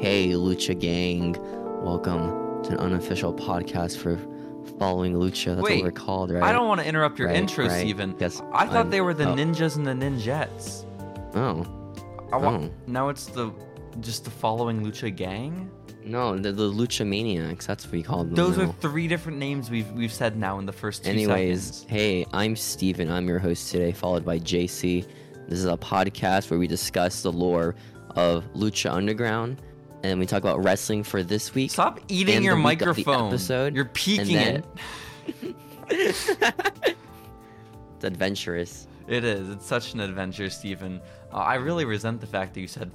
Hey, Lucha Gang. Welcome to an unofficial podcast for following Lucha. That's Wait, what we're called, right? I don't want to interrupt your Right, intro, right. Steven. Yes, I thought I'm they were the up. ninjas and the ninjettes. Oh, I wa- Oh. Now it's the just the following Lucha gang. no, oh, the, the Lucha Maniacs. That's what we called them. Those now. are three different names we've we've said now in the first two Anyways, seconds. hey, I'm Steven. I'm your host today, followed by JC. This is a podcast where we discuss the lore of Lucha Underground and we talk about wrestling for this week. Stop eating and your the week of the microphone. episode, You're and peeking then- it. It's adventurous. It is. It's such an adventure, Steven. Uh, I really resent the fact that you said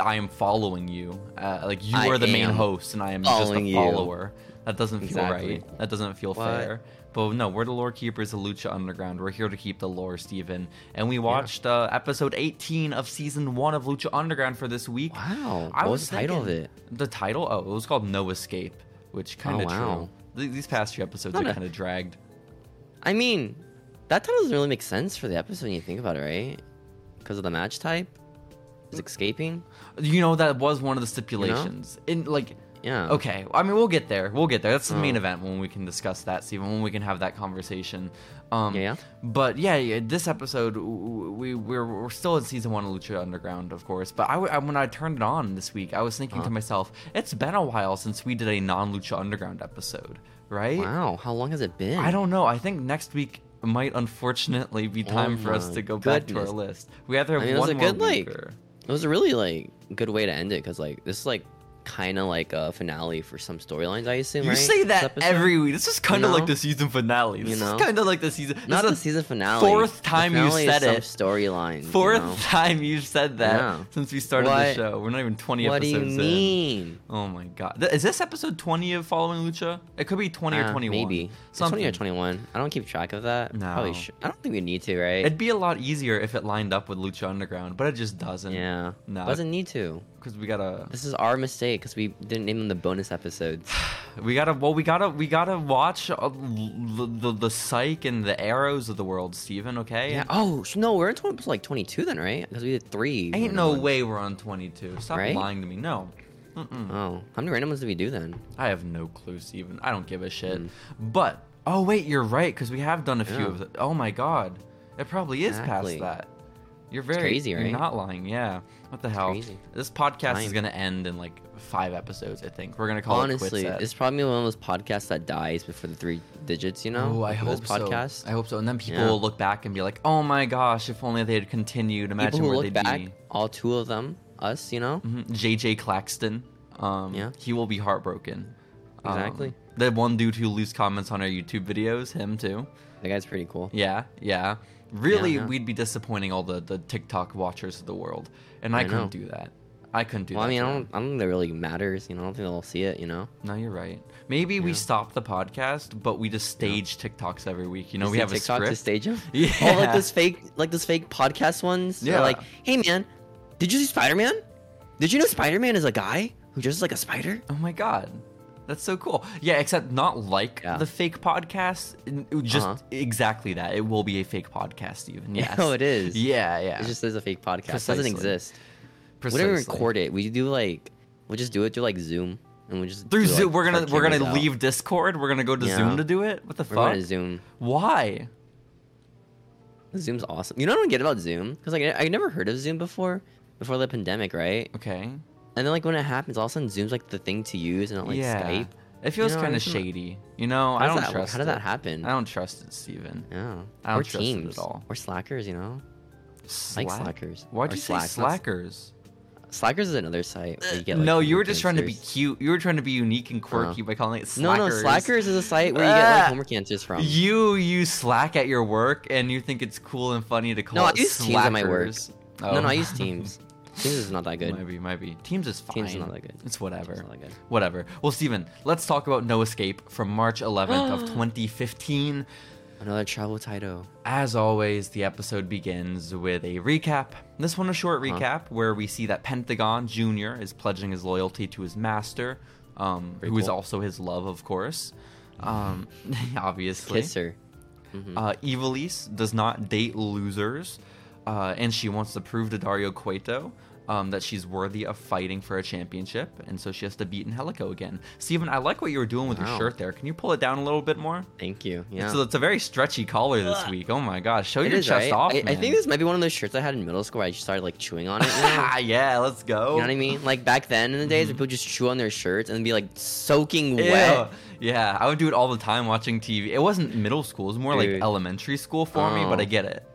I am following you. Uh, like you I are the main am host and I am just following a you. follower. That doesn't feel Exactly. right. That doesn't feel What? fair. But no, we're the lore keepers of Lucha Underground. We're here to keep the lore, Steven. And we watched uh, episode 18 of season 1 of Lucha Underground for this week. Wow. I what was the title of thinking- it? The title? Oh, it was called No Escape, which kind Oh, of wow. true. Th- These past few episodes Not are a- kind of dragged. I mean, that title doesn't really make sense for the episode when you think about it, right? Because of the match type? Is escaping? You know that was one of the stipulations. In like Yeah. Okay, I mean we'll get there. We'll get there. That's the main Oh. event when we can discuss that, Steven. When we can have that conversation. Um, Yeah, yeah. But yeah, yeah, this episode w- we we're, we're still in season one of Lucha Underground, of course. But I, w- I- when I turned it on this week, I was thinking Uh-huh. to myself, it's been a while since we did a non Lucha Underground episode, right? Wow. How long has it been? I don't know. I think next week might unfortunately be time for us Oh my to go back to our goodness. list. We either have I mean, it was one a more good, like, week or- It was a really like good way to end it because like this is like kind of like a finale for some storylines. I assume. You right? say This that episode? every week. This is kind of know? like the season finale. This You know? is kind of like the season. This Not is the season finale. Fourth time the you finale said is it. some storyline. you Fourth know? time you've said that Yeah. since we started the What- show. We're not even twenty What do you episodes in. mean? Oh my god! Th- Is this episode twenty of Following Lucha? It could be twenty or Uh, twenty-one. maybe It's Something. twenty or twenty-one. I don't keep track of that. No. Probably should. I don't think we need to, right? It'd be a lot easier if it lined up with Lucha Underground, but it just doesn't. yeah. No. Doesn't need to. because we gotta, This is our mistake because we didn't name them the bonus episodes. we gotta. Well, we gotta, we gotta watch uh, l- the, the the psych and the arrows of the world, Steven, Okay. yeah. Oh sh- no, we're in 20, like twenty-two then, right? Because we did three. Ain't random no ones. way we're on 22. Stop Right? lying to me. No. Mm-mm. Oh, how many random ones did we do then? I have no clue, Steven. I don't give a shit. But, oh, wait, you're right, because we have done a few Mm. Yeah. of the. Oh my god. It probably is Exactly. past that. You're very. crazy, you're right? not lying, yeah. What the hell? crazy. This podcast is Lying. going to end in like five episodes, I think. We're going to call Honestly, it quits. it's probably one of those podcasts that dies before the three digits. You know, Oh, I Like hope this podcast. so. I hope so. And then people Yeah. will look back and be like, "Oh my gosh, if only they had continued." Imagine People who look where they'd back, be. all two of them, us, you know. Mhm. JJ Claxton. Um, Yeah. He will be heartbroken. Um, Exactly. the one dude who leaves comments on our YouTube videos, him too. That guy's pretty cool. Yeah, yeah. Really, Yeah, yeah. we'd be disappointing all the, the TikTok watchers of the world. And I, I couldn't know. do that. I couldn't do Well, that. I mean, to I them. don't, I don't think that really matters. You know, I don't think they'll see it. You know, No, you're right. Maybe we Yeah. stop the podcast, but we just stage TikToks every week. You know, You we see have TikTok a to script. stage 'em? Yeah. Oh, like those fake, like those fake podcast ones. They're Yeah. Like, hey man, did you see Spider Man? Did you know Spider Man is a guy who dresses like a spider? Oh my god. That's so cool. Yeah, except not like Yeah. the fake podcast. n- Just Uh-huh. exactly that. It will be a fake podcast, even. Yes. No, it is. Yeah, yeah. It just is a fake podcast. It Precisely. doesn't exist. We Precisely. don't even record it. We do like, we'll just do it through like Zoom, and we just through do, like, Zoom. We're our gonna we're gonna cameras out. leave Discord. We're gonna go to Yeah. Zoom to do it. What the We're fuck? going to Zoom. Why? Zoom's awesome. You know what I don't get about Zoom? Because like I I never heard of Zoom before, before the pandemic, right? Okay. And then like when it happens, all of a sudden Zoom's like the thing to use, and not like yeah. Skype. It feels You know, kind of it's not- shady. You know, How I does don't that- trust. How did that it. happen? I don't trust it, Steven. yeah. I don't We're trust it at teams. all. We're slackers, you know. Slack? slackers. Why'd Or you Slack, say not- slackers? Slackers is another site. Where you get, like, no, you were just trying to be influencers. cute. You were trying to be unique and quirky by calling it No, slackers. no, Slackers is a site where you get like Ah. homework answers from. You you slack at your work and you think it's cool and funny to call No, I it use slackers. Teams at my work. Oh. No, no, I use Teams. Teams is not that good. Might be, might be. Teams is fine. Teams is not that good. It's whatever. Teams is not that good. Whatever. Well, Steven, let's talk about No Escape from March 11th of 2015. Another travel title. As always, the episode begins with a recap. This one a short Uh-huh. recap where we see that Pentagon Jr. is pledging his loyalty to his master, um, who is cool. also his love, of course. Um, obviously. Kisser. Mm-hmm. Uh, Evil East does not date losers, uh, and she wants to prove to Dario Cueto um, that she's worthy of fighting for a championship, and so she has to beat in Helico again. Steven, I like what you were doing with Wow. your shirt there. Can you pull it down a little bit more? Thank you. Yeah. So it's a very stretchy collar this Ugh. week. Oh my gosh, show It your is, chest right? off. I, I man. think this might be one of those shirts I had in middle school where I just started like chewing on it. You know, yeah, let's go. You know what I mean? Like back then in the days, people just chew on their shirts and be like soaking Mm-hmm. Ew. wet. Yeah, I would do it all the time watching TV. It wasn't middle school; it was more Dude. like elementary school for me. But Oh. I get it.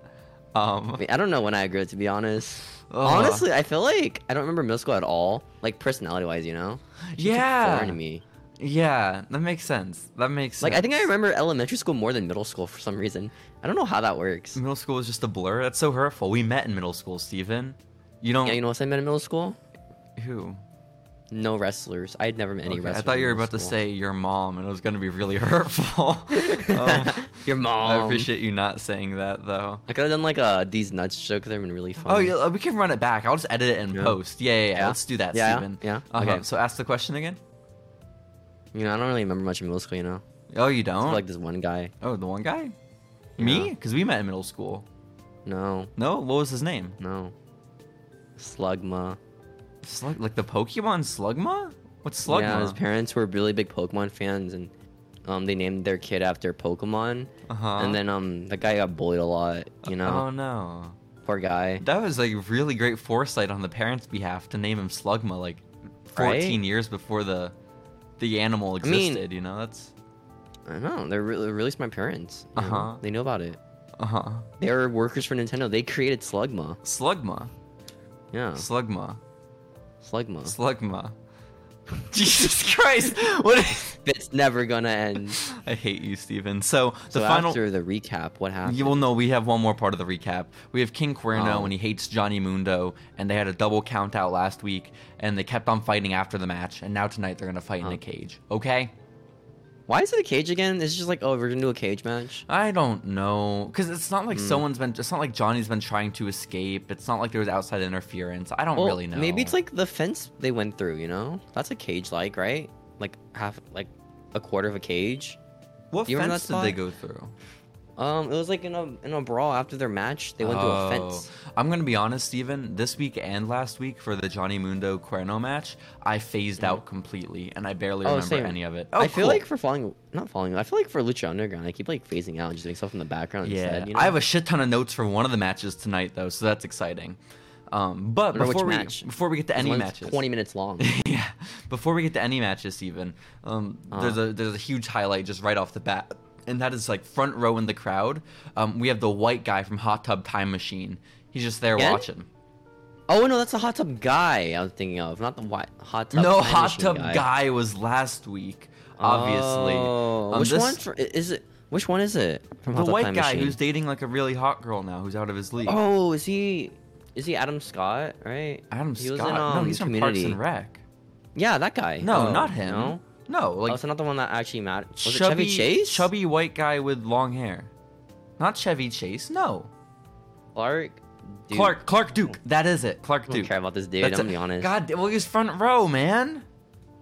I, Um, mean, I don't know when I grew up, to be honest. Ugh. Honestly, I feel like I don't remember middle school at all. Like personality wise, you know? She took Yeah. foreign to me. yeah, that makes sense. That makes sense. Like I think I remember elementary school more than middle school for some reason. I don't know how that works. middle school is just a blur. That's so hurtful. We met in middle school, Stephen. You don't Yeah, you know what I met in middle school? who? No wrestlers. I had never met any Okay, I wrestlers. thought you in were middle about to school. say your mom, and it was going to be really hurtful. Um, your mom. I appreciate you not saying that though. I could have done like a these nuts joke. They've been really fun. Oh, yeah, we can run it back. I'll just edit it and Yeah. post. Yeah, yeah, yeah, Yeah? Let's do that, Yeah, yeah, Stephen. yeah, Uh-huh. okay. So ask the question again. You know, I don't really remember much in middle school. You know, Oh, you Except for, don't? like this one guy. oh, the one guy? Yeah. Me? Because we met in middle school. No, No, what was his name? no. Slugma. Slug, like the Pokemon Slugma? What's Slugma? Yeah, his parents were really big Pokemon fans, and um, they named their kid after Pokemon. uh-huh. And then um, the guy got bullied a lot. You know, Oh no. poor guy. That was like really great foresight on the parents' behalf to name him Slugma like 14 years before the the animal I mean- existed, you know? That's I don't know. They're really, really smart parents. you know? Uh-huh. They know about it. uh-huh. They were workers for Nintendo. They created Slugma. Slugma. Yeah, Slugma. Slugma. Slugma. Jesus Christ. What is- It's never gonna end. I hate you, Steven. So the So final after the recap, what happened? You will know we have one more part of the recap. We have King Cuerno Oh. and he hates Johnny Mundo, and they had a double count out last week, and they kept on fighting after the match, and now tonight they're gonna fight in Oh. a cage. Okay? Why is it a cage again? It's just like, oh, we're gonna do a cage match. I don't know, because it's not Hmm. like someone's been. It's not like Johnny's been trying to escape. It's not like there was outside interference. I don't Well, really know. Maybe it's like the fence they went through. You know, that's a cage, like right, like half, like a quarter of a cage. what you remember fence that did spot? they go through? Um, it was like in a in a brawl after their match, they went through a fence. Oh. I'm gonna be honest, Steven. This week and last week for the Johnny Mundo Cuerno match, I phased out completely, and I barely Mm-hmm. Oh, remember same. any of it. I feel cool. like for falling, not falling. I feel like for Lucha Underground, I keep like phasing out and just doing stuff in the background Yeah, instead. You know? I have a shit ton of notes for one of the matches tonight, though, so that's exciting. Um, but Or which before we match? before we get to This any one's matches, Twenty minutes long. yeah, before we get to any matches, even um, Uh-huh. there's a there's a huge highlight just right off the bat, and that is like front row in the crowd. Um, we have the white guy from Hot Tub Time Machine. He's just there Again? watching. oh no, that's the hot tub guy. I was thinking of not the white hot tub. no, time Hot machine Tub guy. was last week, obviously. Oh, Um, which this- one for, is it? Which one is it? From The Hot Tub white Time guy Machine? who's dating like a really hot girl now, who's out of his league. Oh, is he? Is he Adam Scott? Right? Adam he Scott. Was in, um, no, he's from community. Parks and Rec. Yeah, that guy. No, Oh, not him. No, No, like oh, it's not the one that actually mattered. Was chubby, it Chevy Chase? chubby white guy with long hair. Not Chevy Chase. No, Clark. Duke. Hmm. Clark Clark Duke. That is it. Clark I don't Duke. care about this dude. That's I'm it. gonna be honest. God, well, he was front row, man.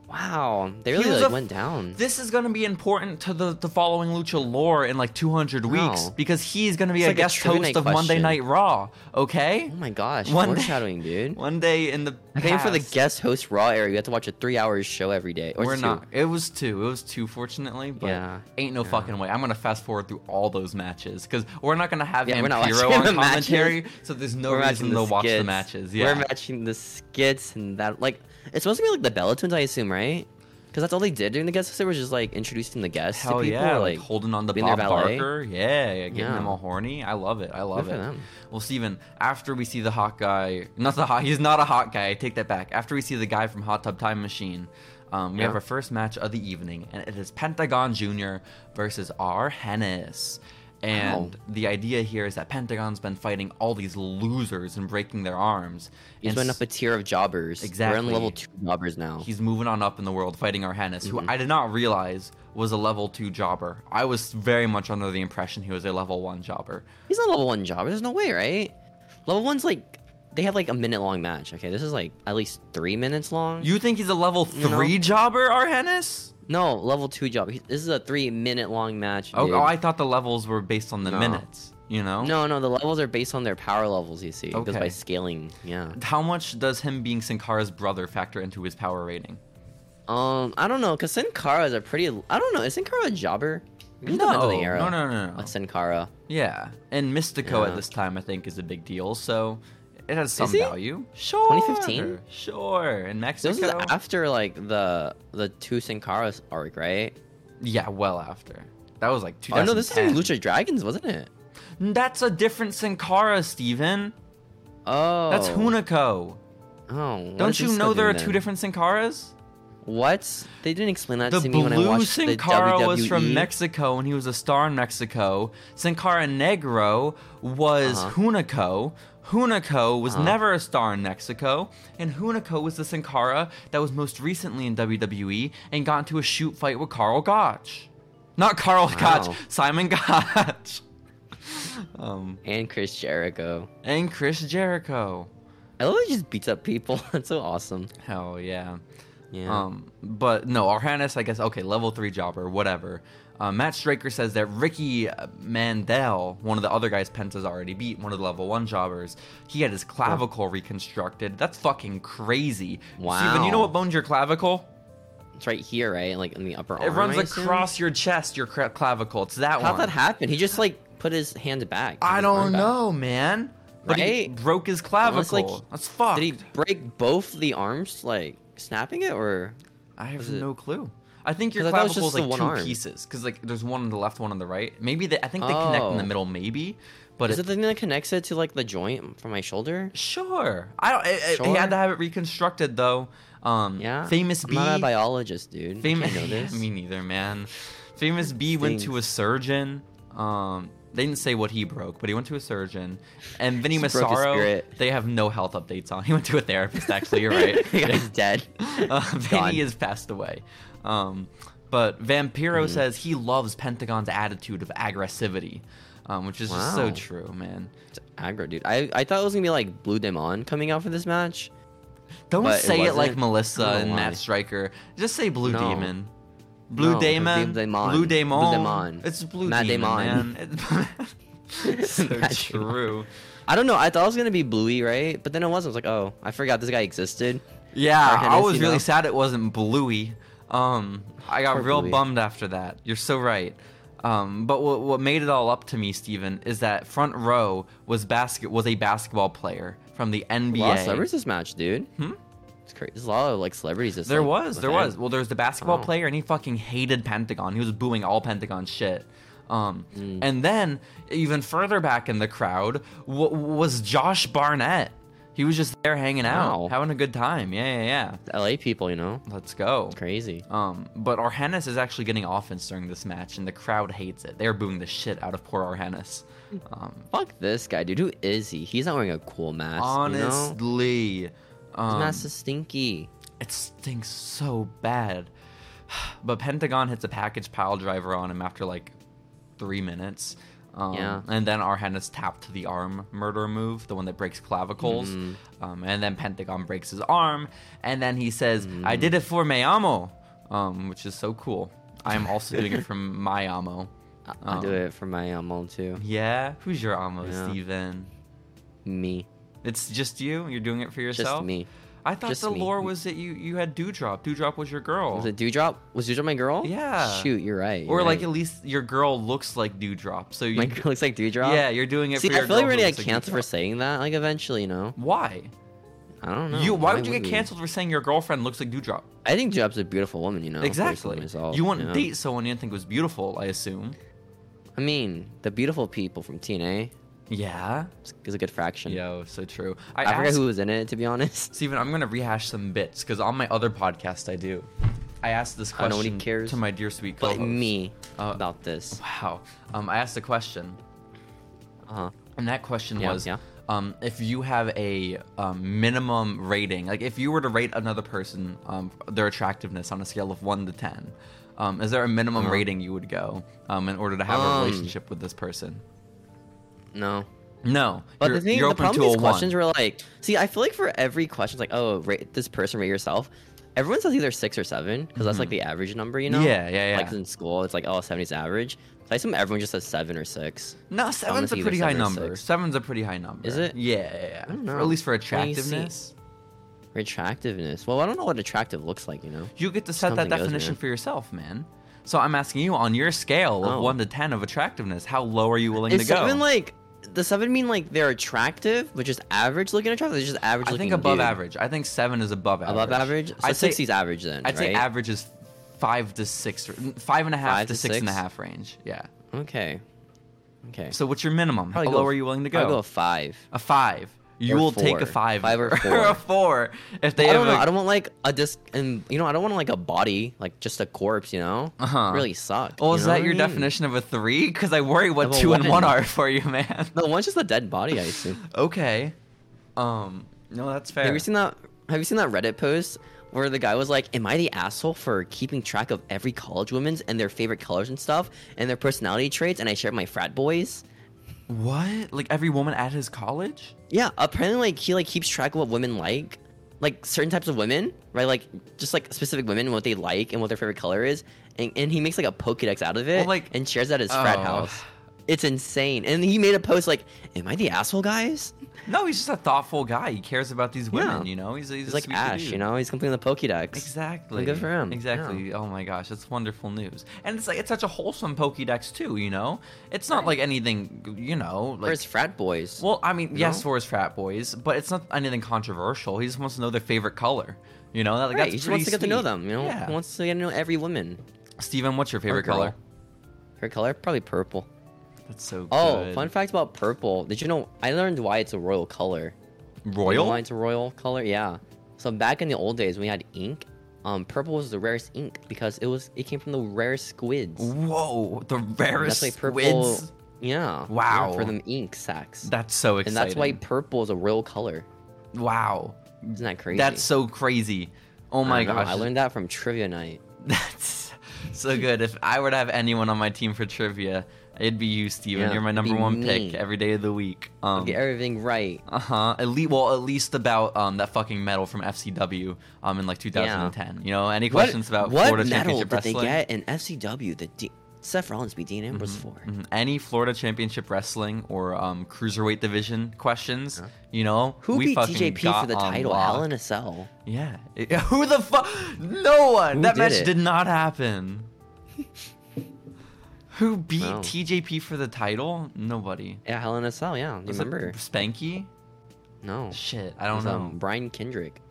Wow, they He really was like, a- went down. This is going to be important to the, the following lucha lore in like 200 weeks Wow. because he's going to be It's a like a guest trivia host night of Monday question. Night Raw. Okay. oh my gosh, One day- foreshadowing, dude. One day in the Paying for the past- guest host raw area, you have to watch a three-hour show every day. Or We're two. not. It was two. It was two, fortunately. But Yeah, ain't no yeah. fucking way. I'm gonna fast forward through all those matches because we're not gonna have Yeah, Vampiro we're not watching the on matches. commentary. So there's no We're reason matching to the watch the skits. matches. We're Yeah. matching the skits and that. Like, it's supposed to be like the Bella Twins, I assume, right? Because that's all they did during the guest episode was just like introducing the guests Hell to people. yeah! or, Like, like, holding on to being their Bob valet. Barker. Yeah, yeah, getting Yeah. them all horny. I love it. I love Good for it. them. Well, Steven, after we see the hot guy, not the hot. He's not a hot guy. I take that back. After we see the guy from Hot Tub Time Machine, um, we Yeah. have our first match of the evening, and it is Pentagon Jr. versus R. Hennis. And the idea here is that Pentagon's been fighting all these losers and breaking their arms. He's and went s- up a tier of jobbers. We're Exactly. on level two jobbers now. he's moving on up in the world fighting Arhennis, who Mm-hmm. I did not realize was a level two jobber. I was very much under the impression he was a level one jobber. He's not level one jobber. There's no way, right? Level one's like they have like a minute long match. Okay, this is like at least three minutes long. You think he's a level You know? three jobber, Arhenis? no, level two job. He- This is a three minute long match. Oh, dude. oh, I thought the levels were based on the No. minutes. You know. No, no, the levels are based on their power levels. You see, it goes by Okay. scaling. Yeah. How much does him being Sin Cara's brother factor into his power rating? Um, I don't know, cause Sin Cara is a pretty. I don't know. Is Sin Cara a jobber? It depends on the No, era no, no, no, no. Of Sin Cara. Yeah, and Mystico Yeah. at this time I think is a big deal, so it has some he? value. Sure. 2015? Sure. In Mexico. This is after like the the two Sin Caras arc, right? yeah, well after. That was like Oh 2010. no, this is in Lucha Dragons, wasn't it? That's a different Sin Cara, Steven. Oh, That's Hunako. Oh, what Don't is you this know one there are doing two then? different Sin Caras? What? They didn't explain that The to me when I blue watched the E Sin Cara was from WWE. Mexico and he was a star in Mexico. Sin Cara Negro was Uh-huh. Hunako. Hunako was Uh-huh. never a star in Mexico. And Hunako was the Sin Cara that was most recently in WWE and got into a shoot fight with Carl Gotch. Not Carl Wow. Gotch, Simon Gotch. um, and Chris Jericho. and Chris Jericho. I love that he just beats up people. That's so awesome. Hell yeah. Yeah. Um, but no, Arhanis, I guess, okay, level three jobber, whatever. Uh, Matt Straker says that Ricky uh, Mandel, one of the other guys Penta's already beat, one of the level one jobbers, he had his clavicle reconstructed. That's fucking crazy. Steven, you Wow. know what bones your clavicle? it's right here, right? Like in the upper arm. It runs I assume? across your chest, your cra- clavicle. It's that How'd one. that happen? He just like put his hand back. I his don't arm back. know, man. But he Right? broke his Almost clavicle. like- That's fucked. Did he break both the arms, like snapping it, or I Was have it- no clue. I think your 'Cause I thought it clavicle was is like just the one two arm. pieces because like there's one on the left, one on the right. Maybe they, I think they connect in Oh. the middle, maybe. But is it, it the thing that connects it to like the joint from my shoulder? sure, I don't. It, it- He Sure. had to have it reconstructed though. Um, Yeah. famous I'm B. not a biologist, dude. famous. I can't know this. me neither, man. Famous B went to a Stinks. surgeon. Um, they didn't say what he broke, but he went to a surgeon. And Vinny Just broke his Massaro, spirit. they have no health updates on. He went to a therapist. Actually, you're right. the guy's dead. uh, Gone. Mm. Vinny has passed away. Um, but Vampiro says he loves Pentagon's attitude of aggressivity, um, which is just so Wow. true, man. It's aggro, dude. I, I thought it was gonna be like Blue Demon coming out for this match. Don't But it say it, like wasn't. Melissa I don't and know why. Matt Striker. Just say Blue No. Demon. Blue No, it's Demon. Blue Demon. Blue Demon. Blue Demon. It's Blue Matt Demon. Damon. man. It's so Matt Damon. true. I don't know. I thought it was gonna be Bluey, right? But then it wasn't. I was like, oh, I forgot this guy existed. Yeah, Or I was Hennessy, really though. sad it wasn't Bluey. Um, I got Poor real Bluey. bummed after that. You're so right. Um, but what, what made it all up to me, Steven, is that front row was basket was a basketball player from the A NBA. lot of celebrities this match, dude. Hmm? It's crazy. There's a lot of like celebrities. This There like, was, there event. was. Well, there was the basketball Oh. player, and he fucking hated Pentagon. He was booing all Pentagon shit. Um, Mm. And then, even further back in the crowd, w- was Josh Barnett. He was just there hanging out, Wow. having a good time. Yeah, yeah, yeah. LA people, you know, Let's go. crazy. Um, but Arhenis is actually getting offense during this match, and the crowd hates it. They're booing the shit out of poor Arhenis. Um, Fuck this guy, dude. Who is he? He's not wearing a cool mask. you know? honestly, his um, mask is stinky. it stinks so bad. But Pentagon hits a package pile driver on him after like three minutes. Um, Yeah. And then Arhenis tapped to the arm murder move, the one that breaks clavicles. Mm. Um, and then Pentagon breaks his arm. And then he says, I Mm-hmm. did it for Mayamo, um, which is so cool. I'm also doing it for Mayamo. I- I'll do Um, it for my um, mom too. Yeah? Who's your Amo, Yeah. Steven? Me, It's just you? You're doing it for just yourself? me. I thought Just the me. lore was that you, you had Dewdrop. Dewdrop was your girl. Was it Dewdrop? Was Dewdrop my girl? Yeah. Shoot, you're right. Or you're like right. at least your girl looks like Dewdrop. So you, my girl looks like Dewdrop. yeah, you're doing it. See, for I your feel like girl we're who gonna looks get like canceled for Dewdrop. saying that. Like eventually, you know. Why? I don't know. you? Why, would you get we? canceled for saying your girlfriend looks like Dewdrop? I think Dewdrop's a beautiful woman. You know. exactly. personally, so, you wouldn't know. date someone you didn't think was beautiful. I assume. I mean, the beautiful people from TNA Yeah. is a good fraction. Yo, so true. I, I, forget asked who was in it to be honest. Steven, I'm gonna rehash some bits because on my other podcast I do. I asked this Oh, question nobody cares to my dear sweet But co-host. me Uh, about this. Wow. Um, I asked a question. Uh huh. And that question Yeah, was, yeah. Um, if you have a um, minimum rating, like if you were to rate another person, um, their attractiveness on a scale of one to ten, um, is there a minimum Uh-huh. rating you would go um, in order to have a Um, relationship with this person? No. No, But you're, the thing, you're the open problem to is a questions one. were like, see, I feel like for every question, it's like, oh, rate this person, rate yourself. Everyone says either six or seven because that's like the average number, you know? Mm-hmm. Yeah, yeah, Like yeah. in school, it's like, oh, 70 is average. So I assume everyone just says seven or six. No, seven's a honestly, either pretty high seven or number. six. Seven's a pretty high number. Is it? Yeah, yeah, yeah. don't For- know. at least for do you see? attractiveness, For attractiveness. Well, I don't know what attractive looks like, you know? you get to set Something that goes, definition man. for yourself, man. So I'm asking you on your scale of Oh. one to ten of attractiveness, how low are you willing Is to go? seven like, does seven mean like they're attractive, but just average looking attractive? They're just average I looking think above dude? average. I think seven is above average. Above average? So I'd 60 say is average then. I'd say right? average is five to six, five and a half Five to to six and a six? half range. Yeah. Okay. Okay. So what's your minimum? Probably How go low f- are you willing to I'll go? go a five. a five. You Or will take a four. five, Five or a four. four. If they I have don't know. a- I don't want like a disc, and you know, I don't want like a body, like just a corpse. You know, Uh-huh. really suck. Well, you is know what that I your mean? definition of a three? Because I worry what Of a two and one. one are for you, man. No, one's just a dead body. I assume. Okay. Um. No, that's fair. Have you seen that? Have you seen that Reddit post where the guy was like, "Am I the asshole for keeping track of every college women's and their favorite colors and stuff and their personality traits?" And I shared my frat boys. what? Like every woman at his college? Yeah, apparently, like he like keeps track of what women like, like certain types of women, right? Like just like specific women, and what they like and what their favorite color is, and, and he makes like a Pokédex out of it, like- and shares that at his frat Oh. house. It's insane, and he made a post like, "Am I the asshole, guys?" No, he's just a thoughtful guy. He cares about these women. Yeah. You know, he's he's, He's a like sweet Ash, dude. you know, he's completing the Pokédex. Exactly. for him. Exactly. Oh my gosh, that's wonderful news. And it's like it's such a wholesome Pokédex too. You know, it's not like anything. You know, Or like his frat boys. well, I mean, you yes, know? for his frat boys, but it's not anything controversial. He just wants to know their favorite color. You know, that, right, like, that's he just wants to pretty get to know sweet. them. You know, Yeah. he wants to get to know every woman. Steven, what's your favorite girl. color? Her color probably purple. That's so. Oh, good. fun fact about purple. Did you know? I learned why it's a royal color. Royal. Why it's a royal color? Yeah. So back in the old days, when we had ink. Um, purple was the rarest ink because it was it came from the rarest squids. Whoa, the And rarest That's why purple. squids. Yeah. yeah, Wow. for them ink sacks. That's so and exciting. that's why purple is a real color. Wow, Isn't that crazy? that's so crazy. Oh my I know, gosh, I learned that from trivia night. that's so good. If I were to have anyone on my team for trivia, it'd be you, Steven. Yeah, You're my it'd number be one me. pick every day of the week. Um, Get everything right. uh huh. At least, well, at least about um that fucking medal from FCW um in like 2010. You know, any questions what, about what Florida medal Championship did Wrestling? they get in FCW that D- Seth Rollins beat Dean Ambrose for? Mhm. Any Florida Championship Wrestling or um, Cruiserweight Division questions, you know? Who we beat fucking TJP got for the on title? lock. Hell in a Cell. Yeah. It- who the fuck? No one. Who that did match it? did not happen. Who beat Wow. TJP for the title? Nobody. Yeah, Hell in a Cell. Yeah, do you Was it remember? Spanky? No. Shit, I don't It's, know. um, Brian Kendrick.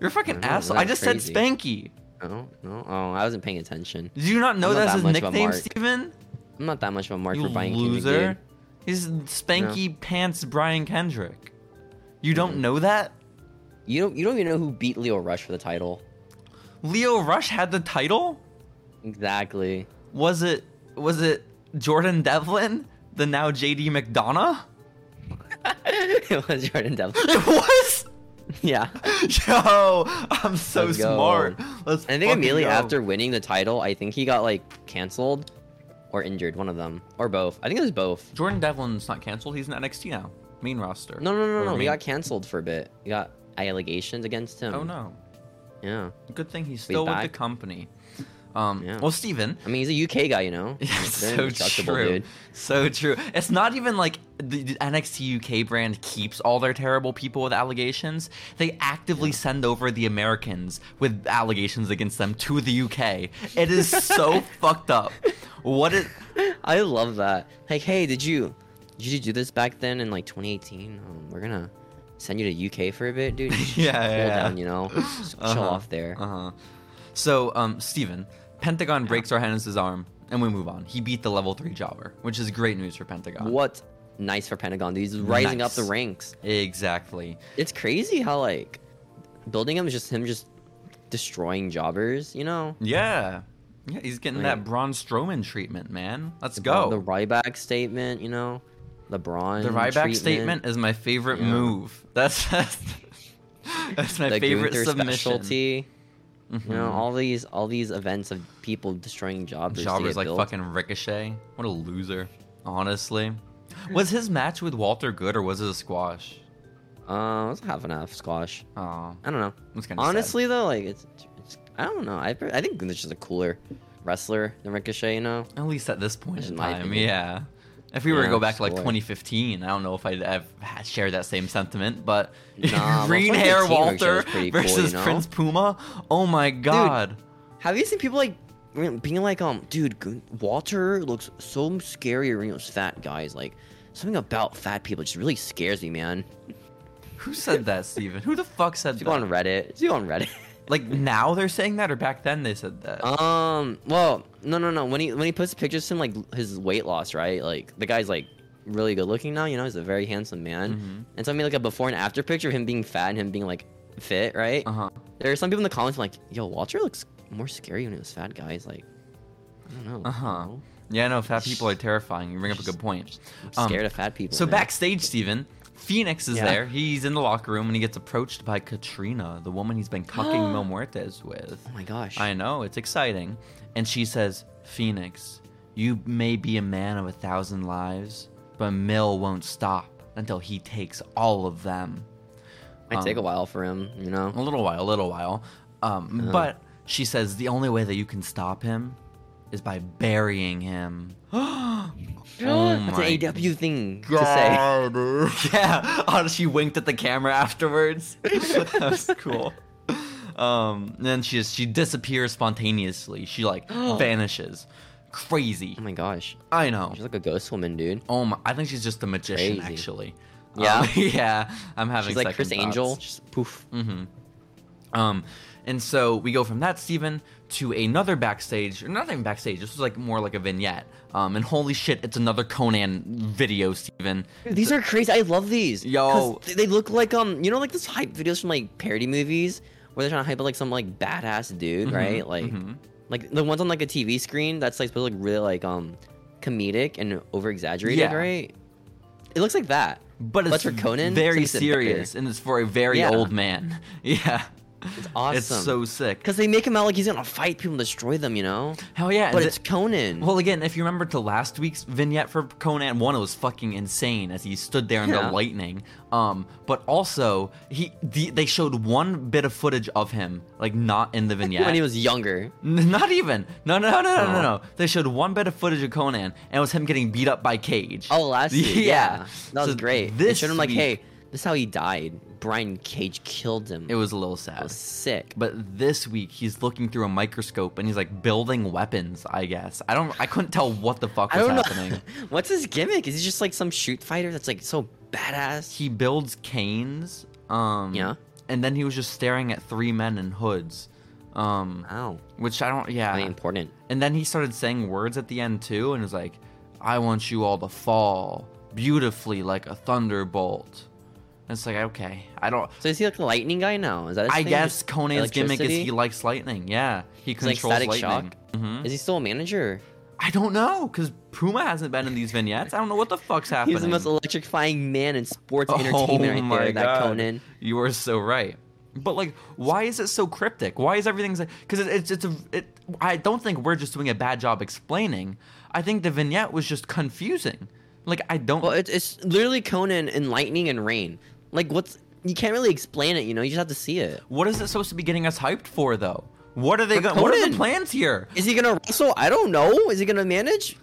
You're a fucking I don't know, asshole. I that's just crazy. said Spanky. No, no. Oh, I wasn't paying attention. Do you not know I'm not that's that his much of a nickname, mark. Steven? I'm not that much of a mark You for Brian loser. Kendrick. He's Spanky Pants Brian Kendrick. You Mm-hmm. don't know that? dude. You don't. You don't even know who beat Leo Rush for the title. Leo Rush had the title? Exactly. Was it was it Jordan Devlin, the now JD McDonough? it was Jordan Devlin. It was? yeah. Yo, I'm so Let's go. smart. Let's And I think fucking immediately go. after winning the title, I think he got like canceled or injured, one of them or both. I think it was both. Jordan Devlin's not canceled, he's in NXT now. Main roster. No, no, no, Or no. He main- got canceled for a bit. He got allegations against him. Oh no. Yeah. Good thing he's still with the back. company. Um Yeah. well Steven, I mean, he's a UK guy, you know. Yeah, They're so indestructible, true. dude. So true. It's not even like the, the NXT UK brand keeps all their terrible people with allegations. They actively send over the Americans with allegations against them to the UK. It is so fucked up. What is I love that. Like, hey, did you did you do this back then in like 2018? Um, we're gonna send you to UK for a bit, dude. You should Yeah, cool yeah, yeah. down, you know, Just Uh-huh, chill off there. Uh-huh. So, um, Steven, Pentagon breaks Arhanus' arm, and we move on. He beat the level three jobber, which is great news for Pentagon. What nice for Pentagon. dude. He's rising up the Nice. ranks. Exactly. It's crazy how like building him is just him just destroying jobbers, you know. Yeah. Yeah, he's getting that Right. Braun Strowman treatment, man. Let's Bro, go. The Ryback statement, you know, the Braun. The Ryback treatment, statement is my favorite Yeah. move. That's that's, that's my the favorite Gunther submission. specialty. You know, Mhm. all these all these events of people destroying jobbers. to Jobber's get like built. fucking Ricochet. What a loser. Honestly, Was his match with Walter good or was it a squash? Uh, it was half and half squash. Oh, I don't know. that's kind of Honestly, though, like it's, it's I don't know. I I think Gunther's just a cooler wrestler than Ricochet. You know, At least at this point Just in in my time, opinion. yeah. If we were to Yeah, go back to like sure. 2015, I don't know if I'd have had- shared that same sentiment, but Nah, but green hair 2015 Walter was pretty cool, you versus know? Prince Puma. Oh my god. have you seen people like being like, um, dude, Gun- Walter looks so scarier when he was fat guys. Like something about fat people just really scares me, man. Who said that, Steven? Who the fuck said People that? on Reddit, people on Reddit. Like now they're saying that or back then they said that? Um. Well, no, no, no. When he when he puts pictures of him, like his weight loss, right? Like the guy's like really good looking now. You know, he's a very handsome man. Mm-hmm. And so I mean, like a before and after picture of him being fat and him being like fit, right? Uh-huh. There are some people in the comments like, "Yo, Walter looks more scary when he was fat." Guys, like, I don't know. Uh-huh. you know? Yeah, no, fat people are terrifying. You bring up a good point. I'm Um, scared of fat people. So man. backstage, Steven, Phoenix is Yeah. there. He's in the locker room and he gets approached by Katrina, the woman he's been cucking Mil Muertes with. Oh my gosh. I know, it's exciting. And she says, Phoenix, you may be a man of a thousand lives, but Mill won't stop until he takes all of them. Might take a um, while for him. You A know. little while, a little while. Um, But she says the only way that you can stop him is by burying him. oh That's my an AW thing to say. yeah. Oh, she winked at the camera afterwards. that was cool. Um, and then she just she disappears spontaneously. She like vanishes. Crazy. Oh my gosh. I know. She's like a ghost woman, dude. Oh my, I think she's just a magician Crazy. actually. Yeah? Um, yeah. I'm having She's like Chris second Angel. thoughts. Just poof. Um, and so we go from that, Steven, to another backstage, or not even backstage, this was like more like a vignette. Um, and holy shit, it's another Conan video, Steven. These are crazy. I love these. 'Cause Yo. th- they look like um, you know, like those hype videos from like parody movies where they're trying to hype up like some like badass Mm-hmm, dude, right? Like, like the ones on like a TV screen that's like supposed to look really like um, comedic and over exaggerated, Yeah. right? It looks like that, But it's for Conan, very it's even better. serious, and it's for a very Yeah. old man. Yeah. It's awesome. It's so sick. because they make him out like he's gonna fight people and destroy them, you know. Hell yeah. But and it's it- Conan. well, again, if you remember to last week's vignette for Conan 1, it was fucking insane as he stood there in Yeah. the lightning. Um, but also, he the, they showed one bit of footage of him, like not in the vignette. when he was younger. N- Not even. No, no, no, no, no, Oh. no. They showed one bit of footage of Conan, and it was him getting beat up by Cage. Oh, last week, yeah. that was So great. They This showed him like, week, hey, this is how he died. Brian Cage killed him. it was a little That sad. was sick. But this week, he's looking through a microscope and he's like building weapons. I guess I don't. I couldn't tell what the fuck I was don't know. happening. What's his gimmick? Is he just like some shoot fighter that's like so badass? he builds canes. Um, Yeah. And then he was just staring at three men in hoods. Um, Wow. which I don't. Yeah. Really important. And then he started saying words at the end too, and was like, "I want you all to fall beautifully like a thunderbolt." And it's like, okay, I don't. So is he like a lightning guy now? Is that his I thing? guess Just Conan's gimmick is electricity? he likes lightning. Yeah, he He's, like, controls static lightning. Mhm. Is he still a manager? I don't know because Puma hasn't been in these vignettes. I don't know what the fuck's happening. He's the most electrifying man in sports Oh entertainment right there, that Conan. You are so right. But like, why is it so cryptic? Why is everything? Because it, it's it's a. It, I don't think we're just doing a bad job explaining. I think the vignette was just confusing. Like I don't. Well, it's, it's literally Conan in lightning and rain. Like, what's. You can't really explain it, you know? You just have to see it. what is it supposed to be getting us hyped for though? What are they? For Go- what are Conan. the plans here? Is he gonna wrestle? I don't know. Is he gonna manage?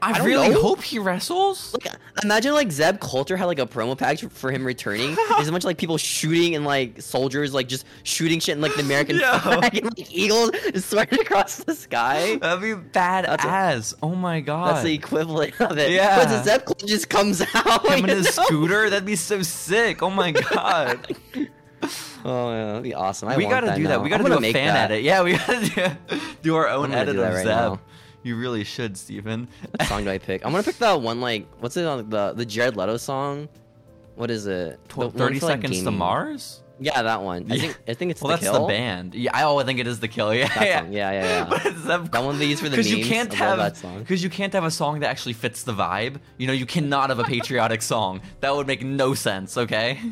I, I don't really know. hope he wrestles. Like, imagine like Zeb Coulter had like a promo package for him returning. There's a bunch of like people shooting and like soldiers like just shooting shit and like the American Yo. flag and like eagles soaring across the sky. That'd be badass. oh my god. That's the equivalent of it. Yeah. but Zeb Coulter just comes out. him and Oh, you his know? scooter. That'd be so sick. Oh my god. Oh yeah, that'd be awesome. I we want gotta do that. now. We I'm gotta do gonna a make fan that. edit. Yeah, we gotta do, do our own gonna edit do of that right Zeb. now. You really should, Stephen. What song do I pick? I'm gonna pick that one like what's it on the the Jared Leto song? What is it? The one Tw- Thirty for, like, seconds to gaming. Mars. Yeah, that one. I Yeah. think I think it's well, the that's kill. the band. Yeah, oh, I always think it is the kill. Yeah, That song. Yeah, yeah, yeah. But it's Zeb- That one they use for the 'cause You memes. can't I have love that song. because you can't have a song that actually fits the vibe. You know, you cannot have a patriotic song. That would make no sense. Okay.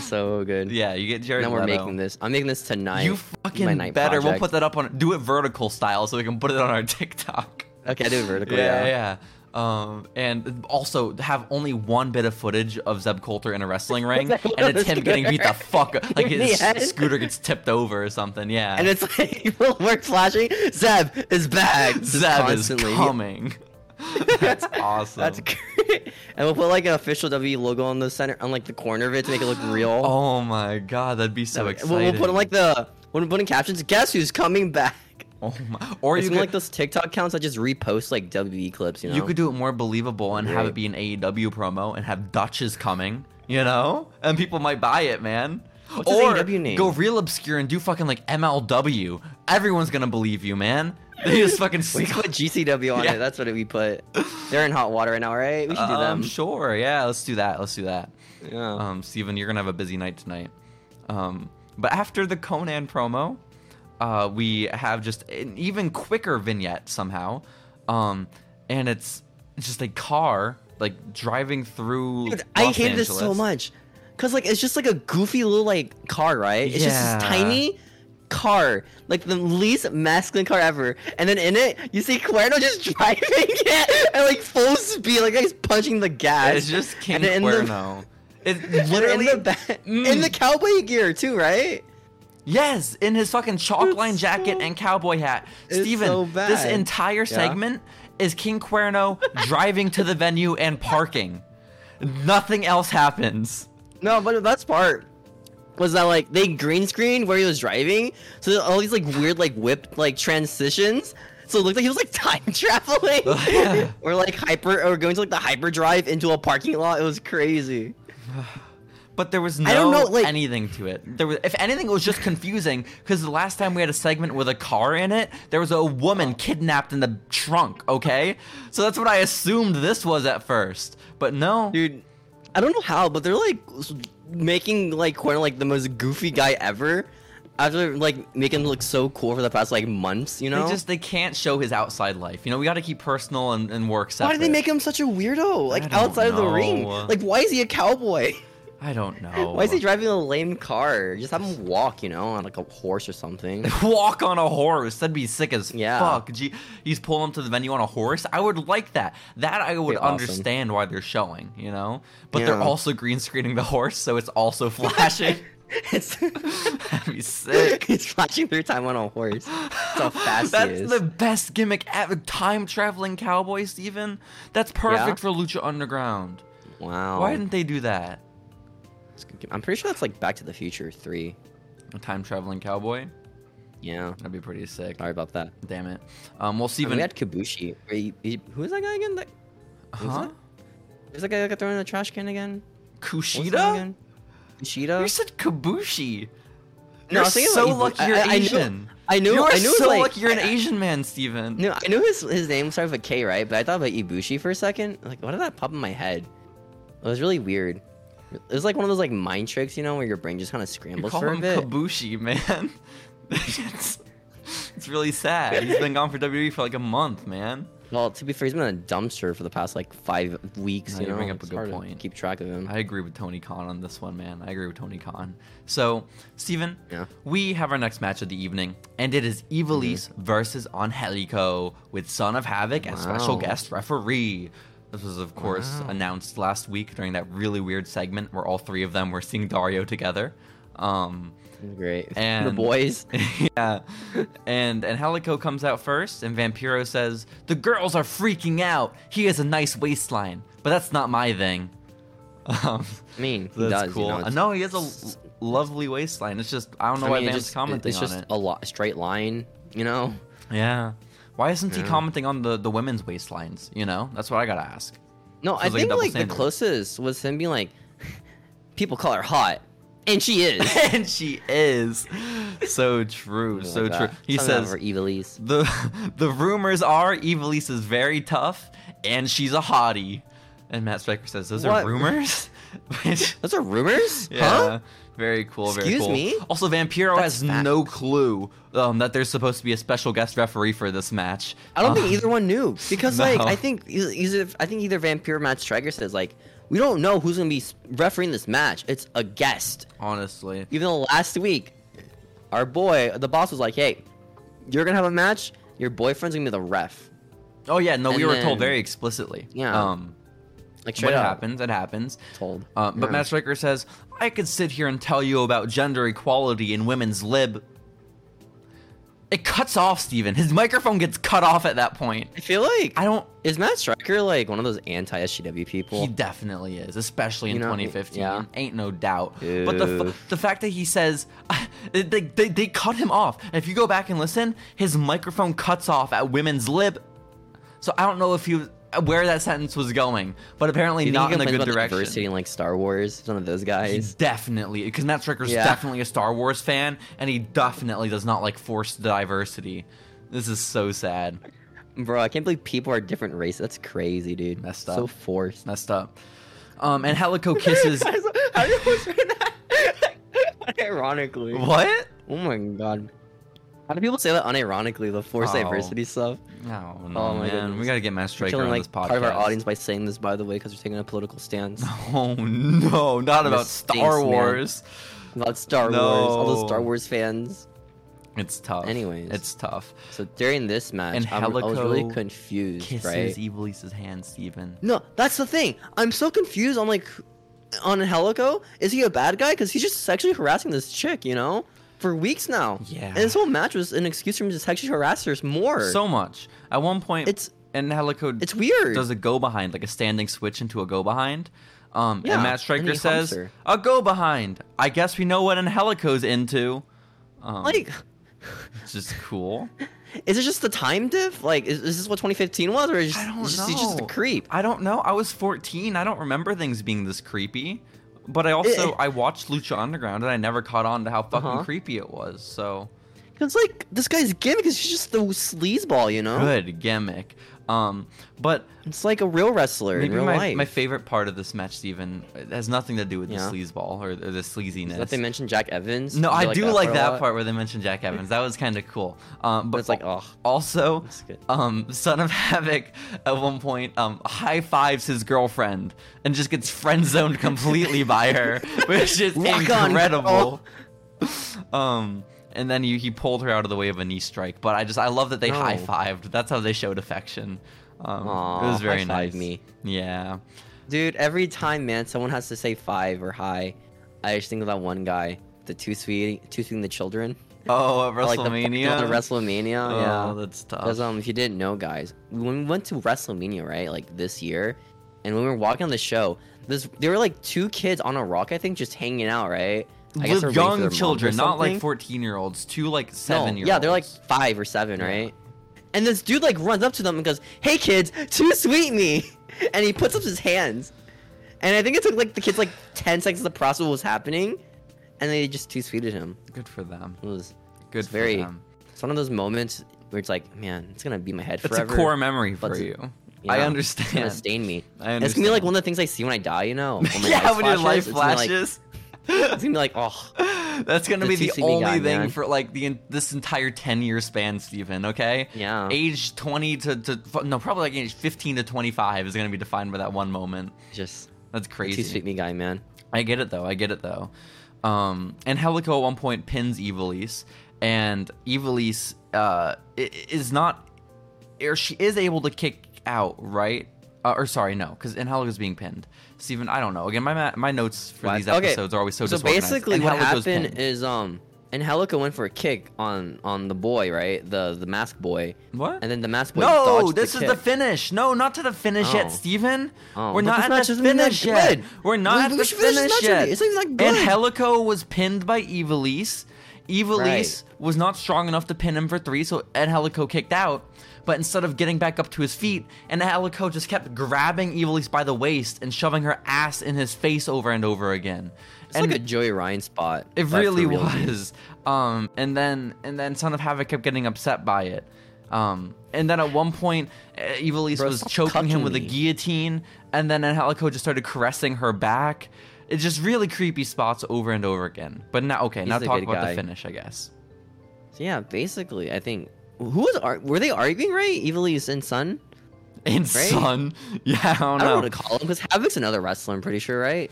So good. Yeah, you get Jared. Now we're Leto. making this. I'm making this tonight. You my fucking night better. We'll project. put that up on. Do it vertical style so we can put it on our TikTok. Okay, I do it vertically. yeah, Oh, yeah. yeah. Um, and also have only one bit of footage of Zeb Coulter in a wrestling ring, and it's him getting beat the fuck up. Like his Yeah. scooter gets tipped over or something. Yeah. And it's like people were flashing. Zeb is back. Just Zeb is constantly. coming. That's awesome. That's great. And we'll put like an official W logo on the center, on like the corner of it to make it look real. Oh my god, that'd be so We'll- exciting. We'll, put in like the when we put in captions. Guess who's coming back? oh my, Or or you you could, like those TikTok accounts that just repost like WWE clips. You know, you could do it more believable and have it be an AEW promo and have Dutch is coming, you know, and people might buy it, man. his or AEW name? go real obscure and do fucking like MLW. Everyone's gonna believe you, man. They just fucking we put GCW on Yeah. it. That's what we put. They're in hot water right now, right? We should do Um, them. sure, yeah, let's do that. Let's do that. Yeah. Um, Steven, you're gonna have a busy night tonight. Um, but after the Conan promo, uh, we have just an even quicker vignette somehow, um, and it's just a car like driving through. Dude, I Los hated this so Angeles. much. Cause like it's just like a goofy little like car, right? It's just this Yeah. tiny car, like the least masculine car ever. And then in it, you see Cuerno just driving it at like full speed, like he's punching the gas. It's just King And then in the- Cuerno. It and then literally, mm. in the back, in the cowboy gear too, right? yes, in his fucking chalk It's line jacket so- and cowboy hat. It's Steven, so this bad. entire segment is King Cuerno driving to the venue and parking. Nothing else happens. No, but the best part was that like they green screened where he was driving, so there's all these like weird like whip like transitions. So it looked like he was like time traveling, Oh, Yeah. or like hyper, or going to like the hyperdrive into a parking lot. It was crazy. But there was no I don't know, like- anything to it. There was, if anything, it was just confusing because the last time we had a segment with a car in it, there was a woman kidnapped in the trunk. Okay, so that's what I assumed this was at first. But no, dude. I don't know how, but they're like s- making like Corner like the most goofy guy ever. After like making him look so cool for the past like months, you know. they just they can't show his outside life. You know, we got to keep personal and, and work separate. why did they make him such a weirdo? Like don't outside of the ring, know. like why is he a cowboy? I don't know. Why is he driving a lame car? Just have him walk, you know, on like a horse or something. walk on a horse? That'd be sick as Yeah. fuck. Gee, he's pulling up to the venue on a horse. I would like that. That I would Be awesome. understand why they're showing. You know, but they're Yeah. also green screening the horse, so it's also flashing. it's That'd be sick. he's flashing through time on a horse. That's how fast he That's is. the best gimmick ever. Time traveling cowboy, Steven. That's perfect Yeah? Oh. for Lucha Underground. Wow. Why didn't they do that? I'm pretty sure that's like Back to the Future three. A time traveling cowboy? Yeah. That'd be pretty sick. Sorry about that. Damn it. Um, well, Even Steven. we had Kabushi. Wait, he- who is that guy again? That, huh? it? who's that guy that got thrown in a trash can again? What was his name Kushida? again? Kushida? You said Kabushi. No, I You're was thinking so about Ibu- lucky you're I- I- I knew- Asian. I knew- You are I knew it was so like- lucky you're an I- Asian man, Steven. No, I knew his his name started with a K, right? But I thought about Ibushi for a second. Like, why did that pop in my head? It was really weird. It was like one of those like mind tricks, you know, where your brain just kind of You scrambles call for a him bit. Kabushi, man. it's, it's really sad. He's been gone for WWE for like a month, man. well, to be fair, he's been in a dumpster for the past like five weeks. No, you you know, bring up a It's good hard to point. keep track of him. I agree with Tony Khan on this one, man. I agree with Tony Khan. So, Steven, Yeah. we have our next match of the evening, and it is Evilise Mm-hmm. versus Angelico with Son of Havoc as special Wow. guest referee. This was, of course, announced last week during that really weird segment where all three of them were seeing Dario together. Um, Great. the and- boys. yeah. And and Helico comes out first, and Vampiro says, The girls are freaking out. He has a nice waistline, but that's not my thing. Um, I mean, he that's does. cool. You know, Uh, it's- no, he has a l- lovely waistline. It's just, I don't know I why mean, it Vam's just- it- commenting it's just on it. a lot straight line, you know. yeah. Why isn't he Yeah. commenting on the, the women's waistlines? You know? That's what I gotta ask. No, I Sounds like a think double like the standard. closest was him being like, people call her hot, and she is. and she is. So true. so Something like true. that. He Something about says, her evil ease. The the rumors are Evilise is very tough and she's a hottie. And Matt Stryker says, Those What? are rumors? Which- "Those are rumors, yeah. huh?" Very cool. Very Excuse cool. me? Also, Vampiro That's has no clue um, that there's supposed to be a special guest referee for this match. I don't think Um, either one knew because, like, No. I think either, either- I think either Vampire Matt Striker says like, "We don't know who's gonna be s- refereeing this match. It's a guest." Honestly, Even though last week, our boy, the boss, was like, "Hey, you're gonna have a match. Your boyfriend's gonna be the ref." Oh yeah, no, we And were told then- very explicitly. Yeah. Um, Like what straight up happens? It happens. told. Uh, but Yeah. Matt Striker says, I could sit here and tell you about gender equality in women's lib. It cuts off, Steven. His microphone gets cut off at that point. I feel like I don't. is Matt Striker like one of those anti SGW people? He definitely is, especially in You know, 2015. yeah. Ain't no doubt. But the, Ew. f- the fact that he says, they, they, they cut him off. If you go back and listen, his microphone cuts off at women's lib. So I don't know if you where that sentence was going, but apparently Do you think not he in a complains good about direction. Diversity in like Star Wars, He's one of those He's guys. definitely because Matt Stryker's Yeah. definitely a Star Wars fan, and he definitely does not like forced diversity. This is so sad, Bro, I can't believe people are different races. That's crazy, dude. Messed So up. forced. messed up. Um, and Helico kisses. I was- I was that Ironically. what? Oh my god. How do people say that unironically, the forced Oh. diversity stuff? No, no, Oh my man, we goodness. gotta get Matt Stryker Killing on this like podcast. part of our audience by saying this, by the way, because we're taking a political stance Oh no, not about This stinks, Star man. Wars. about Star Wars. All No. those Star Wars fans. It's tough. Anyways. it's tough. So during this match, And I'm- I was really Helico confused, Kisses e- right? Iblis's hand, Steven. No, that's the thing. I'm so confused. I'm like, on Helico, is he a bad guy? Because he's just sexually harassing this chick, you know, for weeks now. Yeah. And this whole match was an excuse for him to sexually harass her more. So much. At one point, It's- and Helico it's weird. does a go behind, like a standing switch into a go behind. Um, Yeah, and Matt and he Striker humps says, her. "A go behind." I guess we know what an helico's into. Um, like, it's just cool. is it just the time diff? Like, is, is this what 2015 was, or is I don't is know. just- he's just a creep? I don't know. I was 14. I don't remember things being this creepy. But I also Eh. I watched Lucha Underground and I never caught on to how fucking Uh-huh. creepy it was. So Because like this guy's gimmick is he's just the sleazeball, you know. good gimmick. Um, but It's like a real wrestler in Maybe real my, life. my favorite part of this match, Steven, it has nothing to do with Yeah. the sleazeball or, or the sleaziness. that they mentioned Jack Evans. no, You I do like a that lot? part, where they mentioned Jack Evans. That was kind of cool. Um, but But it's like, oh, also, That's good. um, Son of Havoc at one point um, high fives his girlfriend and just gets friend zoned completely by her, which is Rock on, incredible. um, and then he, he pulled her out of the way of a knee strike. But I just I love that they No. high fived. That's how they showed affection. Um, it Aw, was very high-five nice. me. Yeah. dude, every time, man, someone has to say five or high. I just think of that one guy, the two sweet, two sweeting the children. Oh, at Or, like the fucking WrestleMania. on WrestleMania, Oh, yeah. that's tough. Because um, if you didn't know, guys, when we went to WrestleMania, right, like this year, and when we were walking on the show, this there were like two kids on a rock, I think, just hanging out, right? I With they're waiting for their young mom or children, not like something. 14 year olds, two like No, seven year olds. Yeah, they're like five or seven, Yeah. right? And this dude like runs up to them and goes, "Hey kids, too sweet me," and he puts up his hands. And I think it took like the kids like ten seconds to process what was happening, and they just too sweeted him. Good for them. It was Good it's for very. them. It's one of those moments where it's like, man, it's gonna be in my head It's forever. a core memory for But- you. you I know? It's gonna understand. stain me. I It's gonna be like understand. one of the things I see when I die. You know? When my yeah, life when your life flashes, it's gonna be like- flashes. It's gonna be like, oh, That's gonna The be the TCB only guy, thing man. for like the en- this entire ten year span, Stephen. Okay. Yeah. Age twenty to, to fu- no, probably like age fifteen to twenty five is gonna be defined by that one moment. just That's too crazy. sweet me, guy, man. I get it though. I get it though. Um, and Helico at one point pins Evilise, and Evilise uh, i- is not, or she is able to kick out, right? Uh, or sorry, no, because Helico's being pinned. Steven, I don't know. Again, my ma- my notes for What? these Okay, episodes are always so. So disorganized. basically, And what Helico's happened pinned. is um, and Helica went for a kick on on the boy, right? The the mask boy. What? And then the mask boy. No, dodged this the is kick. the finish. No, not to the finish Oh. yet, Steven. Oh, We're but not this at match the isn't even that finish yet. good. We're not We- at we the should finish this finish match yet. already. It's not even that And good. Helico was pinned by Evilise. Evilise was not strong enough to pin him for three, so Ed Helico kicked out. But instead of getting back up to his feet, and Helico just kept grabbing Evilise by the waist and shoving her ass in his face over and over again. It's and like a Joey Ryan spot. it but for really real. was. Um, and then and then Son of Havoc kept getting upset by it. Um, and then at one point, uh, Evil East Bro, was stop choking him touching with a me. guillotine, and then Angelico just started caressing her back. It's just really creepy spots over and over again. But now, okay, now a talk good about the guy. finish, I guess. So yeah, basically, I think who was ar- were they arguing? Right, Evilise and Son. And Son, yeah, I I don't know. don't know what to call him because Havoc's another wrestler. I'm pretty sure, right?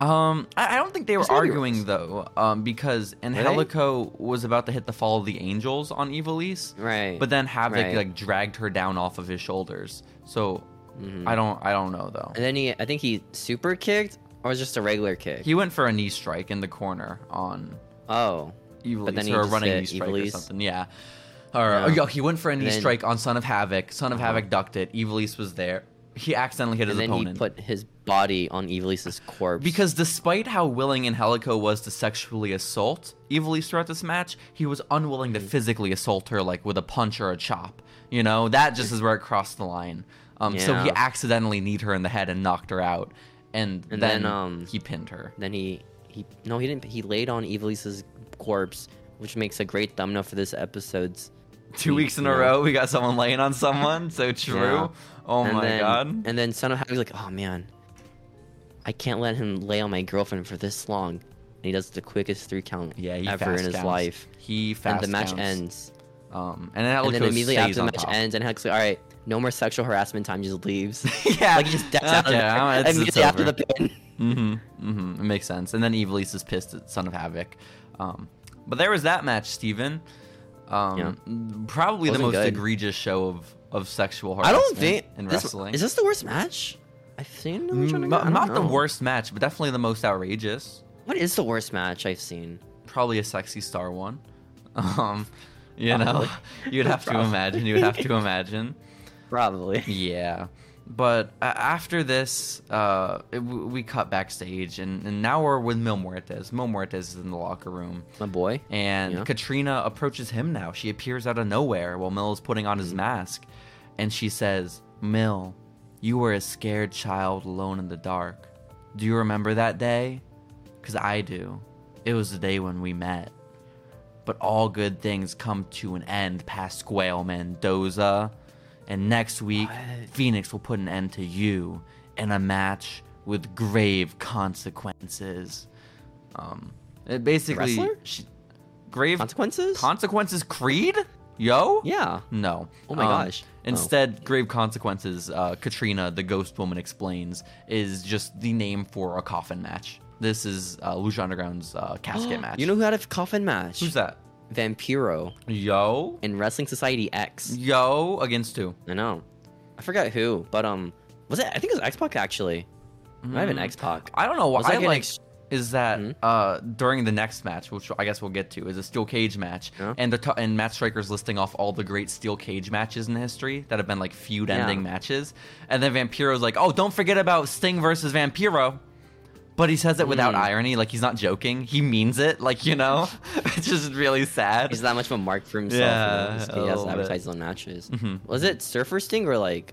Um, I, I don't think they were It's gotta be arguing worse. though, um, because Angelico was about to hit the fall of the angels on Evilise, Right. but then Havoc Right. like dragged her down off of his shoulders. So Mm-hmm. I don't, I don't know though. And then he, I think he super kicked or was just a regular kick. He went for a knee strike in the corner on oh, Evilise, then he or a just running hit knee strike or Evilise. something. Yeah. Or Yeah. oh, yeah, he went for a knee then- Uh-huh. strike on Son of Havoc. Son of Havoc ducked it. Evilise was there. He accidentally hit his and then opponent. he put his body on Evilise's corpse. Because despite how willing Angelico was to sexually assault Evilise throughout this match, he was unwilling Mm-hmm. to physically assault her, like with a punch or a chop. You know, that just is where it crossed the line. Um, So he Yeah. accidentally kneed her in the head and knocked her out. And, And then, then, um, he pinned her. then he, he no, he didn't. He laid on Evilise's corpse, which makes a great thumbnail for this episode's. Two weeks in a yeah. row, we got someone laying on someone. So true. Yeah. Oh and my then, god. And then Son of Happy's like, oh man, I can't let him lay on my girlfriend for this long. And he does the quickest three count Yeah, he ever fast in his counts. life. He And fast the match counts. ends. Um, and then, and then immediately after the on match top. ends, and Hex like, all right, no more sexual harassment time, just leaves. yeah, like he just decks out of Okay, there I'm- it's- it's immediately after over. the pin. Mm-hmm. Mm-hmm. It makes sense. And then Evilise is pissed at Son of Havoc. Um, but there was that match, Steven. Um, Probably the Wasn't most good. egregious show of, of sexual I harassment don't think in this- wrestling. Is this the worst match? I've seen. in Lucha Mm, Underground? I not don't not the know. worst match, but definitely the most outrageous. What is the worst match I've seen? Probably a sexy star one. Um, you know, Probably. you'd have to Probably. imagine. You'd have to imagine. Probably. Yeah. But uh, after this, uh, it- w- we cut backstage, and, and now we're with Mil Muertes. Mil Muertes is in the locker room. My boy. And Yeah. Katrina approaches him now. She appears out of nowhere while Mill is putting on his Mm-hmm. mask. And she says, Mill, you were a scared child alone in the dark. Do you remember that day? Because I do. It was the day when we met. But all good things come to an end, Pasquale Mendoza. And next week, What? Phoenix will put an end to you in a match with grave consequences. Um, it basically Wrestler? she, grave Consequences? consequences. Creed, yo, yeah. no. Um, Oh my gosh. Oh. Instead, grave consequences. Uh, Katrina, the ghost woman, explains is just the name for a coffin match. This is uh, Lucha Underground's uh, casket match. You know who had a coffin match? who's that? Vampiro Yo, in Wrestling Society X. yo against two. I know. I forgot who, but um, was it? I think it was X Pac actually. I have an Mm. X Pac. I don't know why Was that I an like ex- Hmm? is that uh, during the next match, which I guess we'll get to, is a steel cage match, Yeah. and the t- and Matt Striker's listing off all the great steel cage matches in history that have been like feud ending Yeah. matches, and then Vampiro's like, oh, don't forget about Sting versus Vampiro. But he says it without Mm. irony, like he's not joking. He means it, like you know. it's just really sad. He's that much of a mark for himself. Yeah, Yeah, a he has little to bit. advertise his own matches. Mhm. Was it Surfer Sting or like,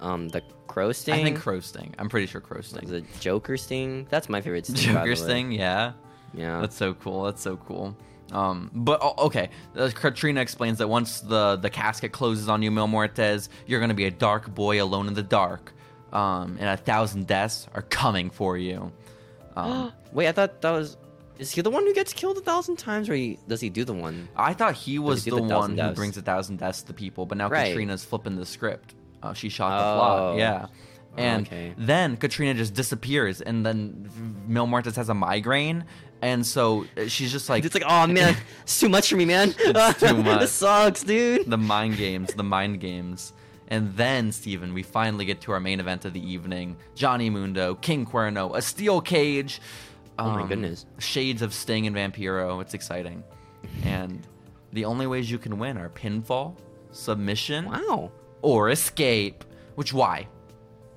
um, the Crow Sting? I think Crow Sting. I'm pretty sure Crow Sting. Was it Joker Sting? That's my favorite Sting. by the Joker's way. thing, yeah. Yeah. That's so cool. That's so cool. Um, but oh, okay, uh, Katrina explains that once the the casket closes on you, Mil Muertes, you're gonna be a dark boy alone in the dark, um, and a thousand deaths are coming for you. Um, Wait, I thought that was. Is he the one who gets killed a thousand times, or he, does he do the one? I thought he was do the the thousand one who deaths. brings a thousand deaths to people, but now Right. Katrina's flipping the script. Uh, she shot the plot. Oh. Yeah. And okay. then Katrina just disappears, and then Mil Muertes has a migraine, and so uh, she's just like, It's like, oh man, it's too much for me, man. It's too much. this sucks, dude. the mind games, the mind games. And then, Steven, we finally get to our main event of the evening Johnny Mundo, King Cuerno, a steel cage. Oh my um, goodness. Shades of Sting and Vampiro. It's exciting. And the only ways you can win are pinfall, submission, Wow. or escape. Which, why?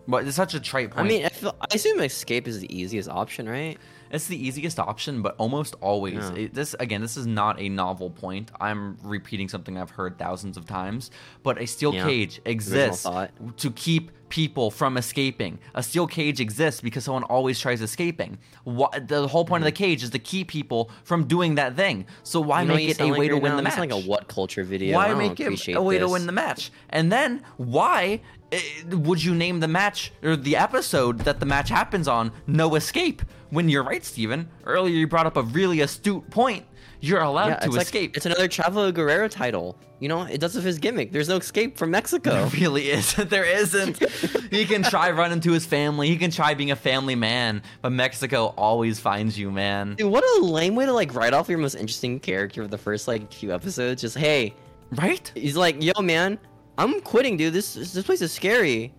But it's such a trite I point. mean, I, feel, I assume escape is the easiest option, right? It's the easiest option, but almost always Yeah. it- this again. This is not a novel point. I'm repeating something I've heard thousands of times. But a steel Yeah. cage exists thought. to keep people from escaping. A steel cage exists because someone always tries escaping. Wha- the whole point of the cage is to keep people from doing that thing. So Mm-hmm. why You know what make you it a sound like way to right win now? the You match? sound Like a what culture video? I why don't make it appreciate a way to this. win the match? And then why Eh, would you name the match or the episode that the match happens on No Escape? When you're right, Steven, earlier you brought up a really astute point. You're allowed Yeah, to it's like- escape. it's another Chavo Guerrero title. You know, it does with his gimmick. There's no escape from Mexico. There really isn't. There isn't. he can try running to his family. He can try being a family man, but Mexico always finds you, man. Dude, what a lame way to like write off your most interesting character of the first like few episodes. Just hey, Right? he's like, yo, man, I'm quitting, dude. This this place is scary.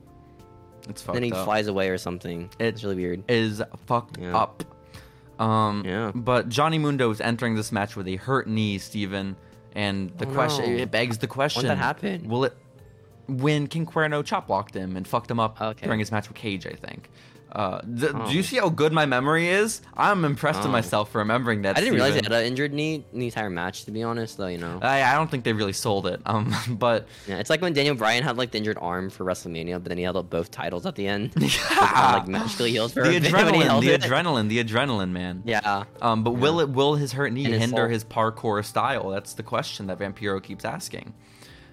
It's fucked Then he up. flies away or something. it's really weird. Is fucked Yeah. up. Um, Yeah. But Johnny Mundo is entering this match with a hurt knee, Steven. And the Oh, question no. it begs the question: happen? Will it? When King Cuerno chop locked him and fucked him up Okay. during his match with Cage, I think. Uh, th- Oh. Do you see how good my memory is? I'm impressed with Oh. myself for remembering that. I didn't realize Steven. he had an injured knee the entire match. To be honest, though, you know, I, I don't think they really sold it. Um, but yeah, it's like when Daniel Bryan had like the injured arm for WrestleMania, but then he held up both titles at the end. Like, like magically healed the for a bit when he adrenaline, held the it. adrenaline, the adrenaline, man. Yeah. Um, but will it will his hurt knee And his hinder fall. his parkour style? That's the question that Vampiro keeps asking.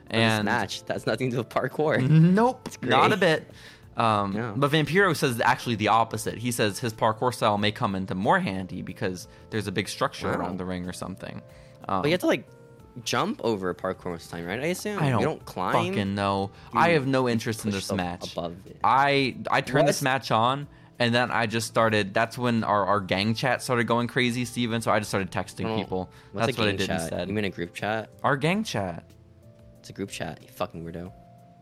And And this match that's nothing to do with parkour. nope, great. not a bit. Um, Yeah. But Vampiro says actually the opposite. He says his parkour style may come into more handy because there's a big structure Wow. around the ring or something. Um, But Oh, you have to like jump over parkour most of the time, right? I assume I don't, you don't climb. fucking know. You I have no interest in push this up match. above it. I I turned this What? match on and then I just started. That's when our, our gang chat started going crazy, Steven. So I just started texting Oh, people. What's that's a what I gang did chat? instead. You mean a group chat? our gang chat, It's a group chat. You fucking weirdo.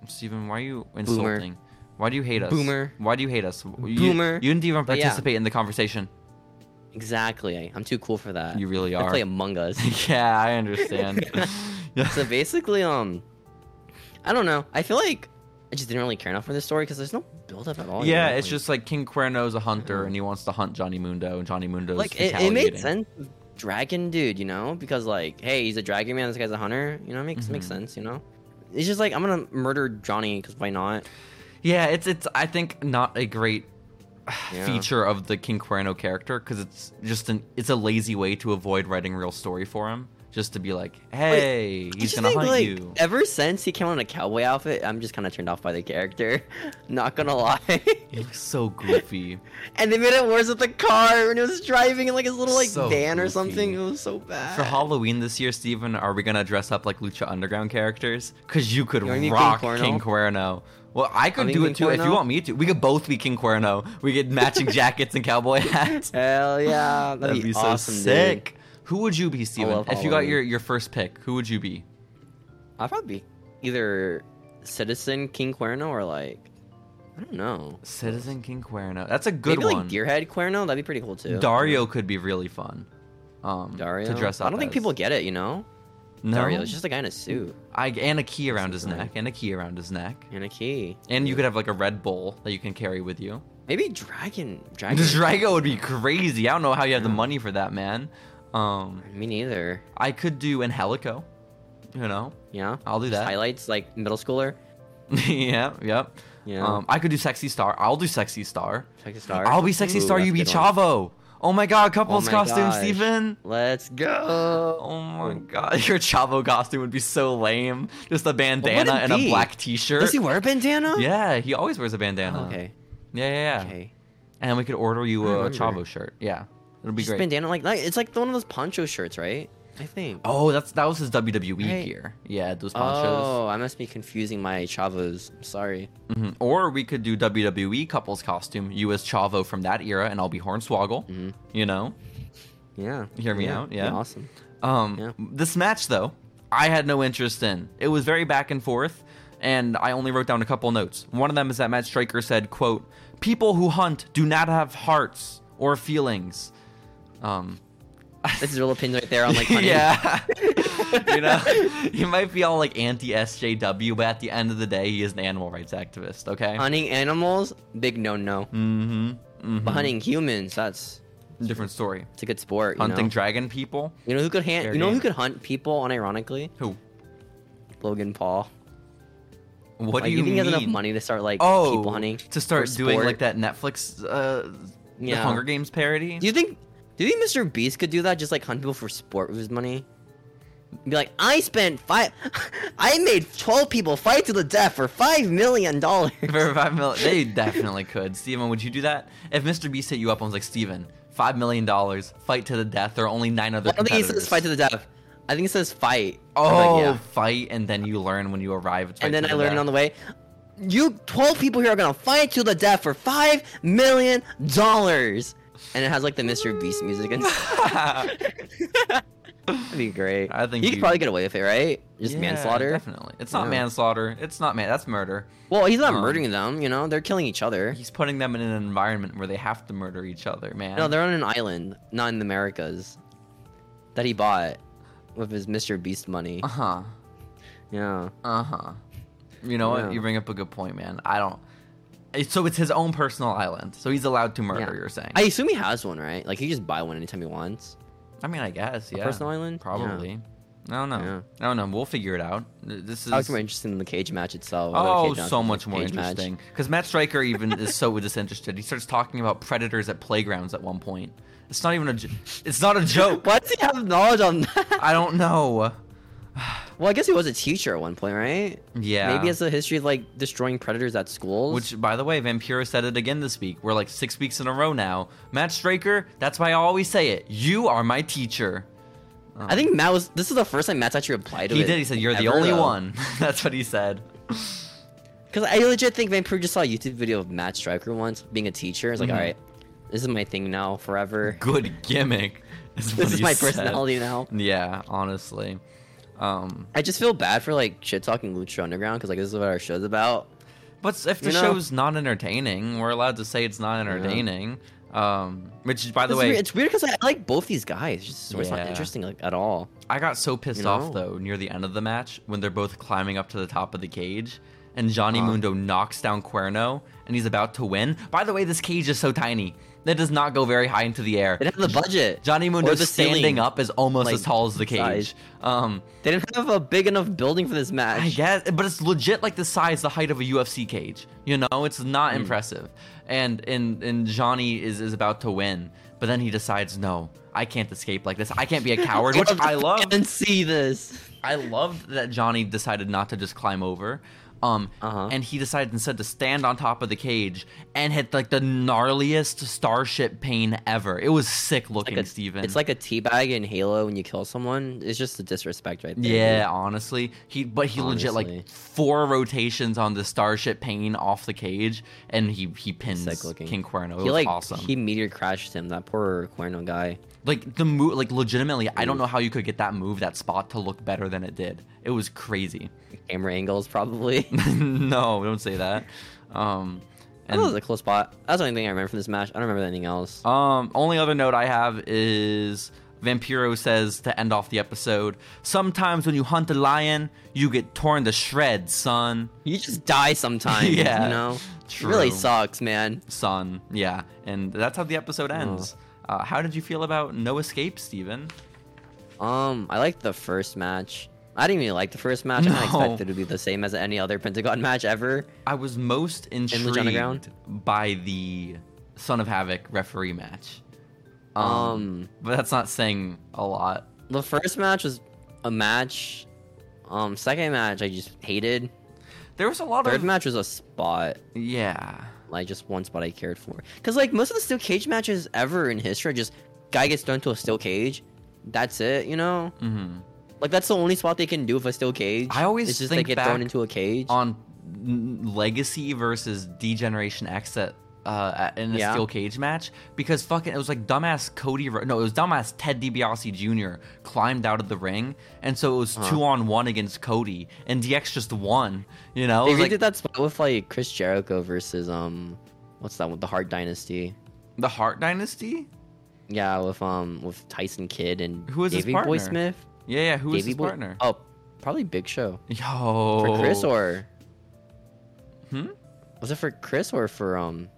Steven, Why are you insulting? Why do you hate us? Boomer. Why do you hate us? You- Boomer. You, didn't even But yeah. participate in the conversation. Exactly. I'm too cool for that. You really Uh, I are. play Among Us. yeah, I understand. Yeah. so basically, um, I don't know. I feel like I just didn't really care enough for this story because there's no build up at all. you Yeah, know? it's Like- just like King Cuerno's a hunter and he wants to hunt Johnny Mundo, and Johnny Mundo's like it, it made retaliating. sense. with Dragon dude, you know, because like, hey, he's a dragon man. This guy's a hunter. You know, it makes Mm-hmm. makes sense. You know, it's just like I'm gonna murder Johnny because why not? Yeah, it's it's I think not a great Yeah. feature of the King Cuerno character because it's just an it's a lazy way to avoid writing real story for him. Just to be like, hey, I he's just gonna think, hunt like, you. Ever since he came on a cowboy outfit, I'm just kind of turned off by the character. Not gonna lie. He looks so goofy. and they made it worse with the car when he was driving in like his little like So van or goofy. something. It was so bad. For Halloween this year, Steven, are we gonna dress up like Lucha Underground characters? Cause you could You wanna be King rock Cuerno? King Cuerno. Well, I could mean, do King it too if you Cuerno? want me to. We could both be King Cuerno. We get matching jackets and cowboy hats. Hell yeah, that'd, That'd be, be, so awesome, dude. sick. Who would you be, Steven? love If you got Halloween. your, your first pick, who would you be? I'd probably be either Citizen King Cuerno or like I don't know. Citizen King Cuerno. That's a good Maybe one. like Deerhead Cuerno. That'd be pretty cool too. Dario could be really fun. Um, Dario. to dress up. I don't think as. people get it. You know, No, Dario. It's just a guy in a suit I, and a key around his Something. neck, and a key around his neck, and a key. and you could have like a Red Bull that you can carry with you. Maybe Dragon. Dragon. Drago would be crazy. I don't know how you have the Yeah. money for that, man. Um, Me neither. I could do an Helico. You know, Yeah. I'll do Just that. Highlights like middle schooler. yeah, yep. Yeah. Um, I could do Sexy Star. I'll do Sexy Star. Sexy star. I'll be Sexy Ooh, Star. that's a You be good one. Chavo. Oh my God, couples my costume, gosh. Steven. Let's go. Oh my god, your Chavo costume would be so lame. Just a bandana it and a be? black t-shirt. Does he wear a bandana? Yeah, he always wears a bandana. Okay. Yeah, yeah, yeah. Okay. And we could order you I a remember. Chavo shirt. Yeah. It'll be Just great. bandana like like- it's like one of those poncho shirts, right? I think. oh, that's that was his WWE Right. gear. Yeah, those ponchos. Oh, I must be confusing my chavos. I'm sorry. Mhm. Or we could do WWE couples costume, you as Chavo from that era and I'll be Hornswoggle. Mm-hmm. You know? Yeah. Hear me yeah, out, be yeah. Awesome. Um, Yeah. This match, though, I had no interest in. It was very back and forth, and I only wrote down a couple notes. One of them is that Matt Striker said, "quote People who hunt do not have hearts or feelings." Um, This is real opinion right there on like honey. yeah, you know, he might be all like anti SJW, but at the end of the day, he is an animal rights activist. Okay. hunting animals, big no no. mm-hmm. But hunting humans, that's Different story. it's a good sport. You Hunting know? dragon people. You know who could hand Fair you know who game. could hunt people unironically? Who? Logan Paul. What like, do you, you think mean? he has enough money to start like oh, people hunting to start for doing sport? like that Netflix, uh, the Yeah. Hunger Games parody. Do you think? Do you think Mr. Beast could do that? Just like hunt people for sport with his money? be like, I spent five, I made twelve people fight to the death for five million dollars. For five million, they definitely could. Steven, would you do that? If Mr. Beast hit you up and was like, Steven, five million dollars, fight to the death. There are only nine other I don't think competitors. he says fight to the death. I think it says fight. oh, Like, yeah. fight, and then you learn when you arrive. It's and fight then to I learned death. on the way, you twelve people here are gonna fight to the death for five million dollars. And it has like the Mr. Beast music and that'd be great. I think you could you- probably get away with it, right? Just Yeah, manslaughter. Definitely, it's not Yeah. manslaughter. It's not man. That's murder. Well, he's not Um, murdering them, you know. They're killing each other. He's putting them in an environment where they have to murder each other, man. No, they're on an island, not in the Americas, that he bought with his Mr. Beast money. Uh huh. Yeah. Uh huh. You know Yeah. what? You bring up a good point, man. I don't. It's- So it's his own personal island, so he's allowed to murder. Yeah. You're saying? I assume he has one, right? Like he just buy one anytime he wants. I mean, I guess. Yeah. personal island? Yeah. Probably. I don't know. Yeah. I don't know. We'll figure it out. Th- This I was is. more interested in the cage match itself. although the Oh, cage match so was much a more cage match. interesting. Because Matt Stryker even is so disinterested. He starts talking about predators at playgrounds at one point. It's not even a. j- It's not a joke. Why does he have knowledge on that? I don't know. Well, I guess he was a teacher at one point, right? Yeah. Maybe it's a history of like destroying predators at schools. Which, by the way, Vampiro said it again this week. We're like six weeks in a row now. Matt Straker, that's why I always say it. You are my teacher. Um, I think Matt was. This is the first time Matt's actually replied to He it. did. He said, You're the only one. that's what he said. Because I legit think Vancouver just saw a YouTube video of Matt Stryker once being a teacher. It's like, Mhm. all right, this is my thing now forever. Good gimmick. what This is he my said. personality now. Yeah, honestly. Um, I just feel bad for like shit talking Lucha Underground because like this is what our show's about. but if the You know- show's not entertaining, we're allowed to say it's not entertaining. Um, which, by the It's way, weird- it's weird because I, I like both these guys. It's just it's not Yeah. interesting like at all. I got so pissed You know? off though near the end of the match when they're both climbing up to the top of the cage and Johnny Uh-huh. Mundo knocks down Cuerno and he's about to win. By the way, this cage is so tiny. That does not go very high into the air. They didn't have the budget. Johnny Mundo or the standing ceiling. up is almost like, as tall as the size. cage. Um They didn't have a big enough building for this match. I guess, but it's legit like the size, the height of a UFC cage. You know, it's Hmm. not impressive. And and and Johnny is is about to win, but then he decides, no, I can't escape like this. I can't be a coward, which I love. And see this. I loved that Johnny decided not to just climb over. Um, Uh-huh. and he decided instead to stand on top of the cage and hit like the gnarliest starship pain ever. It was sick looking, Like a- Steven. It's like a teabag in Halo when you kill someone. It's just the disrespect right there. yeah, honestly, he but he legit like Honestly. four rotations on the starship pain off the cage, and he he pins Sick looking. King Cuerno. It He was like awesome. he meteor crashed him. That poor Cuerno guy. like the move, like legitimately, I don't know how you could get that move, that spot to look better than it did. It was crazy. Camera angles probably. no, don't say that. Um, that was a close spot. That's the only thing I remember from this match. I don't remember anything else. Um, only other note I have is Vampiro says to end off the episode. Sometimes when you hunt a lion, you get torn to shreds, son. you just die sometimes. Yeah, you know. true. It really sucks, man. Son, yeah, and that's how the episode ends. Uh, how did you feel about No Escape, Steven? Um, I liked the first match. I didn't even like the first match. I No. expected it to be the same as any other Pentagon match ever. I was most Lucha Underground? intrigued by the Son of Havoc referee match. Um, but that's not saying a lot. the first match was a match. Um, second match I just hated. There was a lot Third of match was a spot. yeah. like just one spot I cared for. Cause like most of the steel cage matches ever in history, are just guy gets thrown to a steel cage, that's it. You know, Mm-hmm. like that's the only spot they can do with a steel cage. I always it's just think they get thrown back into a cage. on n- Legacy versus Degeneration X at, uh, at- in a Yeah. steel cage match because fucking it was like dumbass Cody Ro- no it was dumbass Ted DiBiase Jr. climbed out of the ring and so it was Uh-huh. two on one against Cody and DX just won you know they It was redid like that spot with like Chris Jericho versus um, what's that with the Hart Dynasty? the Hart Dynasty Yeah, with um with Tyson Kidd and Who was his Davey Boy partner? Smith. yeah yeah who was Davey his Boy- partner Oh, probably Big Show yo for Chris or hmm was it for Chris or for um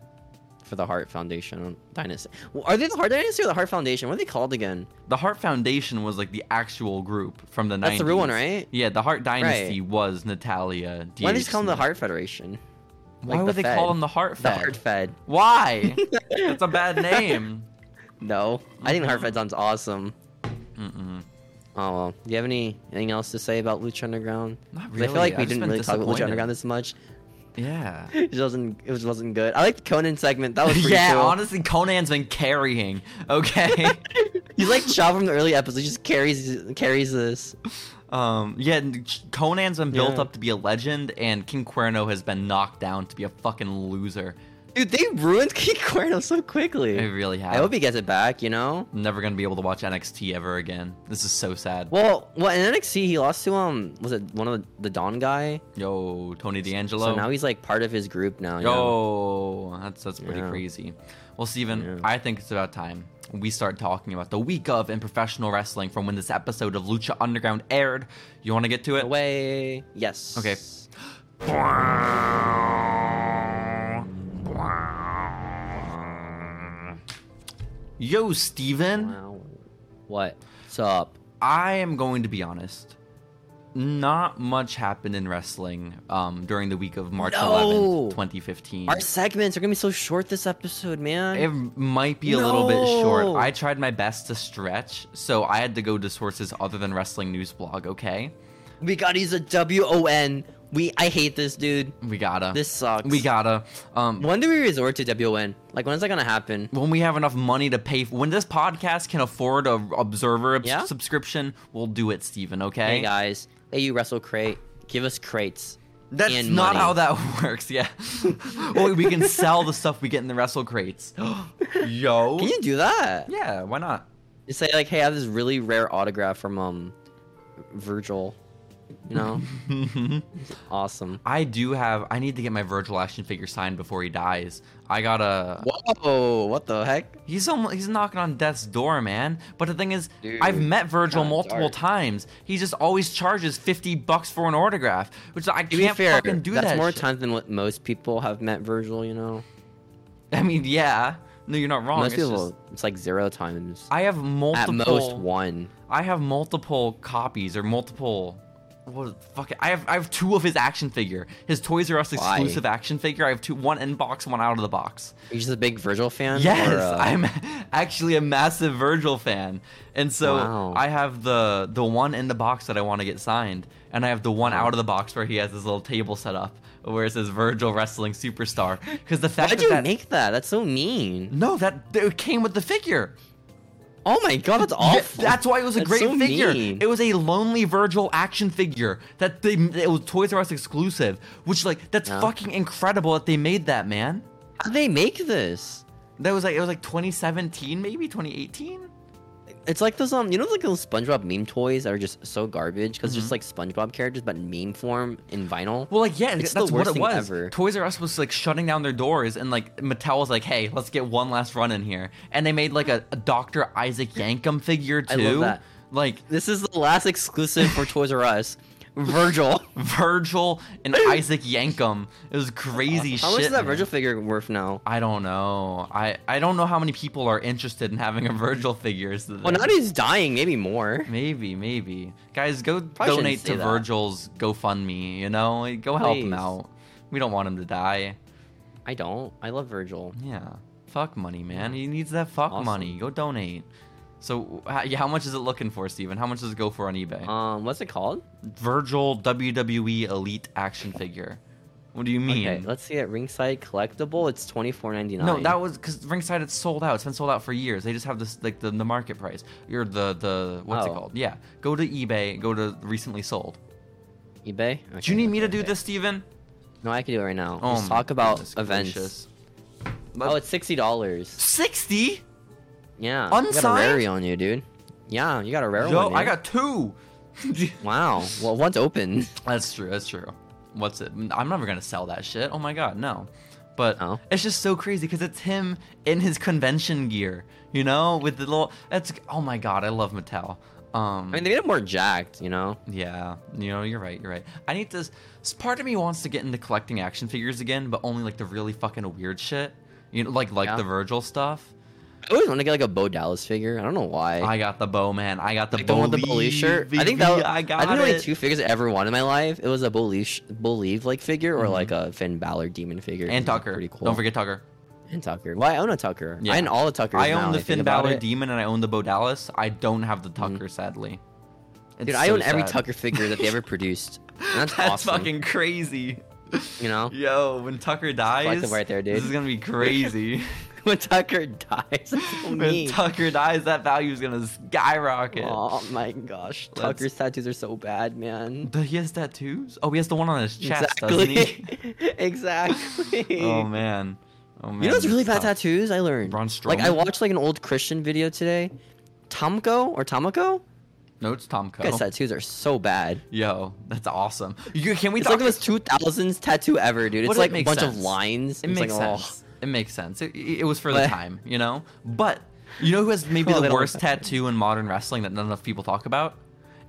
for the Hart Foundation um, Dynasty? Well, are they the Hart Dynasty or the Hart Foundation? What are they called again? the Hart Foundation was like the actual group from the 90s That's the real one, right? yeah the Hart Dynasty was Natalia Why don't they just call them the Hart Heart Federation? why like would the they call Fed? them the Hart The Fed Heart Fed. Why? That's a bad name. No, I think the Heart Fed sounds awesome. Oh well. Do you have any anything else to say about Lucha Underground? Not 'Cause I feel really. like I've we just didn't been really talk about Lucha disappointed. Underground this much. Yeah. It just wasn't it was- wasn't good. I liked the Conan segment. That was pretty yeah, cool. honestly, Conan's been carrying. Okay. He's like Shaw from the early episodes. He just carries carries this. um, yeah, and Ch- Conan's been built Yeah. up to be a legend, and King Cuerno has been knocked down to be a fucking loser. Dude, they ruined King Cuerno so quickly. They really have. I hope he gets it back. You know. I'm never gonna be able to watch NXT ever again. This is so sad. Well, well, in NXT he lost to um was it one of the, the Dawn guy? Yo, Tony D'Angelo. So now he's like part of his group now. you know? Yo, that's that's pretty Yeah. crazy. Well, Steven, Yeah. I think it's about time we start talking about the week of in professional wrestling from when this episode of Lucha Underground aired. You want to get to it? Away. Yes. Okay. Yo, Steven, Wow. What? What's up? I am going to be honest. Not much happened in wrestling um, during the week of March No. 11th, 2015. Our segments are gonna be so short this episode, man. It might be a little bit short. No. I tried my best to stretch, so I had to go to sources other than Wrestling News Blog, okay? we gotta use a W O N. We I hate this dude. We gotta. This sucks. We gotta. Um, When do we resort to W O N? Like when's that gonna happen? when we have enough money to pay, when this podcast can afford a Observer Yeah? subs- subscription, we'll do it, Steven, okay? Hey guys, hey you wrestle crate, give us crates. That's and not money. how that works, yeah. well, we can sell the stuff we get in the wrestle crates. Yo. Can you do that? yeah, why not? Just say like, hey, I have this really rare autograph from um Virgil. You know, awesome. I do have. I need to get my Virgil action figure signed before he dies. I gotta. Whoa, what the heck? He's almost, he's knocking on death's door, man. But the thing is, Dude, I've met Virgil kinda multiple dark. times. He just always charges fifty bucks for an autograph, which I To be can't fair, fucking do that's that. more shit. times than what most people have met Virgil. You know, I mean, yeah. No, you're not wrong. most Oh, it's people just- it's like zero times. I have At multiple. most one. I have multiple copies or multiple. What fuck? I have I have two of his action figure, his Toys R Us Why? exclusive action figure. I have two, one in box, one out of the box. Are you just a big Virgil fan? Yes, Or, uh, I'm actually a massive Virgil fan, and so Wow. I have the the one in the box that I want to get signed, and I have the one out of the box where he has his little table set up where it says Virgil Wrestling Superstar. Because the fact Why'd that, you that- make that? That's so mean. no, that it came with the figure. Oh my god, that's Yeah, awful. that's why it was a That's great so figure. mean. It was a lonely Virgil action figure that they it was Toys R Us exclusive, which like that's Yeah. fucking incredible that they made that man. How they make this? That was like it was like 2017 maybe 2018. It's like those um, you know, like those SpongeBob meme toys that are just so garbage because just like SpongeBob characters but meme form in vinyl. Mm-hmm. Well, like yeah, It's the worst that's what it thing was. ever. Toys R Us was like shutting down their doors, and like Mattel was like, "Hey, let's get one last run in here," and they made like a, a Doctor Isaac Yankum figure too. I love that. Like This is the last exclusive for Toys R Us. Virgil. Virgil and Isaac Yankum. It was crazy How shit. much is that man. Virgil figure worth now? I don't know. I I don't know how many people are interested in having a Virgil figure. Is the Well, thing. now he's dying, maybe more. Maybe, maybe. Guys, go shouldn't donate say to that. Virgil's GoFundMe, you know? Go help him Please. out. We don't want him to die. I don't. I love Virgil. Yeah. Fuck money, man. He needs that fuck Awesome. money. Go donate. So, how, yeah, how much is it looking for, Steven? How much does it go for on eBay? Um, what's it called? Virgil WWE Elite action figure. What do you mean? Okay, let's see it. Ringside collectible. It's twenty four ninety nine. no, that was because Ringside it's sold out. It's been sold out for years. They just have this like the, the market price. Or the the what's it Oh. called? Yeah, go to eBay. Go to recently sold. eBay. Do you need me to do this, Steven? No, I can do it right now. Oh Let's my talk about goodness events. gracious. Oh, it's sixty dollars. sixty. Yeah, you got a Unsigned? rarity on you, dude. Yeah, you got a rare Yo, one. I dude. got two. Wow. Well, one's open. That's true. That's true. What's it? I'm never gonna sell that shit. Oh my god, no. But No? it's just so crazy because it's him in his convention gear, you know, with the little. That's oh my god, I love Mattel. Um, I mean, they made it more jacked, you know. yeah, you know, you're right. You're right. I need to. s- Part of me wants to get into collecting action figures again, but only like the really fucking weird shit, you know, like like Yeah. the Virgil stuff. I always want to get like a Bo Dallas figure. I don't know why. I got the bow, man. I got the like the bow. one with the Believe shirt. I think that was, I I, got think the only it. two figures I ever won in my life. It was a Believe Believe like figure or like a Finn Balor demon figure. Mm-hmm. and It was Tucker. pretty cool. Don't forget Tucker. and Tucker. Well, I own a Tucker. Yeah. I own all the Tuckers. I now, own when the think Finn about Balor it. Demon and I own the Bo Dallas. I don't have the Tucker, sadly. It's Dude, I so own every sad. Tucker figure that they ever produced. And that's, That's awesome. fucking crazy. You know, Yo, when Tucker dies, collective right there, dude. this is gonna be crazy. when Tucker dies, that's so when mean. Tucker dies, that value is gonna skyrocket. Oh my gosh, Let's- Tucker's tattoos are so bad, man. But he has tattoos. Oh, he has the one on his chest, doesn't exactly. exactly. he? Oh man. Oh man. you know what's really that's bad tough. tattoos I learned? Braun Like I Strowman? watched like an old Christian video today. Tomko or Tomoko? No, it's Tomko. Guys, tattoos are so bad. Yo, that's awesome. You, can we It's like talk the most 2000s tattoo ever, dude. But It's it like a makes bunch of sense. lines. It It's makes like, oh. sense. It makes sense. It, it was for the But- time, you know. But you know who has maybe Oh, they the don't worst like that. tattoo in modern wrestling that not enough people talk about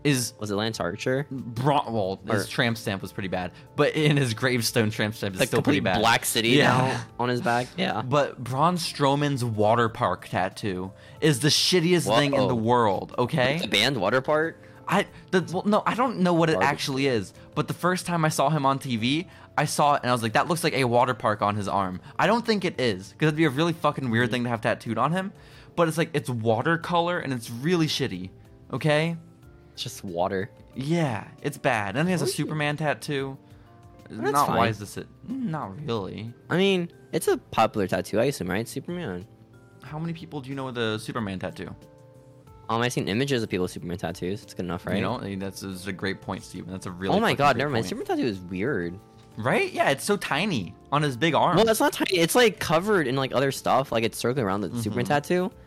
is Was it Lance Archer? Braun. Well, his Or- tramp stamp was pretty bad, but in his gravestone tramp stamp is It's like the still pretty complete bad. Black City Yeah. now on his back. Yeah. Uh, But Braun Strowman's water park tattoo is the shittiest thing in Whoa. the world. Okay, The band water part. I the, well, no, I don't know what it Garbage. actually is. But the first time I saw him on TV, I saw it and I was like, "That looks like a water park on his arm." I don't think it is because it'd be a really fucking weird thing to have tattooed on him. But it's like it's watercolor and it's really shitty. Okay, It's just water. yeah, it's bad. And he has a Really? Superman tattoo. that's Not why fine. is this it? Not really. I mean, it's a popular tattoo, I assume, right? Superman. How many people do you know with a Superman tattoo? Um, I've seen images of people with Superman tattoos. It's good enough, right? You know, I mean, that's, that's a great point, Steven. That's a really oh my fucking god, great never mind. point. Superman tattoo is weird. Right? Yeah, it's so tiny on his big arm. Well, that's not tiny. It's like covered in like other stuff. Like it's circling around the Mm-hmm. Superman tattoo.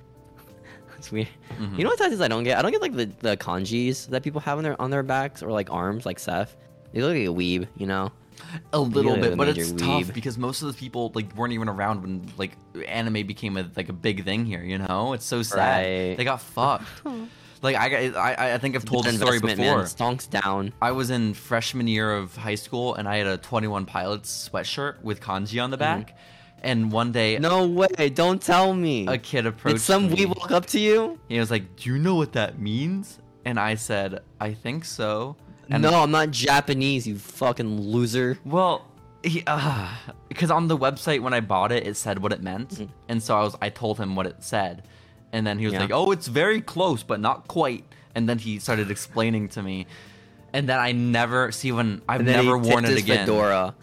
It's weird. You know what tattoos I don't get? I don't get like the, the kanjis that people have on their on their backs or like arms, like Seth. They look like a weeb, you know. a little You're bit, the but major it's tough weeb. because most of the people like weren't even around when like anime became a, like a big thing here. You know, it's so sad. Right. They got fucked. like I, got- I, I think I've told the An story investment, before. Man. Stonks down. I was in freshman year of high school, and I had a Twenty One Pilots sweatshirt with kanji on the back. And one day, Mm-hmm. No way! Don't tell me. a kid approached Did some me. weeb walk up to you? He was like, "Do you know what that means?" And I said, "I think so." And no, I'm not Japanese. You fucking loser. Well, he, uh, because on the website when I bought it, it said what it meant, and so I was I told him what it said, and then he was Mm-hmm. Yeah. like, "Oh, it's very close, but not quite." And then he started explaining to me, and then I never see when I've And then never he worn tipped it his again. Fedora.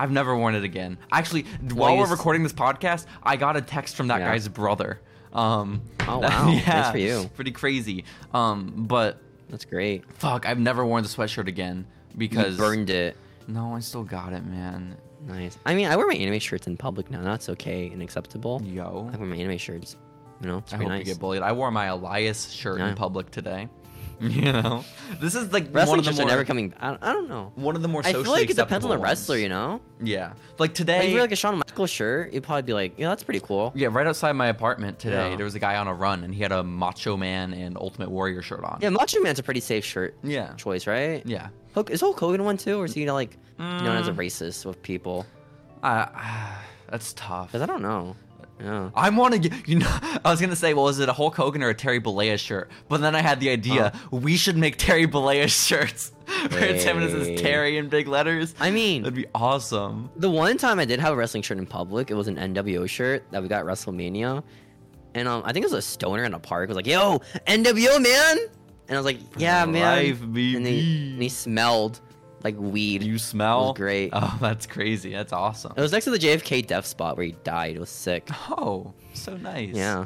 I've never worn it again. Actually, while you we're s- recording this podcast, I got a text from that Yeah. guy's brother. Um, Oh, wow. Nice for you. Pretty crazy. Um, but That's great. fuck, I've never worn the sweatshirt again You because burned it. no, I still got it, man. Nice. I mean, I wear my anime shirts in public now. That's okay and acceptable. Yo. I wear my anime shirts. You know, it's I pretty hope nice. you get bullied. I wore my Elias shirt Yeah. in public today. You know, this is like one Wrestling of the shirts are more never coming. I don't, I don't know. one of the more I socially feel like it depends on the acceptable wrestler, ones. you know. Yeah, like Like, if today. you wear like a Shawn Michaels shirt, you'd probably be like, yeah, that's pretty cool. yeah, right outside my apartment today, Yeah. there was a guy on a run, and he had a Macho Man and Ultimate Warrior shirt on. Yeah, Macho Man's a pretty safe shirt Yeah. choice, right? yeah. Hulk, is Hulk Hogan one too, or is he like known as a Mm. racist with people? Uh, that's tough. Because I don't know. Yeah. I want to get you know. I was gonna say, well, is it a Hulk Hogan or a Terry Bollea shirt? But then I had the idea we should make Terry Bollea shirts where it's him and it Hey. says Terry in big letters. I mean, That'd be awesome. the one time I did have a wrestling shirt in public, it was an NWO shirt that we got at WrestleMania, and um, I think it was a stoner in a park was like, "Yo, NWO man," and I was like, "Yeah, man." life, And he, baby. and he smelled like weed. You smell was great. Oh, that's crazy. That's awesome. It was next to the JFK death spot where he died. It was sick. Oh, so nice. Yeah.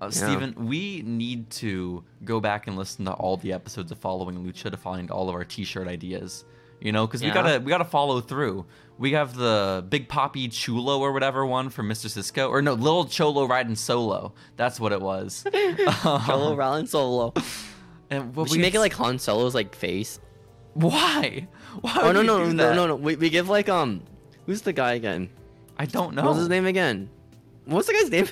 Uh, Steven, we need to go back and listen to all the episodes of Following Lucha to find all of our T-shirt ideas. You know, because we Yeah. gotta we gotta follow through. We have the Big Poppy Chulo or whatever one from Mr. Cisco, or no, Little Cholo riding solo. That's what it was. Solo Rollins solo. and We should make it like Han Solo's like face. why? Why? Oh would no we no do no that? no no no. We, we give like um, who's the guy again? I don't know. What's his name again? What's the guy's name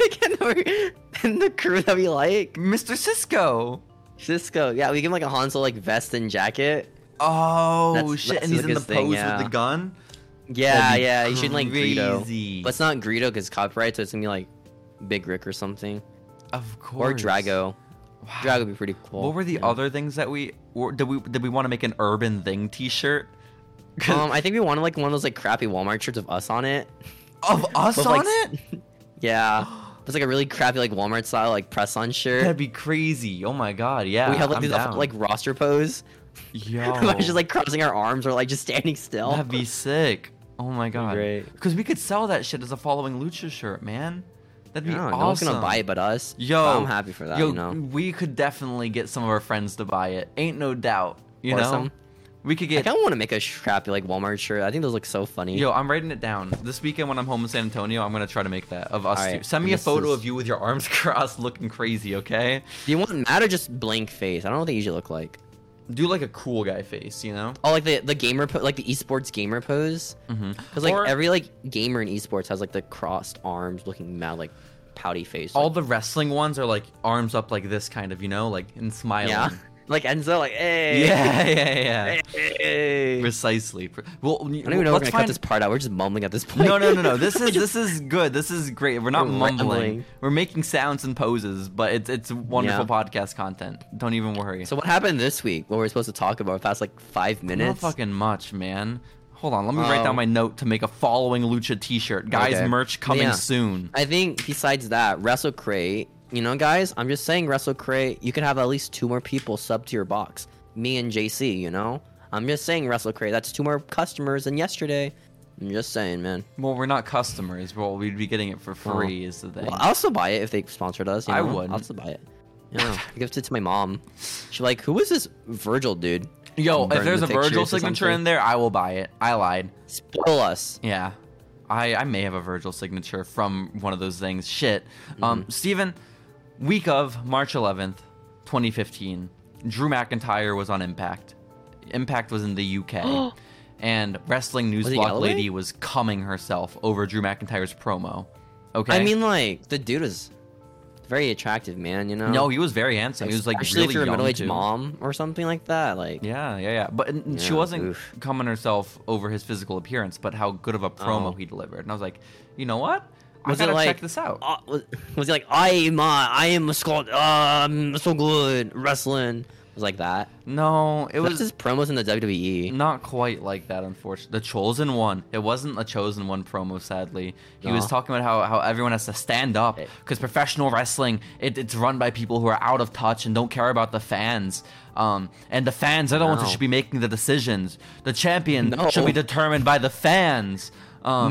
again? In the crew that we like. Mr. Cisco. Cisco. Yeah, we give him like a Hansel like vest and jacket. Oh That's- shit! that's and he's in the Cisco's thing, pose yeah. with the gun. Yeah, That'd be yeah. He should like crazy. Greedo, but it's not Greedo because copyright, so it's gonna be like Big Rick or something, Of or course. Drago. Drago would be pretty cool. What were the yeah. other things that we or did we did we want to make an urban thing T-shirt? 'Cause Um, I think we wanted like one of those like crappy Walmart shirts of us on it. of us With, on like, it. Yeah, It's like a really crappy like Walmart style like press on shirt. That'd be crazy. Oh my god, yeah. we have like I'm these down. like roster pose. Yo. We're just like crossing our arms or like just standing still. That'd be sick. Oh my god. great. Because we could sell that shit as a following lucha shirt, man. That'd be Yeah, awesome. No one's gonna buy it but us. Yo, But I'm happy for that. Yo, you know, we could definitely get some of our friends to buy it. Ain't no doubt. You Or know, some- we could I get. kind of want to make a crappy like Walmart shirt. I think those look so funny. Yo, I'm writing it down. This weekend when I'm home in San Antonio, I'm gonna try to make that of us. Alright, two. Send me and a this photo is- of you with your arms crossed, looking crazy. Okay, Do you want that or just blank face? I don't know what they usually look like. do like a cool guy face. You know, Oh, like the the gamer po- like the esports gamer pose. Because like Mm-hmm. Or- every like gamer in esports has like the crossed arms, looking mad like pouty face. all like- the wrestling ones are like arms up like this kind of. You know, like and smiling. yeah, like Enzo, like hey, yeah, yeah, yeah. hey. I Precisely. Pre- Well, I don't even know if we're gonna cut this part out. We're just mumbling at this point. No, no, no, no. This is this is good. This is great. We're not We're mumbling. rambling. We're making sounds and poses, but it's it's wonderful Yeah. podcast content. Don't even worry. So what happened this week? What we're supposed to talk about? The past like five not minutes. fucking much, man. Hold on, let me write down Um, my note to make a following lucha T-shirt. Guys, Okay. merch coming Yeah. soon. I think besides that, Wrestle Crate. You know, guys, I'm just saying, Wrestle Crate. You can have at least two more people sub to your box. Me and JC. You know, I'm just saying, Wrestle Crate. That's two more customers than yesterday. I'm just saying, man. Well, we're not customers. Well, we'd be getting it for free. is the thing. Well, I'll still buy it if they sponsored us. You I know? wouldn't. I'll still buy it. Yeah, I gift it to my mom. She's like, "Who is this Virgil dude?" Yo, if Burn there's the a Virgil pictures or signature something. in there, I will buy it. I lied. Spoil us. Yeah. I, I may have a Virgil signature from one of those things. Shit. Mm-hmm. Um, Steven, week of March 11th, 2015, Drew McIntyre was on Impact. Impact was in the UK. and Wrestling News Was he Block Galloway? Lady was cumming herself over Drew McIntyre's promo. Okay. I mean, like the dude is very attractive, man. You know, no, he was very handsome. He was like especially really if you're a young, middle-aged too. mom or something like that. Like, Yeah, yeah, yeah. But and she Yeah, wasn't oof. coming herself over his physical appearance, but how good of a promo Oh. he delivered. And I was like, you know what? was I it gotta like check this out. uh, was, was he like, "I'm, uh, I am a squad. Um, so good wrestling." Was like that. No, it It was was his promos in the E. WWE. not quite like that, unfortunately. The chosen one. It wasn't a chosen one promo, sadly. He was No. talking about how, how everyone has to stand up because professional wrestling it, it's run by people who are out of touch and don't care about the fans. Um, and the fans are the ones who No. should be making the decisions. The champion No. should be determined by the fans. Um,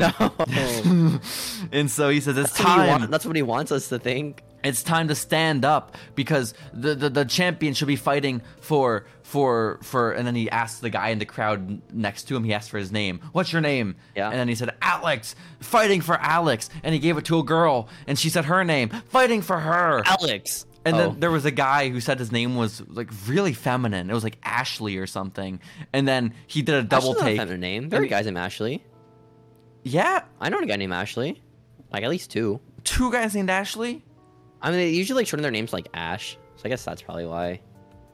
No, and so he says it's That's what he time. want- that's what he wants us to think. It's time to stand up because the, the the champion should be fighting for for for. And then he asked the guy in the crowd next to him. He asked for his name. What's your name? Yeah. And then he said Alex, fighting for Alex. And he gave it to a girl, and she said her name, fighting for her. Alex. And Oh. then there was a guy who said his name was like really feminine. It was like Ashley or something. And then he did a double Ashley's not a take. feminine name. There I are mean- guys named Ashley. Yeah, I know a guy named Ashley. Like at least two. two guys named Ashley. I mean, they usually like shorten their names like Ash. So I guess that's probably why.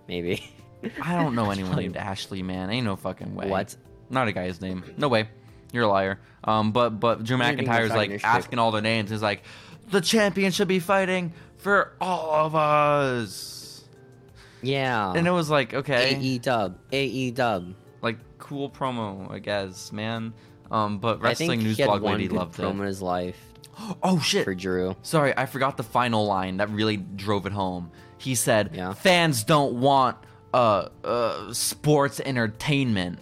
Maybe. I don't know anyone Probably- named Ashley, man. Ain't no fucking way. What? Not a guy's name. No way. You're a liar. Um, but but Drew You're being McIntyre's like misogynistic. asking all their names. He's like, the champion should be fighting for all of us. Yeah. And it was like, okay, AE Dub. AE Dub. like cool promo, I guess, man. Um, but I wrestling think news he had blog one lady good loved promo in his life it. Oh shit! for Drew. Sorry, I forgot the final line that really drove it home. He said, Yeah. "Fans don't want uh, uh sports entertainment.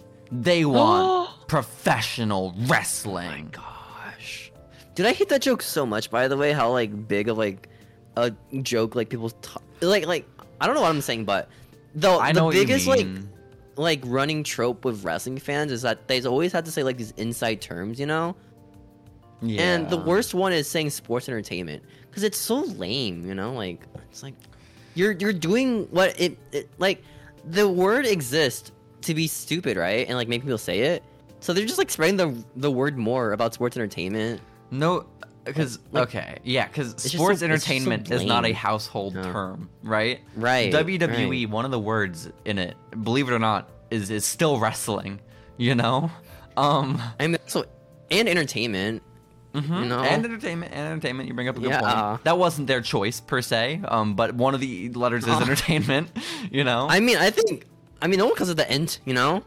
They want professional wrestling." Gosh. Dude, I hate that joke so much. By the way, how like big of like a joke like people t- like like I don't know what I'm saying, but the I the know biggest what you like mean. like running trope with wrestling fans is that they always have to say like these inside terms, you know. yeah. And the worst one is saying sports entertainment because it's so lame, you know. Like it's like you're you're doing what it, it like the word exists to be stupid, right? And like make people say it. So they're just like spreading the the word more about sports entertainment. No, because Like- okay, yeah, because just sports so- it's just so entertainment is not a lame. household No. term, right? Right, WWE, one of the words in it, believe it or not, is is still wrestling. You know, um, I mean, so and entertainment. mhm, You know? and entertainment, and entertainment. You bring up a good Yeah. point. That wasn't their choice per se, um, but one of the letters is Oh. entertainment. You know, I mean, I think I mean no one comes at the end, you know.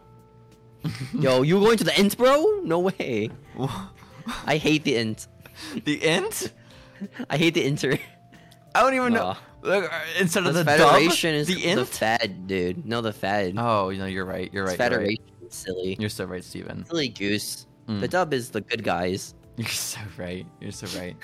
Yo, you going to the end, bro? No way. I hate the end. the int. I hate the inter. I don't even know. Aw. Look, uh, instead of The, the federation dub, is the the, int. Fed, dude. No, the Fed. oh, no, you're right. You're It's right. You're, right. federation. is Silly. you're so right, Steven. Silly goose. Mm. The dub is the good guys. You're so right. You're so right.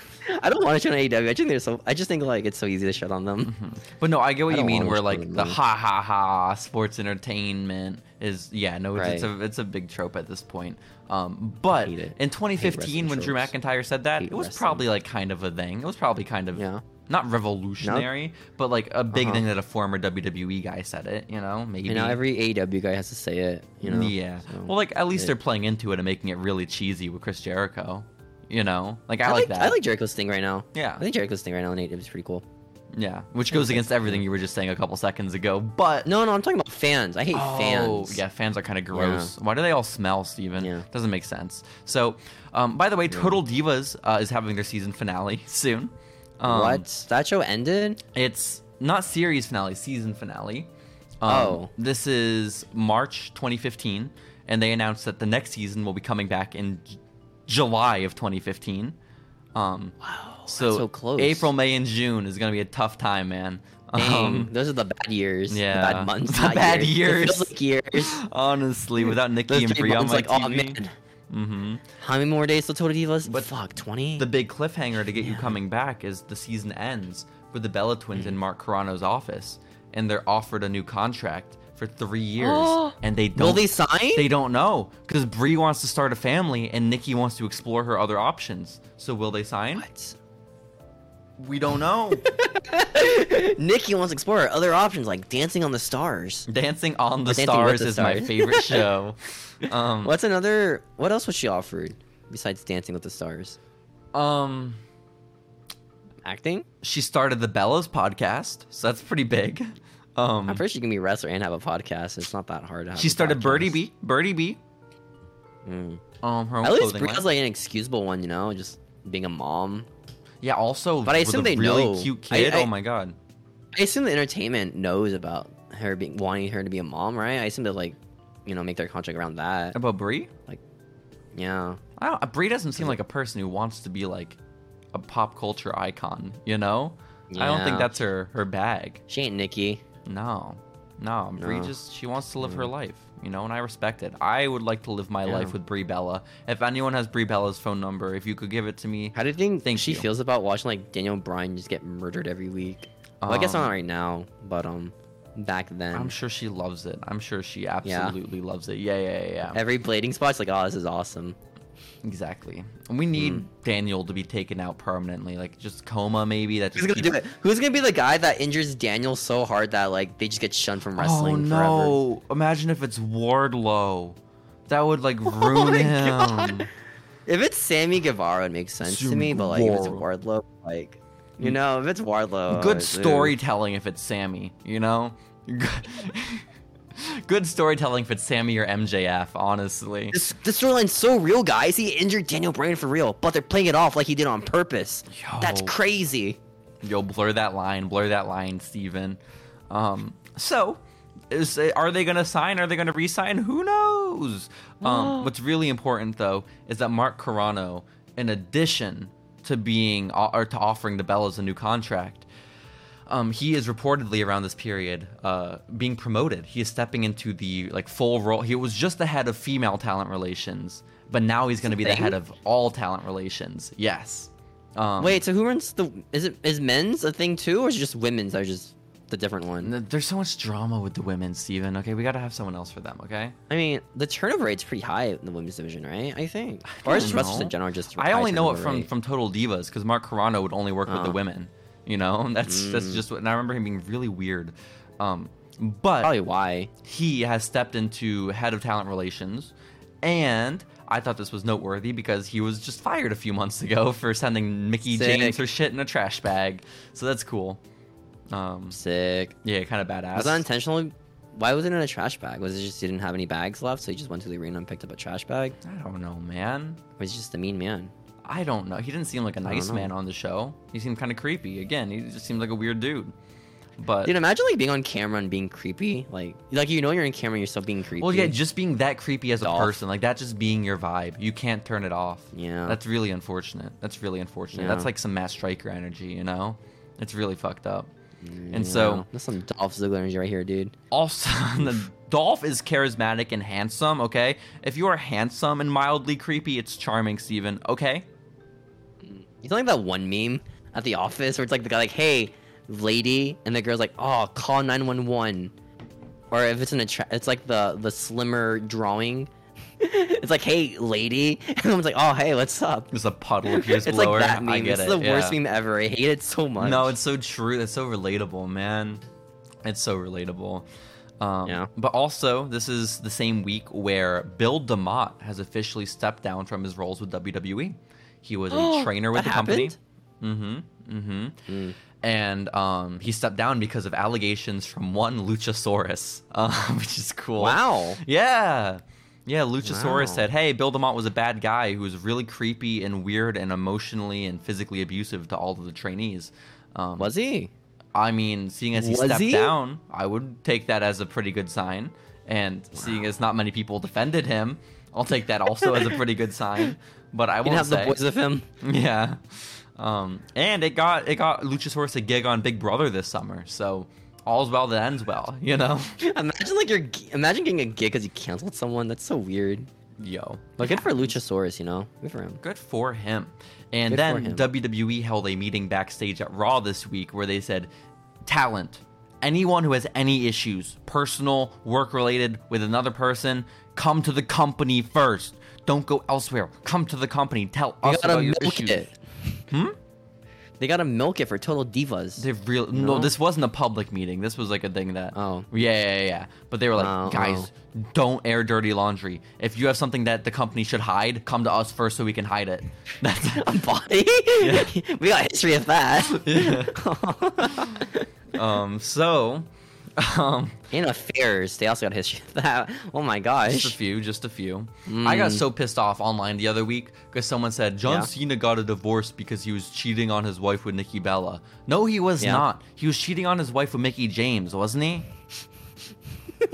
I don't want to shit on AW. I think they're so. I just think like it's so easy to shut on Mm-hmm. them. Hmm. But no, I get what I you don't mean. wanna Where shit like on the them. ha ha ha sports entertainment is yeah no it's, it's a it's a big trope at this point. Um, but hate it. in 2015 wrestling when Drew tropes. McIntyre said that, Hate it was wrestling. probably like kind of a thing. It was probably kind of Yeah. not revolutionary, but like a big Uh-huh. thing that a former WWE guy said it. You know, maybe You know, every AW guy has to say it. You know. yeah. so- well, like at least it- they're playing into it and making it really cheesy with Chris Jericho. You know, like I, I like like that. I like Jericho's thing right now. Yeah. I think Jericho's thing right now in AW is pretty cool. yeah, which goes against everything you were just saying a couple seconds ago. But Oh, No, no, I'm talking about fans. I hate fans. yeah, fans are kind of gross. Why do they all smell, Steven? Yeah. Doesn't make sense. So, um, by the way, Total Divas uh, is having their season finale soon. Um, what? That show ended? It's not series finale, season finale. Um, Oh. This is March 2015, and they announced that the next season will be coming back in J- July of 2015. Um, Wow. so, so close. April, May, and June is going to be a tough time, man. Dang, Um, those are the bad years. yeah. The bad months. The not bad It years. feels like years. honestly, without Nikki Those and three Brie on months, my like, TV, oh man. hmm How many more days till Total Divas? But But fuck, 20? the big cliffhanger to get you coming back is the season ends with the Bella Twins Mm. in Mark Carano's office, and they're offered a new contract for three years, and they don't. Will they sign? They don't know because Brie wants to start a family, and Nikki wants to explore her other options. So will they sign? What? We don't know. Nikki wants to explore her other options like Dancing on the Stars. Dancing on the Dancing with Stars the is my Stars. favorite show. Um, What's another? What else was she offered besides Dancing with the Stars? um, Acting? she started the Bellas podcast, so that's pretty big. Um, I'm pretty sure she can be a wrestler and have a podcast. It's not that hard. To have she a started podcast. Birdie B. Birdie B. Mm. Um, her own At least clothing Brie line. has like an excusable one, you know, just being a mom. Yeah, also, But I with assume a they really know. cute I- kid. I- oh my god. I assume the entertainment knows about her being wanting her to be a mom, right? I assume they like, you know, make their contract around that. About Brie? Yeah. I don't Brie doesn't seem like a person who wants to be like a pop culture icon, you know? I don't think Yeah. that's her her bag. She ain't Nikki. No. No, Brie No. Mm. just she wants to live her life, you know, and I respect it. I would like to live my life Yeah. with Brie Bella. If anyone has Brie Bella's phone number, if you could give it to me. How do you think, Thank she you. feels about watching like Daniel Bryan just get murdered every week? Well, I guess Um, not right now, but um, back then, I'm sure she loves it. I'm sure she absolutely loves it. Yeah, yeah, yeah, yeah. every blading spot's like, oh, this is awesome. Exactly. And we Mm. need Daniel to be taken out permanently, like just coma maybe. That Who's just gonna keeps- do it? Who's gonna be the guy that injures Daniel so hard that like they just get shunned from wrestling oh forever? no! Imagine if it's Wardlow. That would like ruin Oh my him. God. If it's Sammy Guevara, it makes sense to me. But like, if it's Guevara. Wardlow, like, you know, if it's Wardlow, Mm. Good dude. storytelling if it's Sammy. You know. Good- Good storytelling if it's Sammy or MJF. Honestly. This, this storyline's so real, guys. He injured Daniel Bryan for real, but they're playing it off like he did on purpose. That's Yo. crazy. Yo, blur that line, blur that line, Steven. Um, so, is, are they going to sign? Are they going to re-sign? Who knows? Um, what's really important, though, is that Mark Carano, in addition to being or to offering the Bellas a new contract, um, he is reportedly around this period uh, being promoted. He is stepping into the like full role. He was just the head of female talent relations, but now he's going to be the thing? head of all talent relations. Yes. Um, Wait, so who runs the? Is it is men's a thing too, or is it just women's? Are just the different one. N- There's so much drama with the women, Steven. Okay, we gotta have someone else for them, okay? I mean, the turnover rate's pretty high in the women's division, right? I think, or I is don't wrestlers know. in general just? I high only know it turnover from rate? from Total Divas because Mark Carano would only work with the Oh. women, you know. And that's Mm. that's just what. And I remember him being really weird, um, but probably why. he has stepped into head of talent relations, and I thought this was noteworthy because he was just fired a few months ago for sending Mickey Sick. James her shit in a trash bag. So that's cool. Um, Sick. yeah, kind of badass. Was that intentional? Why was it in a trash bag? Was it just he didn't have any bags left, so he just went to the arena and picked up a trash bag? I don't know, man. Or is he just a mean man? I don't know. He didn't seem like a don't nice know. man on the show. He seemed kind of creepy. Again, he just seemed like a weird dude. But Dude, imagine like being on camera and being creepy. Like, like you know you're in camera, you're still being creepy. well, yeah, just being that creepy as a Off. person, like that, just being your vibe, you can't turn it off. Yeah. that's really unfortunate. That's really unfortunate. Yeah. That's like some mass striker energy, you know? It's really fucked up. And so, Yeah. that's some Dolph Ziggler energy right here, dude. also the Dolph is charismatic and handsome, okay? If you are handsome and mildly creepy, it's charming, Steven, okay? You know, like that one meme at the office where it's like the guy like, "Hey, lady," and the girl's like, "Oh, call 911." Or if it's an attra- it's like the the slimmer drawing. it's like, "Hey, lady," and someone's like, "Oh, hey, what's up?" There's a puddle of his It's blower. like that meme. I get it's it. the worst yeah. meme ever. I hate it so much. No, it's so true. That's so relatable, man. It's so relatable. Um, Yeah. But also, this is the same week where Bill DeMott has officially stepped down from his roles with WWE. He was a trainer with That the company. happened? Mm-hmm. Mm-hmm. And um, he stepped down because of allegations from one Luchasaurus, uh, which is cool. wow. Yeah. Yeah, Wow. Luchasaurus said, "Hey, Bill Demont was a bad guy who was really creepy and weird and emotionally and physically abusive to all of the trainees." Um, Was he? I mean, seeing as he Was stepped he? down, I would take that as a pretty good sign. And seeing as not many people defended him, I'll take that also as a pretty good sign. But I You didn't won't have say, the voice of him. yeah. Um, and it got it got Luchasaurus a gig on Big Brother this summer, so all's well that ends well, you know. Imagine like you're g- imagine getting a gig because you canceled someone. That's so weird. Yo, But good for Luchasaurus, you know. Good for him. Good for him. And Good for then him. WWE held a meeting backstage at Raw this week where they said, talent, anyone who has any issues, personal, work related, with another person, come to the company first. Don't go elsewhere. Come to the company. Tell They us gotta about your milk issues. Hmm? it. They gotta milk it for total divas. They real no. No? This wasn't a public meeting. This was like a thing that. Oh. Yeah, yeah, yeah, yeah. But they were like, Oh, guys, don't air dirty laundry. If you have something that the company should hide, come to us first so we can hide it. That's a body? we got a history of that. um. So, um, and affairs. They also got a history of that. Oh my just a gosh. few, just a few. I got so pissed off online the other week because someone said John Hmm. Yeah. Cena got a divorce because he was cheating on his wife with Nikki Bella. No, he was Yeah. not. He was cheating on his wife with Mickey James, wasn't he?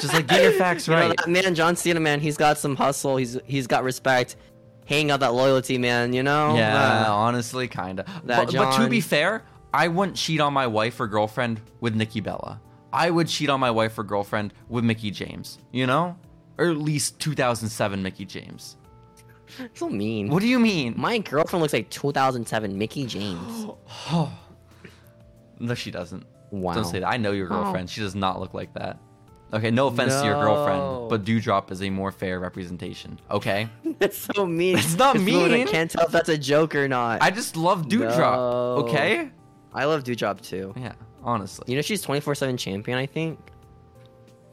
just like get your facts You know, right. that man, John Cena, man, he's got some hustle. He's he's got respect. Hang out that loyalty, man, you know? Yeah, Uh, honestly, kinda. that But, but to John- be fair, I wouldn't cheat on my wife or girlfriend with Nikki Bella. I would cheat on my wife or girlfriend with Mickey James. You know, or at least 2007 Mickey James. so mean. What do you mean? My girlfriend looks like 2007 Mickey James. no, she doesn't. Wow. Don't say that. I know your girlfriend. She does not look like that. Okay, no offense to your No. girlfriend, but Dewdrop is a more fair representation. Okay, That's so mean. That's not This moment mean. I can't tell if that's a joke or not. I I, just love Dewdrop. No. Okay, love Dewdrop too. yeah, honestly. You know she's 24/7 champion, I think.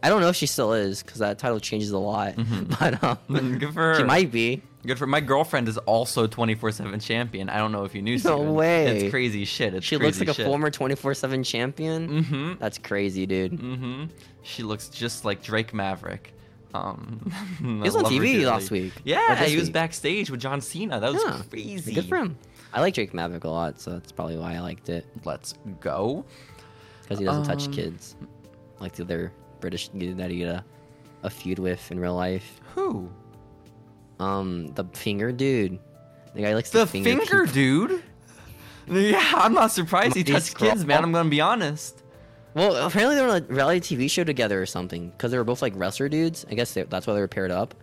I don't know if she still is cuz that title changes a lot. But um Good for Mm-hmm. her. she might be. Good for my girlfriend is also 24/7 champion. I don't know if you knew. No Steven. way. It's crazy shit. It's She crazy looks like shit. a former 24/7 champion. Mhm. That's crazy, dude. hmm She looks just like Drake Maverick. Um, he was on TV last week. Or Yeah, this he was week. backstage with John Cena. That was Yeah. crazy. Good for him. I like Drake Maverick a lot, so that's probably why I liked it Let's go. cuz he doesn't touch Um, kids like the other British dude that he had a, a feud with in real life. Who? Um the finger dude. The guy who likes The to finger, finger, people. dude. Yeah, I'm not surprised he Mighty touched kids, Scroll. man. I'm gonna be honest. Well, apparently they were on a reality TV show together or something because they were both like wrestler dudes. I guess they, that's why they were paired up.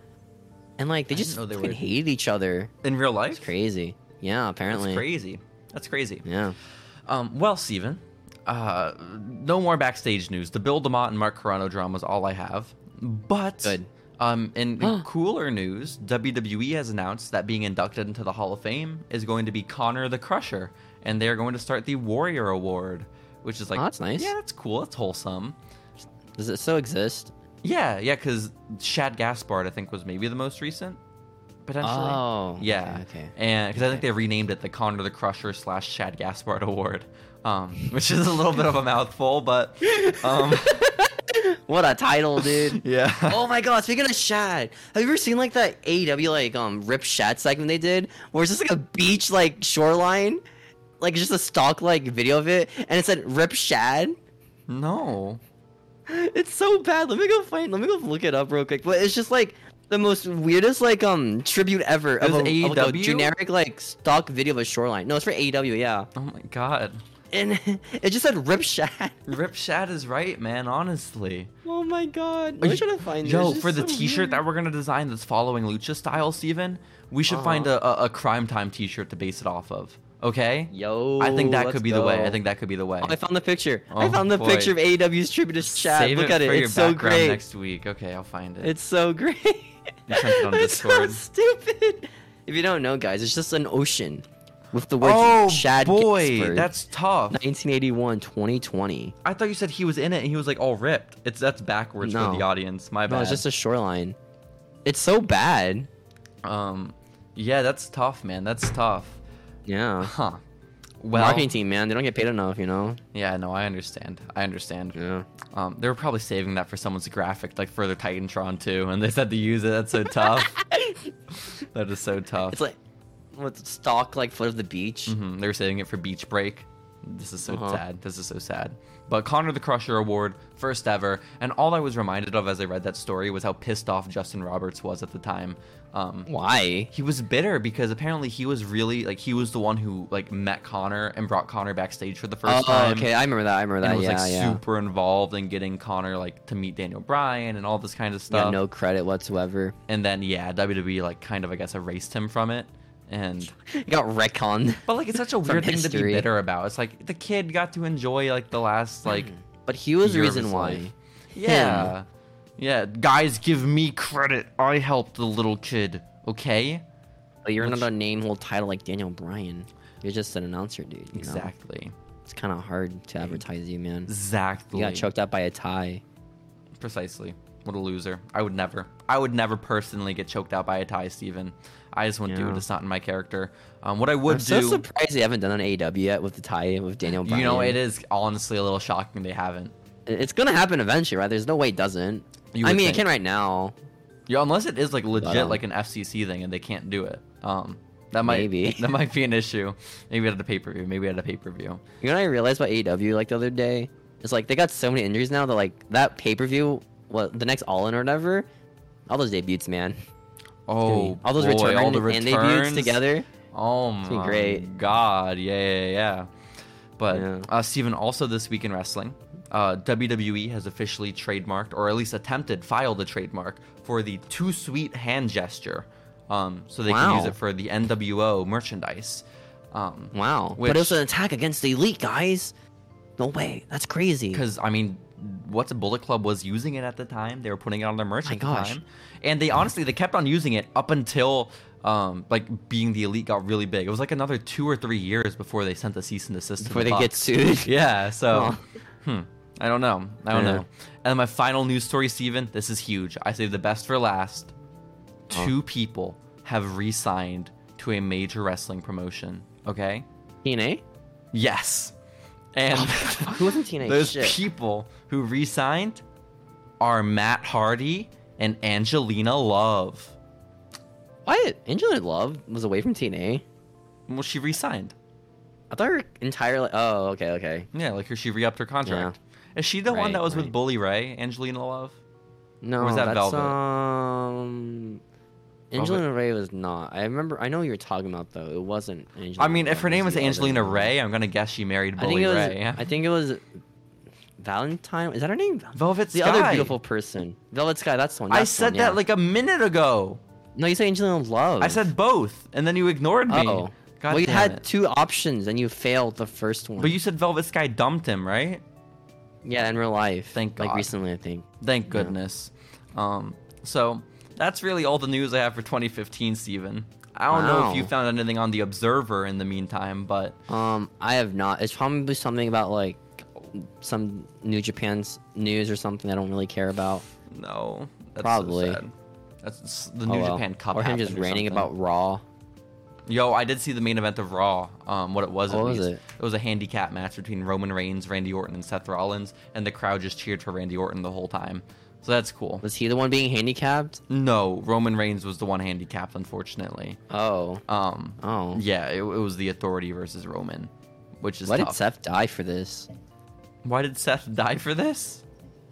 And like they didn't just know they fucking were- hated each other. In real life, It's crazy. Yeah, That's apparently. crazy. That's crazy. Yeah. Um, well, Steven, uh, no more backstage news. The Bill DeMott and Mark Carano drama is all I have. But Good. Um, in cooler news, WWE has announced that being inducted into the Hall of Fame is going to be Connor the Crusher, and they are going to start the Warrior Award, which is like Oh, that's nice. Yeah, that's cool. That's wholesome. Does it still exist? Yeah, yeah, because Shad Gaspard I think was maybe the most recent, potentially. Oh. Yeah. Okay. okay. And because I think they renamed it the Connor the Crusher slash Shad Gaspard Award, um, which is a little bit of a mouthful, but um, What a title, dude. yeah. oh my god, speaking of Shad, have you ever seen like that AEW like um Rip Shad segment they did? Where it's just like a beach like shoreline like just a stock like video of it, and it said "Rip Shad." No. It's so bad. Let me go find. Let me go look it up real quick. But it's just like the most weirdest like um tribute ever of, was E a, of, like, a AEW? generic like stock video of a shoreline. No, it's for AEW. Yeah, Oh my god. and it just said "Rip Shad." Rip Shad is right, man, honestly. Oh my god! Let me try to find. Yo, this. It's for the just so t shirt weird. that we're gonna design that's following Lucha style, Steven, we should find a, Uh-huh. a, a crime time t shirt to base it off of. Okay? Yo, I think that let's could be the way. I go. think that could be the way. Oh, I found the picture. I Oh, found the boy. picture of AEW's tribute to Shad. Save look at it. for your It's so background great. Next week, okay, I'll find it. It's so great. You sent it on it's Discord. so stupid. If you don't know, guys, it's just an ocean with the word oh Shad boy, Gaspard. that's tough. 1981, 2020. I thought you said he was in it and he was like all ripped. It's that's backwards No. for the audience. My bad. No, it's just a shoreline. It's so bad. um, yeah, that's tough, man. That's tough. Yeah. Huh. Well, Marketing team, man, they don't get paid enough, you know. yeah, no, I understand. I understand. Yeah. Um, they were probably saving that for someone's graphic, like for their Titantron too, and they said to use it. That's so tough. that is so tough. It's like with stock like foot of the beach. Mhm, They were saving it for Beach Break. This is so Uh-huh. sad. This is so sad. But Connor the Crusher Award, first ever. And all I was reminded of as I read that story was how pissed off Justin Roberts was at the time. Um, Why? he was bitter because apparently he was really like he was the one who like met Connor and brought Connor backstage for the first Oh, time. okay. I remember that. I remember And that. was yeah, like yeah. super involved in getting Connor like to meet Daniel Bryan and all this kind of yeah. stuff. No credit whatsoever. And then yeah, WWE like kind of I guess erased him from it. And got retconned. But like, it's such a From weird thing to be history. bitter about. It's like the kid got to enjoy like the last like But he was the year of Hmm. reason his why. life. yeah, yeah. Guys, give me credit. I helped the little kid. Okay, But you're Which- not a name hold title like Daniel Bryan. You're just an announcer, dude. You Know? exactly, It's kind of hard to advertise you, man. exactly. You got choked out by a tie. Precisely. What a loser. I would never. I would never personally get choked out by a tie, Steven. I just wouldn't do Yeah. it. It's not in my character. Um, what I would I'm do. so surprised they haven't done an AEW yet with the tie with Daniel Bryan. you know, it is honestly a little shocking they haven't. It's gonna happen eventually, right? There's no way it doesn't. You I would mean, think. it can right now. Yeah, unless it is like legit, um, like an FCC thing, and they can't do it. Um, that might Maybe. that might be an issue. Maybe at a pay per view. Maybe at a pay per view. You know what I realized about AEW like the other day? It's like they got so many injuries now that like that pay per view, what the next All In or whatever, all those debuts, man. Oh, all those boy, returns all the and debuts returns together. Oh gonna my be great. god! Yeah, yeah, yeah. But Yeah. Uh, Steven, also this week in wrestling, uh, WWE has officially trademarked, or at least attempted, filed a trademark for the too sweet hand gesture, um, so they can use Wow. it for the NWO merchandise. Um, Wow. Which- But it was an attack against the elite, guys. No way. That's crazy. because I mean, what's a Bullet Club was using it at the time. They were putting it on their merch My at the gosh. time, and they honestly they kept on using it up until um, like being the elite got really big. It was like another two or three years before they sent the cease and desist. to Before the they get Bucks. sued. Yeah, so Aw. hmm, I don't know. I don't Yeah. know. And then my final news story, Steven, this is huge. I saved the best for last. Two people have re-signed to a major wrestling promotion. Okay. TNA? Yes. And Who wasn't TNA? those Shit. people who re-signed are Matt Hardy and Angelina Love. What? Angela Love was away from TNA? Well, she re-signed. I thought her entire li Oh, okay, okay. Yeah, like her, she re-upped her contract. Is she the one Right, that was with right. Bully Ray? Angelina Love. No, was that that's Velvet? um. Velvet? Angelina Ray was not. I remember. I know what you're talking about though. It wasn't Angelina. I mean, if Love, her it name was was the other Angelina one. Ray, I'm gonna guess she married I think Bully it was. Ray. yeah? I think it was Valentine. Is that her name? Val- Velvet the Sky. other beautiful person, Velvet Sky. That's the one. I that's the said one, yeah. that like a minute ago. No, you said Angelina Love. I said both, and then you ignored me. Oh. God well, you damn had it. two options and you failed the first one. But you said Velvet Sky dumped him, right? yeah, in real life. Thank Like God. recently, I think. Thank goodness. Um, so that's really all the news I have for 2015, Steven. I don't know if Wow. you found anything on the Observer in the meantime, but Um, I have not. It's probably something about like some New Japan's news or something I don't really care about. no, that's so Probably. sad. That's the Oh, New well. Japan Cup. or him just happened or ranting something. about Raw. Yo, I did see the main event of Raw. Um, what it was. at What was least. it? It was a handicap match between Roman Reigns, Randy Orton, and Seth Rollins, and the crowd just cheered for Randy Orton the whole time. So that's cool. Was he the one being handicapped? No, Roman Reigns was the one handicapped, unfortunately. Oh, Um, oh, yeah, it, it was the Authority versus Roman. which is Why tough. did Seth die for this Why did Seth die for this?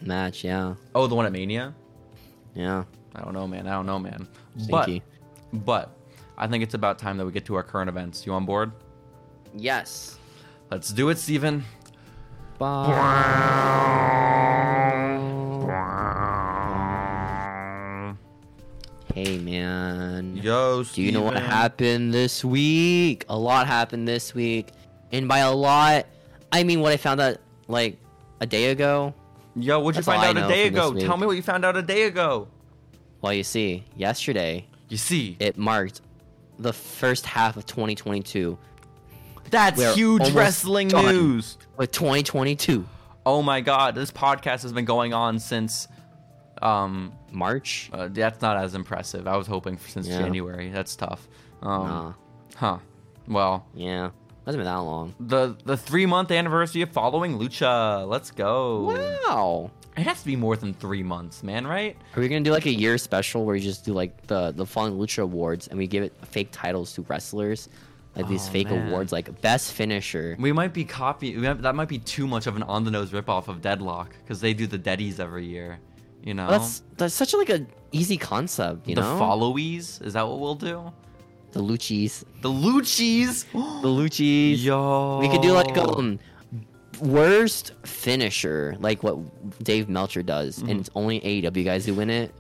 match? Yeah, Oh, the one at Mania. yeah. I don't know, man. I don't know, man. Stinky. But, but I think it's about time that we get to our current events. You on board? Yes. Let's do it, Steven. Bye. Hey man. Yo, Steven. Do you know what happened this week? A lot happened this week. And by a lot, I mean what I found out like a day ago. Yo, what'd you That's find all I out a know day from this ago? Tell week. me what you found out a day ago. Well, you see, yesterday You see, it marked the first half of 2022 that's we're huge almost wrestling done. news. with 2022 Oh my god, this podcast has been going on since. Um, March. uh, that's not as impressive. I was hoping for since Yeah. January. That's tough. Um, Nah, Huh. Well, yeah, hasn't been that long. the the three month anniversary of following Lucha. Let's go. Wow. It has to be more than three months, man. Right? Are we gonna do like a year special where we just do like the the Fallen Lucha Awards and we give it fake titles to wrestlers, like these Oh, fake man. Mm-hmm. awards, like best finisher. We might be copy. we might- That might be too much of an on the nose ripoff of Deadlock because they do the Deadies every year. You know, That's that's such a, like an easy concept, you the know. followies. Is that what we'll do? the Luchis, The Luchis. the Luchis. Yo. We could do like um worst finisher, like what Dave Melcher does, Mm-hmm. and it's only AEW guys who win it.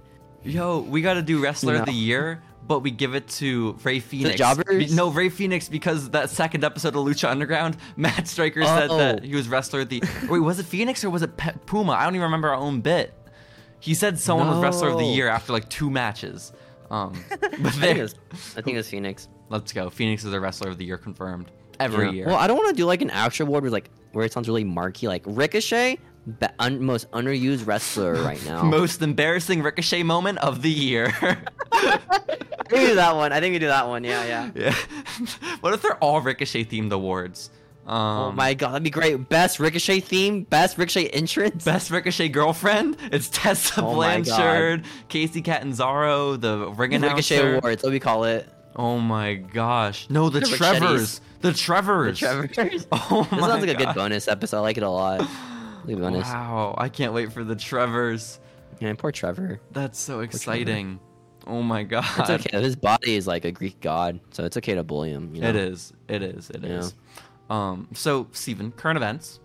Yo, we gotta do Wrestler of the No. Year, but we give it to Ray Phoenix. jobbers? Be- no, Ray Phoenix because that second episode of Lucha Underground, Matt Striker said Oh. that he was Wrestler of the. Wait, was it Phoenix or was it Pe- Puma? I don't even remember our own bit. He said someone was Wrestler of the No. Year after like two matches. Um, I but think there, it's, I think it's Phoenix. let's go. Phoenix is a Wrestler of the Year confirmed every Yeah. year. Well, I don't want to do like an actual award where like where it sounds really marquee, like Ricochet, be- un- most underused wrestler right now. Most embarrassing Ricochet moment of the year. we do that one. I think we do that one. Yeah, yeah. yeah. what if they're all Ricochet themed awards? Um, Oh my god, that'd be great. Best Ricochet theme, best Ricochet entrance. Best Ricochet girlfriend? It's Tessa Oh my Blanchard, Casey Catanzaro, the ring announcer. Ricochet awards. What we call it? Oh my gosh! No, the, The Ricchettis. Trevors. The Trevors. Trevor. this Oh my sounds like a good God. bonus episode. I like it a lot. Good bonus. Wow! I can't wait for the Trevors. Yeah, poor Trevor. That's so exciting. Oh my god! It's okay. His body is like a Greek god, so it's okay to bully him. You know? It is. It is. It Yeah. is. Um. So, Steven, current events.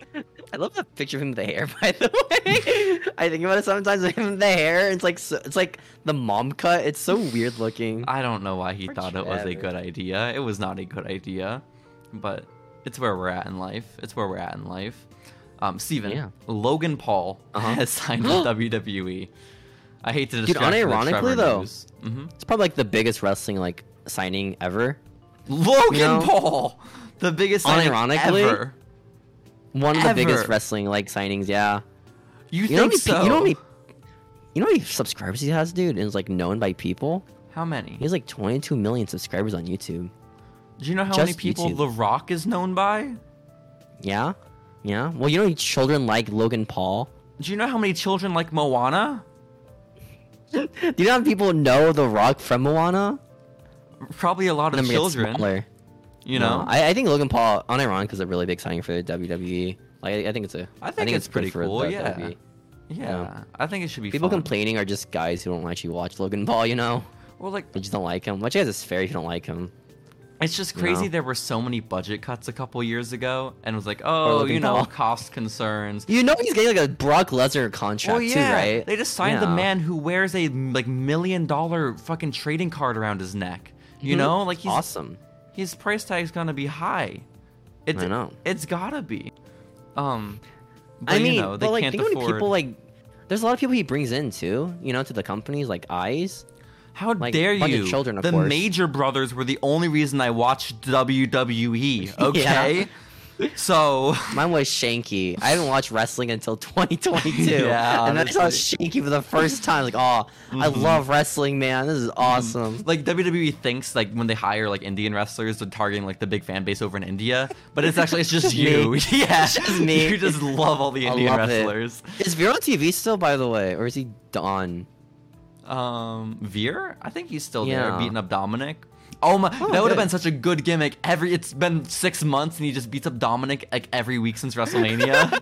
I love that picture of him with the hair. By the way, I think about it sometimes. Him with the hair, it's like so, it's like the mom cut. It's so weird looking. I don't know why he Poor thought it was a Trevor. good idea. It was not a good idea, but it's where we're at in life. It's where we're at in life. Um, Steven, Yeah. Logan Paul Uh-huh. has signed with WWE. I hate to distract unironically, though- hmm It's probably like the biggest wrestling like signing ever. Logan You know- Paul, the biggest signing Unironically, ever. One of the biggest Ever. wrestling like signings. Yeah. You, You know, how think many, pe- so? you know how many? You know how many subscribers he has, dude, and is like known by people. How many? He has like 22 million subscribers on YouTube. Do you know how just many people YouTube. The Rock is known by? Yeah, yeah. Well, you know, children like Logan Paul. Do you know how many children like Moana? Do you know how people know The Rock from Moana? Probably a lot of Number gets children. smaller. You know, No, I, I think Logan Paul on Iran because a really big signing for the WWE. Like, I, I think it's a. I think it's good pretty for cool, the yeah. WWE. yeah. Yeah. I think it should be People fun. complaining are just guys who don't actually watch Logan Paul. You know, Well, like they just don't like him. Which I guess is fair if you don't like him. It's just You crazy know? there were so many budget cuts a couple years ago, and it was like, oh, Logan you know, Paul. cost concerns. You know, he's getting like a Brock Lesnar contract too, right? They just signed the Yeah. man who wears a like million dollar fucking trading card around his neck. You Mhm. know, like he's awesome. his price tag's gonna be high. It's, I know. It's gotta be. Um, but I mean, you know, they but like, can't think how many afford. people like. There's a lot of people he brings in too. You know, to the companies like Eyes. how like, dare bunch of you? children, of the course. Major Brothers were the only reason I watched WWE. Yeah. Okay, so. Mine was Shanky. I haven't watched wrestling until 2022. Yeah, and then I saw honestly. Shanky for the first time. Like, oh, I love wrestling, man. This is awesome. Mm-hmm. like WWE thinks like when they hire like Indian wrestlers, they're targeting like the big fan base over in India, but it's actually it's just Me. you. yeah, It's just me. You just love all the I Indian love it. wrestlers. Is Veer on TV still, by the way, or is he done? Um, Veer, I think he's still there Yeah. beating up Dominic. Oh my, that would have good. been such a good gimmick. Every it's been six months and he just beats up Dominic like every week since WrestleMania.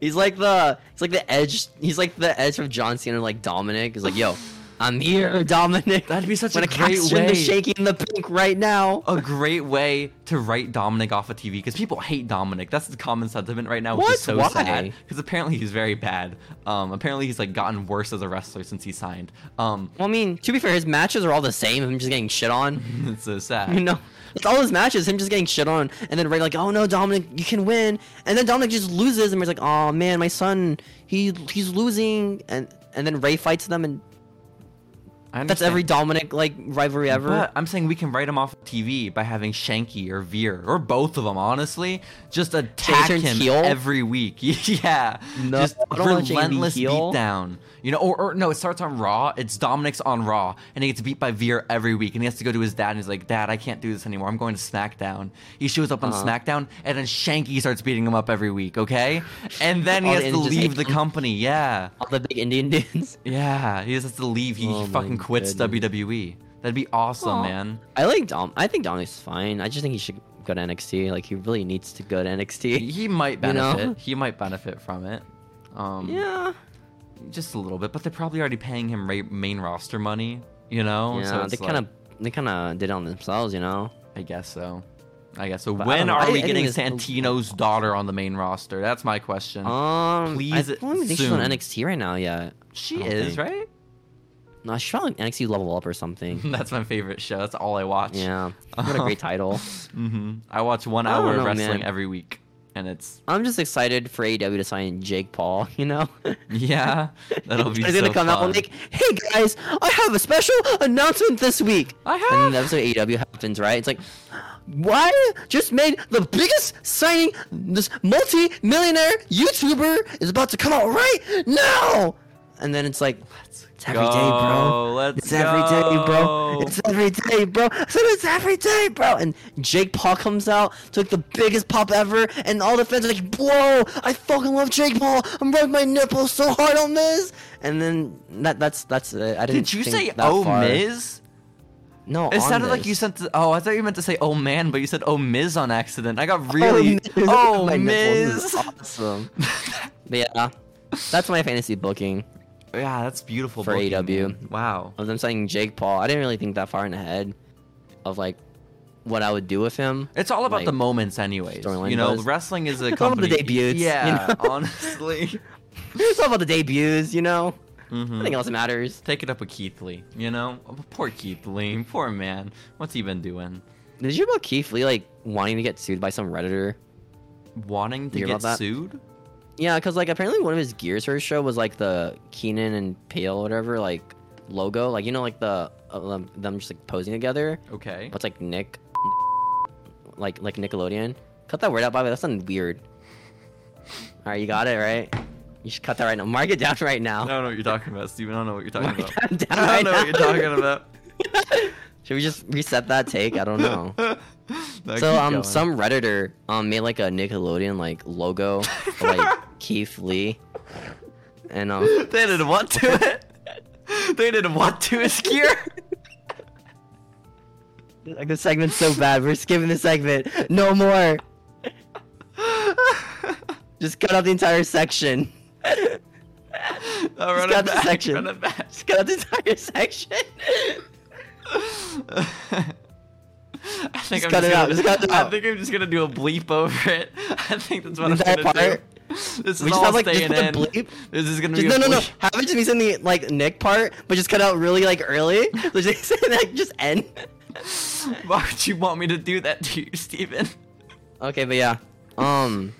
he's like the he's like the edge. He's like the edge of John Cena, like Dominic. He's like, yo, I'm here, Dominic. That'd be such when a great Caxton way. is shaking the pink right now. a great way to write Dominic off of TV because people hate Dominic. That's the common sentiment right now, which is What? so Why? sad. Because apparently he's very bad. Um, apparently he's like gotten worse as a wrestler since he signed. Um, Well, I mean, to be fair, his matches are all the same. Him just getting shit on. it's so sad. You know, it's all his matches, him just getting shit on, and then Ray like, oh no, Dominic, you can win, and then Dominic just loses, and Ray's like, oh man, my son, he he's losing, and and then Ray fights them, and I that's understand. every Dominic like rivalry ever. But I'm saying we can write him off TV by having Shanky or Veer or both of them, honestly, just attack turns him heel? every week. yeah, No, just I don't want Shanky to be relentless heel. beatdown. You know, or, or no, it starts on Raw. It's Dominic's on Raw, and he gets beat by Veer every week, and he has to go to his dad, and he's like, "Dad, I can't do this anymore. I'm going to SmackDown." He shows up on Uh-huh. SmackDown, and then Shanky starts beating him up every week. Okay, and then he All has the to Indians just leave hate the him. company. Yeah. all the big Indian dudes. Yeah, he just has to leave. He, he Oh my fucking quits goodness. WWE. That'd be awesome, Aw. man. I like Dom. I think Dominic's fine. I just think he should go to NXT. Like he really needs to go to NXT. He might You know? benefit. He might benefit from it. Um, Yeah, just a little bit. But they're probably already paying him ra- main roster money. You know, yeah. it's they like- kind of they kind of did it on themselves, you know. I guess so. I guess so. But I don't when know. are I- we I think getting it's- Santino's daughter on the main roster? That's my question. Um, I Mm. Please, don't even think she's on soon. NXT right now yet. I she don't is think. right. No, she's probably on NXT Level Up or something. That's my favorite show. That's all I watch. Yeah, what a great title. hmm I watch one I don't hour of know, wrestling man. every week, and it's I'm just excited for AEW to sign Jake Paul. You know, yeah. That'll be He's so gonna come out and fun. like, "Hey guys, I have a special announcement this week." I And have. then the episode AEW E happens, right? It's like, why just made the biggest signing? This multi-millionaire YouTuber is about to come out right now. And then it's like, it's every day, bro. Go, Let's It's every day, bro. go. It's every day, bro. I said it's every day, bro. And Jake Paul comes out, took the biggest pop ever, and all the fans are like, "Whoa, I fucking love Jake Paul. I'm rubbing my nipples so hard on this." And then that that's that's it. I didn't. Did you think say that oh far. Miz? No, It on sounded like you this. sent. The, oh, I thought you meant to say oh man, but you said oh Miz on accident. I got really Miz. oh My nipples is Miz. awesome. But yeah, that's my fantasy booking yeah, that's beautiful For Uh, booking, AEW. man. Wow. of them saying Jake Paul. I didn't really think that far in ahead of like what I would do with him. It's all about Like, the moments, anyways. storyline You know, buzz. wrestling is a It's all about company. the debuts, you Yeah, know? honestly. it's all about the debuts, you know. Mhm. Nothing else matters. Take it up with Keith Lee. You know, Oh, poor Keith Lee. Poor man. What's he been doing? Did you hear about Keith Lee like wanting to get sued by some redditor? Wanting to Hear get about that? sued? Yeah, because like apparently one of his gears for his show was like the Keenan and Pale whatever like logo, like you know like the uh, um, them just like posing together. Okay. What's like Nick, like like Nickelodeon? Cut that word out, Bobby. That sounds weird. All right, you got it right. You should cut that right now. Mark it down right now. I don't know what you're talking about, Steven. I don't know what you're talking Mark about. that down I right don't know what now. you're talking about. Should we just reset that take? I don't know. No, so keep um, going. some redditor um made like a Nickelodeon like logo, of, like Keith Lee, and um, they did what to it? They did what to his gear? like the segment's so bad. We're skipping the segment. No more. Just cut out the entire section. I'll got run it the back. section. Run it back. Just cut out the entire section. I think Just I'm cut it just out, gonna- just cut it I out. think I'm just gonna do a bleep over it. I think that's what Is I'm that gonna part? do. This is just all have, like, just staying put a in. bleep? This is gonna Just, be no, a no, no. bleep. Have it just be in the like Nick part, but just cut out really like early. Let's just say that just end. Why would you want me to do that to you, Steven? Okay, but yeah. Um.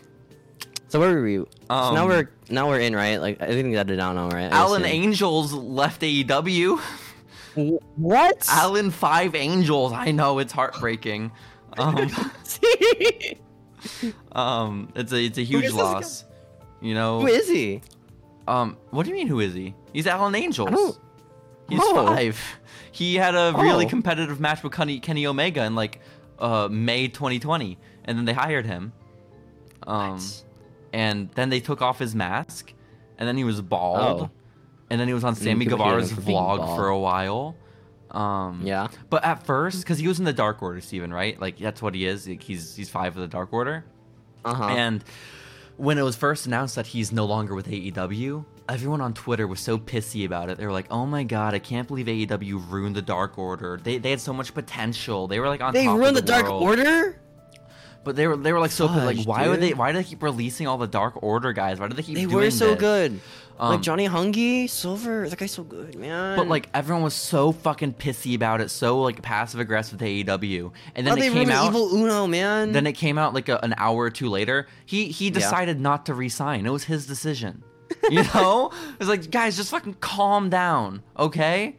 So where were we? so now Um, we're now we're in right. Like I think that did not know right. I Alan assume. Angels left AEW. Wh- What? Alan Five Angels. I know it's heartbreaking. Um, um, it's a it's a huge is this loss. You know. Who is he? Um, what do you mean? Who is he? He's Alan I don't- Angels. He's Oh. five. He had a really Oh. competitive match with Kenny, Kenny Omega in like uh, May 2020, and then they hired him. Um, What? and then they took off his mask, and then he was bald, Oh. and then he was on Sammy people hated him Guevara's for being vlog bald. for a while. Um, Yeah. But at first, because he was in the Dark Order, Steven, right? Like that's what he is. Like, he's he's five of the Dark Order. Uh huh. And when it was first announced that he's no longer with AEW, everyone on Twitter was so pissy about it. They were like, "Oh my god, I can't believe AEW ruined the Dark Order. They, they had so much potential. They were like on They top of ruined the, Dark world." Order. But they were they were like so pissed, like Fudge, why would they dude. why do they keep releasing all the Dark Order guys? Why do they keep They doing were so this? good. Um, like Johnny Hungy, Silver, that guy's so good, man. But like everyone was so fucking pissy about it, so like passive aggressive to AEW, E and how then Oh, they it came ruined out. Evil Uno, man. Then it came out like a, an hour or two later. He he decided not to resign. It was his decision. You know, it's like guys, just fucking calm down, okay?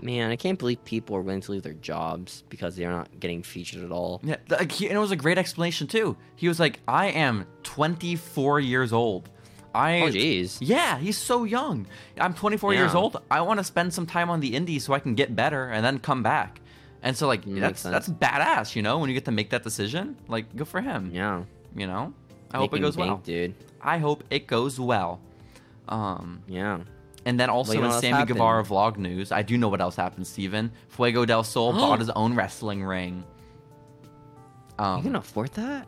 man, I can't believe people are willing to leave their jobs because they're not getting featured at all. Yeah, th- like, he- and it was a great explanation too. He was like, "I am 24 years old. I Oh, jeez. yeah, he's so young. I'm 24 years Yeah. old. I want to spend some time on the indies so I can get better and then come back." And so like Makes that's that's badass, you know, when you get to make that decision. Like good for him. Yeah. You know, I hope it Making goes bank, well. dude. I hope it goes well. Um, Yeah. and then also Well, you know in what else Sammy happened? Guevara vlog news, I do know what else happened. Steven. Fuego del Sol bought his own wrestling ring. You can Um, afford that?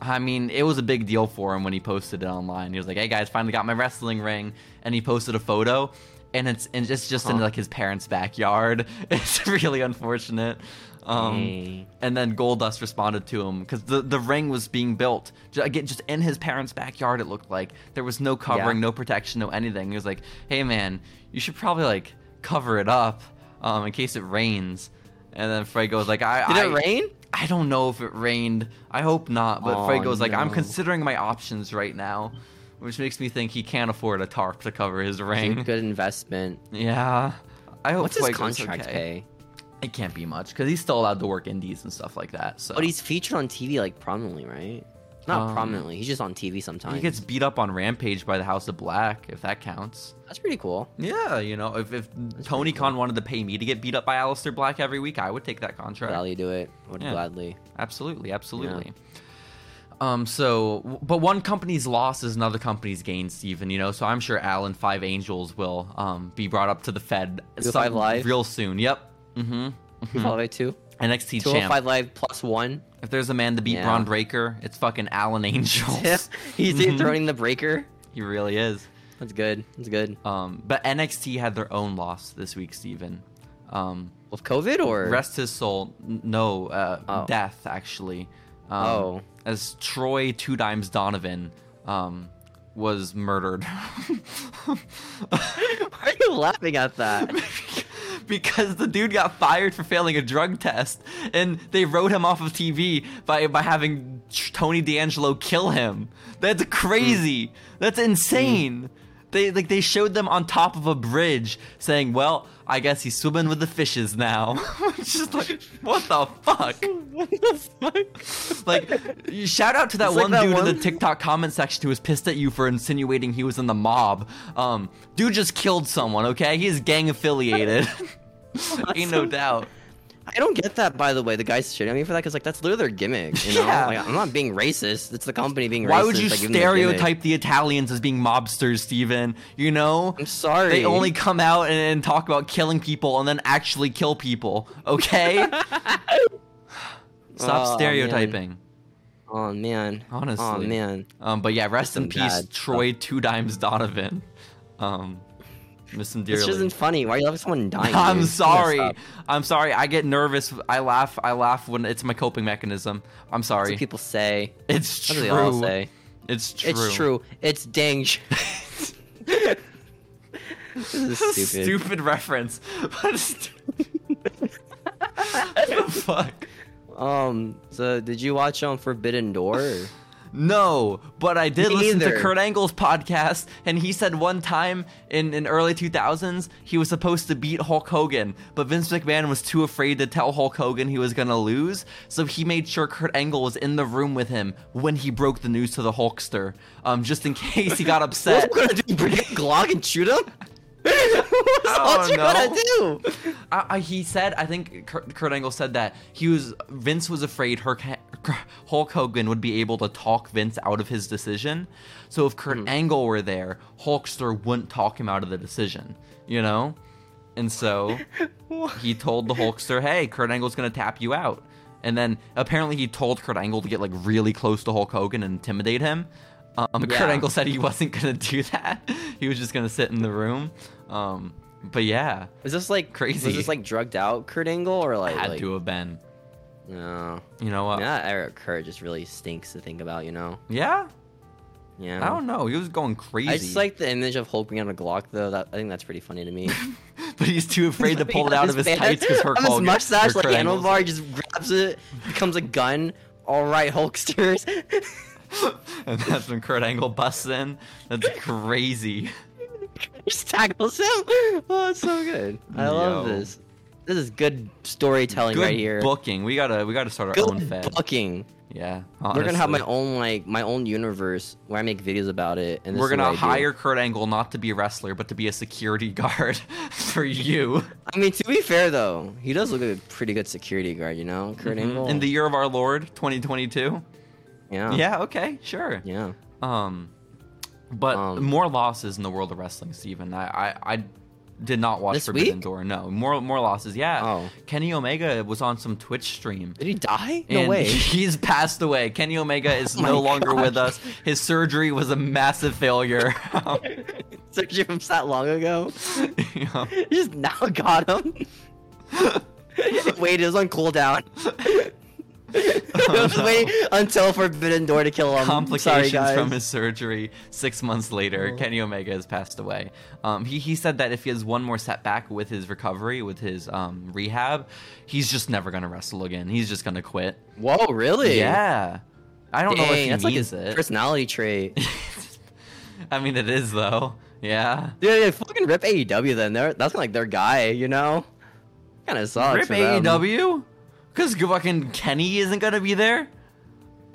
I mean, it was a big deal for him when he posted it online. He was like, "Hey guys, finally got my wrestling ring," and he posted a photo, and it's and it's just in Huh. like his parents' backyard. It's really unfortunate. Um, Dang. and then Goldust responded to him because the, the ring was being built ju- again just in his parents' backyard. It looked like there was no covering, Yeah. no protection, no anything. He was like, "Hey man, you should probably like cover it up um, in case it rains." And then Fuego was like, "I Did I, it rain? I don't know if it rained. I hope not." But Aw, Fuego's like, "I'm no. considering my options right now," which makes me think he can't afford a tarp to cover his It's a ring. good investment. Yeah. I hope What's his Fuego's contract okay. pay? It can't be much because he's still allowed to work indies and stuff like that. So But Oh, he's featured on TV like prominently, right? Not Um, prominently. He's just on TV sometimes. He gets beat up on Rampage by the House of Black, if that counts. That's pretty cool. Yeah, you know, if, if Tony pretty Khan wanted to pay me to get beat up by Alistair Black every week, I would take that contract. Gladly do it. Would Yeah. gladly. Absolutely, absolutely. Um, so, w- but one company's loss is another company's gain, Steven, you know, so I'm sure Alan Five Angels will um, be brought up to the Fed Two Five Live? real soon. Yep. Mm-hmm. You Follow it too. NXT champ. 205 Live plus one. If there's a man to beat oh Yeah. Braun Breaker, it's fucking Alan Angels. He's Mhm. throwing the breaker. He really is. That's good. That's good. Um, but NXT had their own loss this week, Steven. Um, With COVID or rest his soul. n- No, uh, Oh. death, actually. Um, Oh. As Troy Two Dimes Donovan um, was murdered. Why are you laughing at that? because the dude got fired for failing a drug test and they wrote him off of TV by, by having Tr- Tony D'Angelo kill him. That's crazy. That's insane. They like they showed them on top of a bridge saying, "Well, I guess he's swimming with the fishes now." It's just like, what the fuck? what the fuck? Like, you- shout out to that It's like one that dude in one- the TikTok comment section who was pissed at you for insinuating he was in the mob. Um, dude just killed someone. Okay, he's gang affiliated. Ain't no Awesome. doubt. I don't get that, by the way. The guys shitting on me for that because like that's literally their gimmick. You know? Yeah. Like, I'm not being racist. It's the company being racist. Why would you by giving them a gimmick. stereotype the Italians as being mobsters, Steven? You know? I'm sorry. They only come out and, and talk about killing people and then actually kill people, okay? Stop Oh, man. stereotyping. Oh man. Oh Honestly. man. Um, but yeah, rest in Some peace, bad Troy Two Dimes Donovan. Um, miss him This dearly. isn't funny. Why are you laughing at someone dying? dude? I'm That's sorry. messed up. I'm sorry. I get nervous. I laugh. I laugh when it's my coping mechanism. I'm That's sorry. what people say. It's That's what they true. all say. It's true. It's true. It's dang. sh- this is stupid. Stupid reference. What is the fuck? Um. So, did you watch um Forbidden Door? or- No, but I did Me listen either. to Kurt Angle's podcast, and he said one time in in early 2000s he was supposed to beat Hulk Hogan, but Vince McMahon was too afraid to tell Hulk Hogan he was gonna lose, so he made sure Kurt Angle was in the room with him when he broke the news to the Hulkster, um, just in case he got upset. What's gonna do? Bring a Glock and shoot him? What's what you gonna know. do? I, I, he said, I think Kurt, Kurt Angle said that he was Vince was afraid Herc, Hulk Hogan would be able to talk Vince out of his decision. So if Kurt Angle were there, Hulkster wouldn't talk him out of the decision. You know, And so he told the Hulkster, "Hey, Kurt Angle's gonna tap you out." And then apparently he told Kurt Angle to get like really close to Hulk Hogan and intimidate him. Um, but Kurt Yeah. Angle said he wasn't gonna do that. he was just gonna sit in the room. Um, but yeah, Is this like Crazy. Was this like drugged out Kurt Angle or like? had like- to Uh, have been. No. You know what? Yeah, Eric Kurt just really stinks to think about. You know. Yeah? Yeah. I don't know. He was going crazy. I just like the image of Hulk being on a Glock though. That I think that's pretty funny to me. but he's too afraid to pull it out of his pants- tights because her out of his Hulk- mustache her like Kurt Angle's- handlebar he just grabs it, becomes a gun. All right, Hulksters. and that's when Kurt Angle busts in. That's crazy. just tackles him. Oh, it's so good. I love Yo. this. This is good storytelling Good right here. booking. We gotta we gotta start our own good fed. booking. Yeah, We're gonna have my honestly. own like my own universe where I make videos about it. And this We're is what gonna I do. hire Kurt Angle not to be a wrestler, but to be a security guard for you. I mean, to be fair though, he does look like a pretty good security guard. You know, Kurt Angle. Mm-hmm. In the year of our Lord, 2022. yeah, Yeah. Okay. Sure. yeah. Um, but Um, more losses in the world of wrestling, Steven. I, I, I did not watch This Forbidden week? Door. No, more more losses. Yeah. Oh. Kenny Omega was on some Twitch stream. Did he die? No and way. He's passed away. Kenny Omega is Oh my no longer gosh. with us. His surgery was a massive failure. Search him that long ago. Yeah. You just now got him. Wait, it was on cooldown. Just no. wait until Forbidden Door to kill him. Um, Sorry, complications guys. from his surgery six months later Oh. kenny omega has passed away um, he, he said that if he has one more setback with his recovery with his um, rehab he's just never going to wrestle again he's just going to quit Whoa, really? yeah i don't Dang, know if he that's like means his personality trait. it i mean it is though yeah Dude, yeah, fucking rip AEW then. They're, that's like their guy, you know? Kind of sucks. rip E for them. aew because fucking kenny isn't going to be there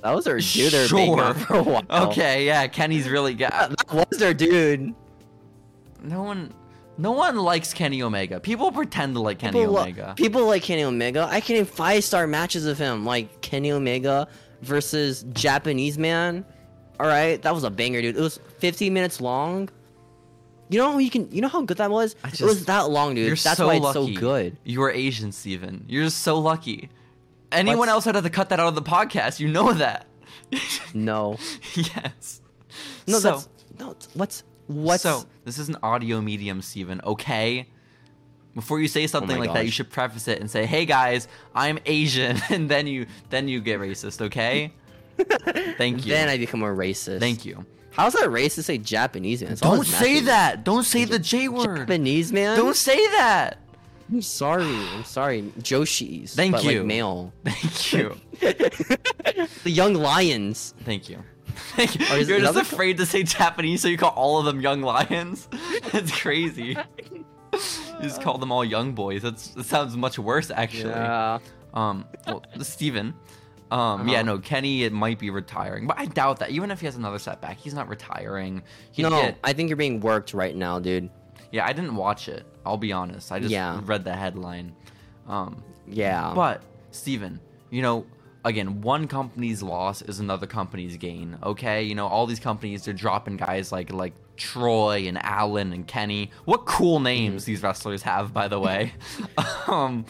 That was their dude. They're sure. for a while. okay yeah kenny's really got That was their dude. no one no one likes kenny omega people pretend to like kenny People, lo- omega people like Kenny Omega. I can name five star matches of him, like Kenny Omega versus Japanese man. All right, that was a banger, dude. It was 15 minutes long. You know you can. You know how good that was. I it was just- that long, dude. You're That's so why it's lucky. so good. You are Asian, Steven. You're just so lucky. Anyone What's- else would have to cut that out of the podcast. You know that. No, yes. no, so, that's no. it's- What's what's so this is an audio medium, Steven, okay? Before you say something like that, you gosh. should preface it and say, "Hey guys, I'm Asian," and then you then you get racist, okay? Thank you. Then I become a racist. Thank you. How's that racist? to Say Japanese man. It's all Don't his say matches. that. Don't say the J word. Japanese man. Don't say that. I'm sorry. I'm sorry. Joshis. Thank but you. Like male. Thank you. The young lions. Thank you. Thank you. Oh, is it You're just another co- afraid to say Japanese, so you call all of them young lions. That's crazy. you just call them all young boys. That's, that sounds much worse, actually. Yeah. Um, well, Steven. Um, Uh-huh. yeah, no, Kenny, it might be retiring, but I doubt that. Even if he has another setback, he's not retiring. He'd no, get- I think you're being worked right now, dude. yeah, I didn't watch it. I'll be honest. I just Yeah. read the headline. Um, Yeah. But Steven, you know, again, one company's loss is another company's gain. Okay, you know, all these companies they're dropping guys like like Troy and Allen and Kenny. What cool names Mm-hmm. these wrestlers have, by the way. um,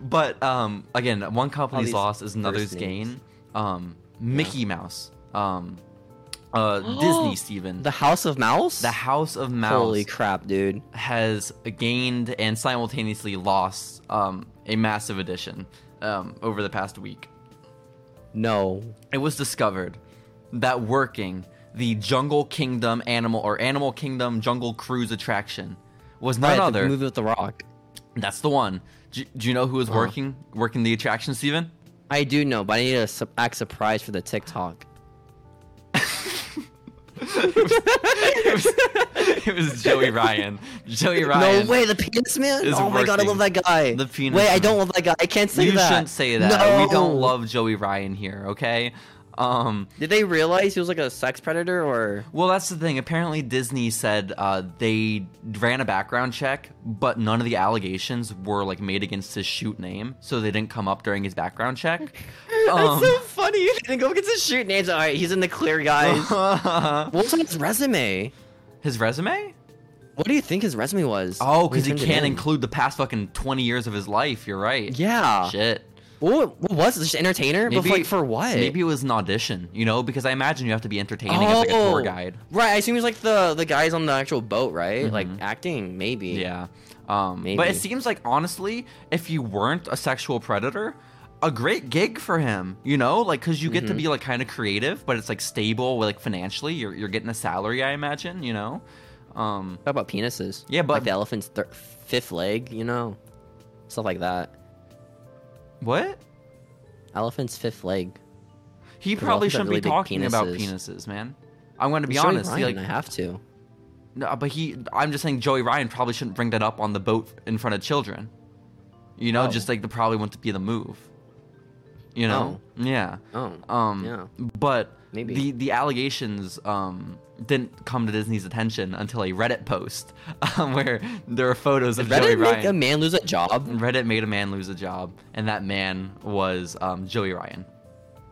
but um, again, one company's these loss is another's first names. gain. Um, Mickey Mouse, um, uh, Disney, Steven. the The- House of Mouse? House of Mouse Holy crap, dude. has gained and simultaneously lost um, a massive addition um, over the past week. No. It was discovered that working the Jungle Kingdom animal or Animal Kingdom Jungle Cruise attraction was none Right, the other. movie Uh-huh. with the rock. That's the one. Do, do you know who was working working the attraction, Steven? I do know, but I need to su- act surprised for the TikTok. It was, it was Joey Ryan. Joey Ryan. no way, the penis man? is Oh my god, I working. love that guy. The penis Wait, I man. don't love that guy. I can't say You that. shouldn't say that. We don't No. love Joey Ryan here, okay? Um, Did they realize he was like a sex predator or Well, that's the thing. Apparently, Disney said uh, they ran a background check, but none of the allegations were like made against his shoot name, so they didn't come up during his background check. Um, That's so funny. You didn't go against his shoot names. Alright, he's in the clear guys. what was on his resume? his resume? What do you think his resume was? Oh, What do because you he think it can't is? include the past fucking twenty years of his life. You're right. Yeah. Shit. What, what was it? Just entertainer? but like for what? Maybe it was an audition. You know, because I imagine you have to be entertaining as like a Oh. tour guide. Right, I assume he was like the the guys on the actual boat, right? Like acting, maybe. Mm-hmm. Yeah. Um, But Maybe. it seems like honestly, if you weren't a sexual predator, a great gig for him. You know, like because you get Mm-hmm. to be like kind of creative, but it's like stable, like financially. You're you're getting a salary, I imagine. You know. Um, Talk about penises. Yeah, but- like the elephant's thir- fifth leg, you know, stuff like that. what? Elephant's fifth leg. He They're probably all got shouldn't really be big talking about penises. penises, man. I'm going to be Joey honest. he, Ryan, like, I have to. no, but he, I'm just saying, Joey Ryan probably shouldn't bring that up on the boat in front of children. You know, Oh. just like the probably wouldn't be the move. You know, yeah. Oh, Um, yeah. But Maybe. the the allegations um, didn't come to Disney's attention until a Reddit post um, where there are photos of Joey Reddit make Ryan. a man lose a job. Reddit made a man lose a job, and that man was um, Joey Ryan.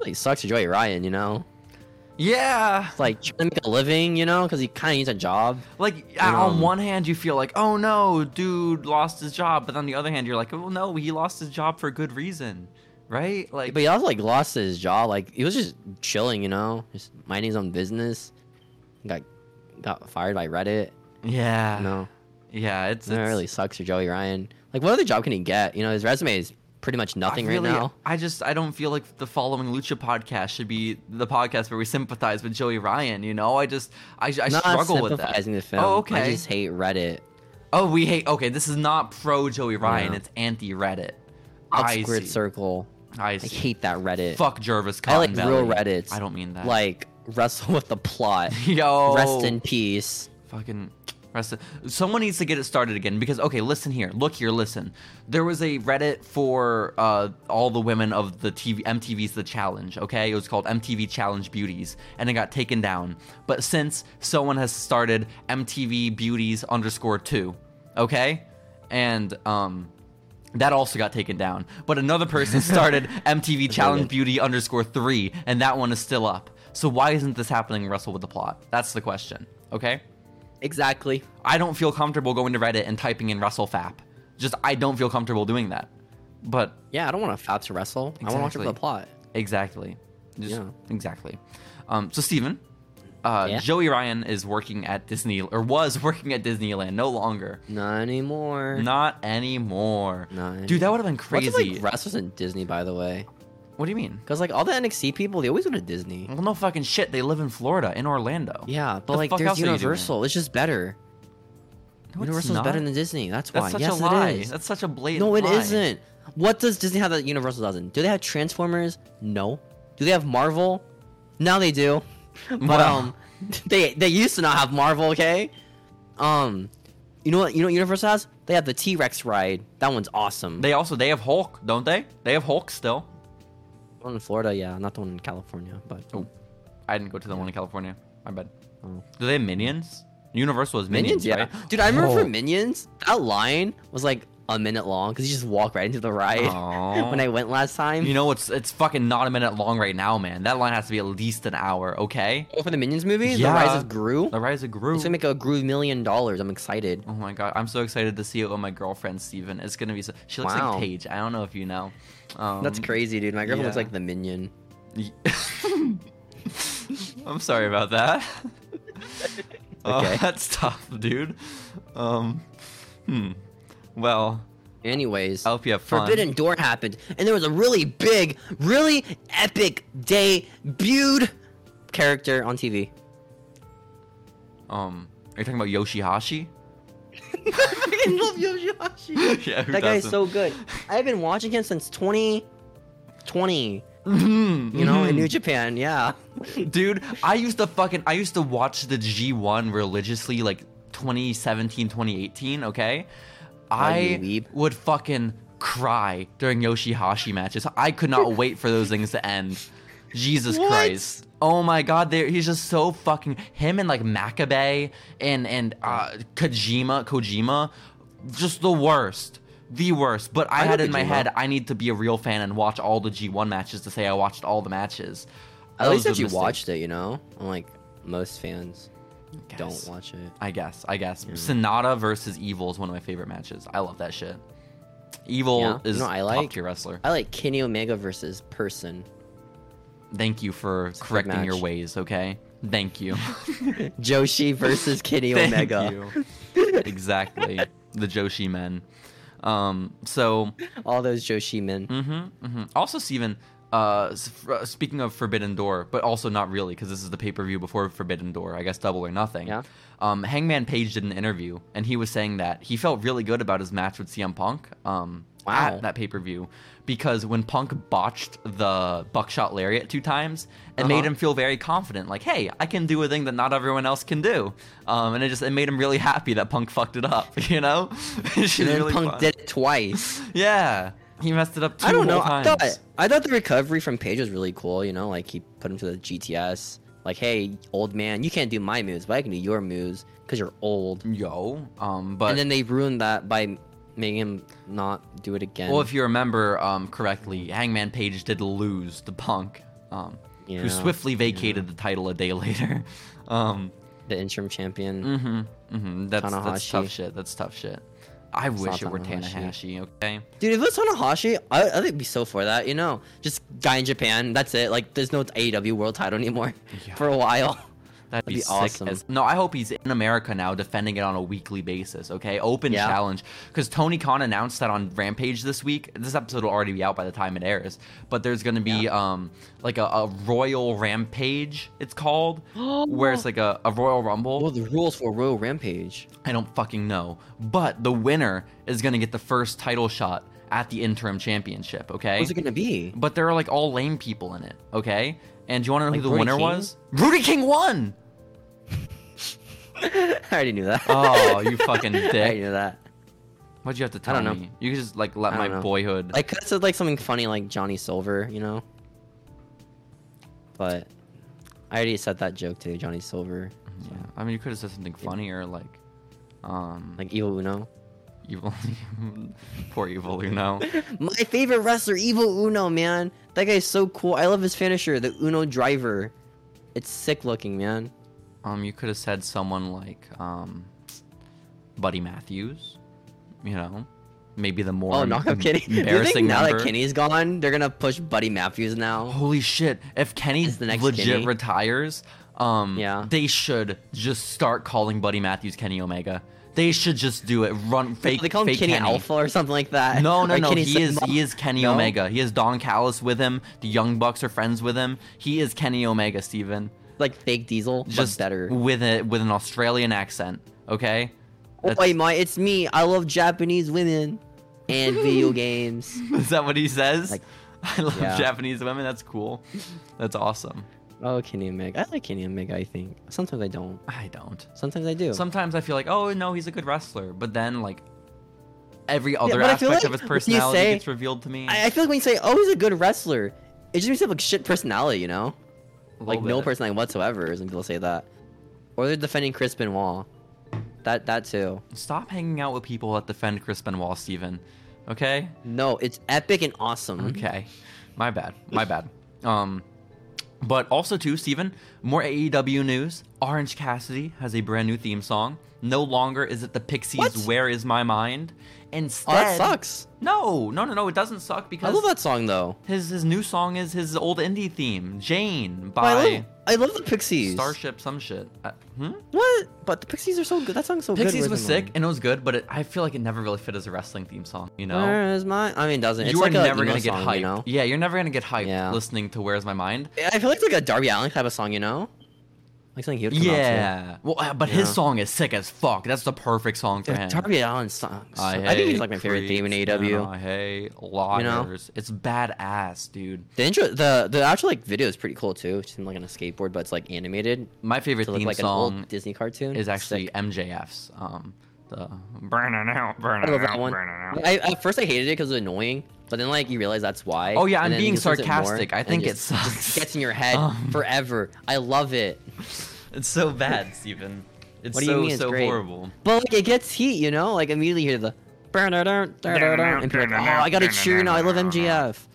Really sucks to Joey Ryan, you know. Yeah, It's like trying to make a living, you know, because he kind of needs a job. Like Um, on one hand, you feel like, oh no, dude lost his job, but on the other hand, you're like, oh no, he lost his job for a good reason, right? Like, But he also like lost his job. Like he was just chilling, you know, just minding his own business. Got got fired by Reddit. yeah, You know, yeah, it's, that it's really sucks for Joey Ryan. Like what other job can he get? You know, his resume is pretty much I nothing really- right now. I just I don't feel like the following Lucha podcast should be the podcast where we sympathize with Joey Ryan. You know, I just I, I Not struggle with that. sympathizing the film. Oh okay. I just hate Reddit. Oh, we hate. Okay, this is not pro Joey Ryan. Yeah. It's anti Reddit. I Squid see. Circle. I I see. hate that Reddit. Fuck Jervis. I like Cotton real Belly. Reddits. I don't mean that. Like wrestle with the plot. Yo. Rest in peace. Fucking rest. of- Someone needs to get it started again because okay, listen here, look here, listen. There was a Reddit for uh, all the women of the TV MTV's The Challenge. Okay, it was called MTV Challenge Beauties, and it got taken down. But since someone has started MTV Beauties underscore two, okay, and um. That also got taken down. But another person started MTV Challenge good. Beauty underscore three, and that one is still up. So why isn't this happening, Wrestle with the Plot? That's the question. Okay? Exactly. I don't feel comfortable going to Reddit and typing in WrestleFap. Just I don't feel comfortable doing that. But Yeah, I don't want to fap to wrestle. I want to watch it Exactly. for the plot. exactly, Just- Yeah. exactly. Um, so Steven, uh, Yeah? Joey Ryan is working at Disney or was working at Disneyland, no longer, Not anymore. not anymore. Not Dude, that would have been What's crazy. with, like wrestlers in Disney, by the way? what do you mean? Because like all the NXT people, they always go to Disney. Well, no fucking shit. They live in Florida, in Orlando. Yeah, but Mm. The like fuck there's else are you doing? Universal. It's just better. No, it's Universal's not. better than Disney. That's That's why. such yes, a lie. it is. That's such a blatant. no, it lie. not What does Disney have that Universal doesn't? Do they have Transformers? No. Do they have Marvel? Now they do. But Wow. um, they they used to not have Marvel. Okay. Um, you know what? You know what Universal has? They have the T Rex ride. That one's awesome. They also they have Hulk, don't they? They have Hulk still. The one in Florida, yeah, not the one in California, but Oh, I didn't go to the one in California. My bad. Oh. Do they have minions? Universal has minions, Minions, yeah, right? dude. I remember for Oh. Minions, that line was like a minute long because you just walk right into the ride Aw. when I went last time. You know, it's it's fucking not a minute long right now, man. That line has to be at least an hour, okay? Oh, for the Minions movie, Yeah. the Rise of Gru. The Rise of Gru. It's gonna make a Gru million dollars. I'm excited. oh my god, I'm so excited to see it with my girlfriend Steven. It's gonna be so. She looks Wow. like Paige. I don't know if you know. Um, That's crazy, dude. My girlfriend looks yeah. like the Minion. y- I'm sorry about that. Oh, Okay. that's tough, dude. Um, hmm. Well, Anyways, I hope you have fun. Forbidden Door happened, and there was a really big, really epic debuted character on TV. Um, are you talking about Yoshihashi? I fucking love Yoshihashi. Yeah, who that guy is doesn't? so good. I've been watching him since 2020. Mhm, you know, in mhm. New Japan. Yeah. dude, I used to fucking I used to watch the G1 religiously like 2017, 2018, okay? you I weeb. would fucking cry during Yoshihashi matches. I could not wait for those things to end. Jesus What? Christ. Oh my god, there he's just so fucking him and like Makabe and and uh Kojima, Kojima just the worst. The worst, but I, I know had in my Kojima. head I need to be a real fan and watch all the G1 matches to say I watched all the matches. At least that That was a you mistake. watched it, you know, unlike most fans. guess. Don't watch it. I guess. I guess. Sonata versus Evil is one of my favorite matches. I love that shit. Evil Yeah, you is know what I top like? tier wrestler. I like Kenny Omega versus Person. Thank you for correcting your match. ways. Okay. Thank you. Joshi versus Kenny Thank Omega. you. exactly. The Joshi men. Um. So. All those Joshi men. Mm-hmm, hmm Also, Steven, uh, s- f- uh, speaking of Forbidden Door, but also not really, because this is the pay per view before Forbidden Door, I guess Double or Nothing. Yeah. Um, Hangman Page did an interview, and he was saying that he felt really good about his match with CM Punk um, Wow. at that pay per view, because when Punk botched the Buckshot Lariat two times, it made Uh-huh. him feel very confident, like, hey, I can do a thing that not everyone else can do. Um, and it just it made him really happy that Punk fucked it up, you know? It's And then really Punk fun. did it twice. Yeah. He messed it up two I don't know. whole I times. thought I thought the recovery from Paige was really cool. You know, like he put him to the GTS. Like, hey, old man, you can't do my moves, but I can do your moves because you're old. Yo. Um, but and then they ruined that by making him not do it again. well, if you remember um, correctly, Hangman Page did lose the Punk, um, Yeah, who swiftly vacated the title a day later. Um, the interim champion. hmm hmm that's, that's Tanahashi. tough shit. That's tough shit. I wish it were Tanahashi. Tanahashi. Okay. Dude, if it was Tanahashi, I, I think I'd be so for that. You know, just guy in Japan. That's it. Like, there's no AEW world title anymore Yeah. for a while. That'd, be be, sick awesome. as- no, I hope he's in America now, defending it on a weekly basis. Okay, open Yeah. challenge because Tony Khan announced that on Rampage this week. This episode will already be out by the time it airs, but there's going to be um like a, a Royal Rampage. It's called where it's like a, a Royal Rumble. Well, the rules for Royal Rampage. I don't fucking know, but the winner is going to get the first title shot at the interim championship. Okay, What's it gonna be? but there are like all lame people in it. Okay, and do you want to know who the Rudy winner King? was? Rudy King won. I already knew that. Oh, you fucking I already dick. knew that. Why'd you have to tell don't know. me? You could just like let I my don't know. boyhood. I could have said like something funny like Johnny Silver, you know. But I already said that joke to Johnny Silver, yeah. I mean, you could have said something funnier, like, um, like Evil Uno. evil, poor evil Uno. My favorite wrestler, Evil Uno, man. That guy's so cool. I love his finisher, the Uno Driver. It's sick looking, man. Um, you could have said someone like, um, Buddy Matthews. You know, maybe the more Oh, em- no, I'm em- kidding. Do you think embarrassing now number. that Kenny's gone, they're gonna push Buddy Matthews now? Holy shit! If Kenny Is the next legit Kenny? retires, um, Yeah. they should just start calling Buddy Matthews Kenny Omega. They should just do it. Run fake. they call him fake Kenny, Kenny. Alpha or something like that. No, no, Or no. Kenny he is Sigma. he is Kenny No? Omega. He has Don Callis with him. The Young Bucks are friends with him. He is Kenny Omega, Steven. like fake Diesel, Just just better. with it with an Australian accent. Okay. Oh, That's- wait, my, it's me. I love Japanese women and video games. is that what he says? Like- I love yeah. Japanese women. That's cool. That's awesome. Oh, Kenny Omega. I like Kenny Omega, I think. Sometimes I don't. I don't. Sometimes I do. Sometimes I feel like, oh no, he's a good wrestler, but then like every other but I feel aspect of like his when you personality say- gets revealed to me. I, I feel like when you say, oh, he's a good wrestler, it just means you have a shit personality, you know? A Like, little no bit. personality whatsoever is when people say that. Or they're defending Chris Benoit. That, that too. Stop hanging out with people that defend Chris Benoit, Steven. Okay? No, it's epic and awesome. Okay. My bad. My bad. Um but also too, Steven, more AEW news. Orange Cassidy has a brand new theme song. No longer is it the Pixies What? Where Is My Mind? Instead Oh, that sucks. No, no, no, no, it doesn't suck I because love that song, though. his his new song is his old indie theme, Jane Oh, I by love, I love the Pixies. Starship some shit. Uh, hmm? What? But the Pixies are so good. That song's so good. Pixies was originally. sick and it was good, but it, I feel like it never really fit as a wrestling theme song, you know? Where is my? I mean, it doesn't. It's you like are a never emo gonna get song, hyped. You know? Yeah, you're never gonna get hyped Yeah. listening to "Where's My Mind." I feel like it's like a Darby Allen type of song, you know? Like something he would come out Yeah. Well, uh, but his Yeah. song is sick as fuck. That's the perfect song for to. him. Dude, Darby Allen song. I, I think hate he's like my favorite E theme in creeps AEW. and I hate liars. It's badass, dude. The intro, the the actual like video is pretty cool too. It's him like on a skateboard, but it's like animated My favorite to look theme like an song old Disney cartoon. is Sick. actually MJF's. Um, the Burning out, I burning love out, that one. burning out. I, at first I hated it because it was annoying, but then like you realize that's why. Oh, yeah, and I'm then you being listen to it more, sarcastic. I and think just- it just sucks. gets in your head Um. forever. I love it, it's so bad, Steven. It's What do you so mean it's so great? horrible. but like it gets heat, you know. Like immediately you hear the and people like, oh, I gotta cheer now. I love MGF. It's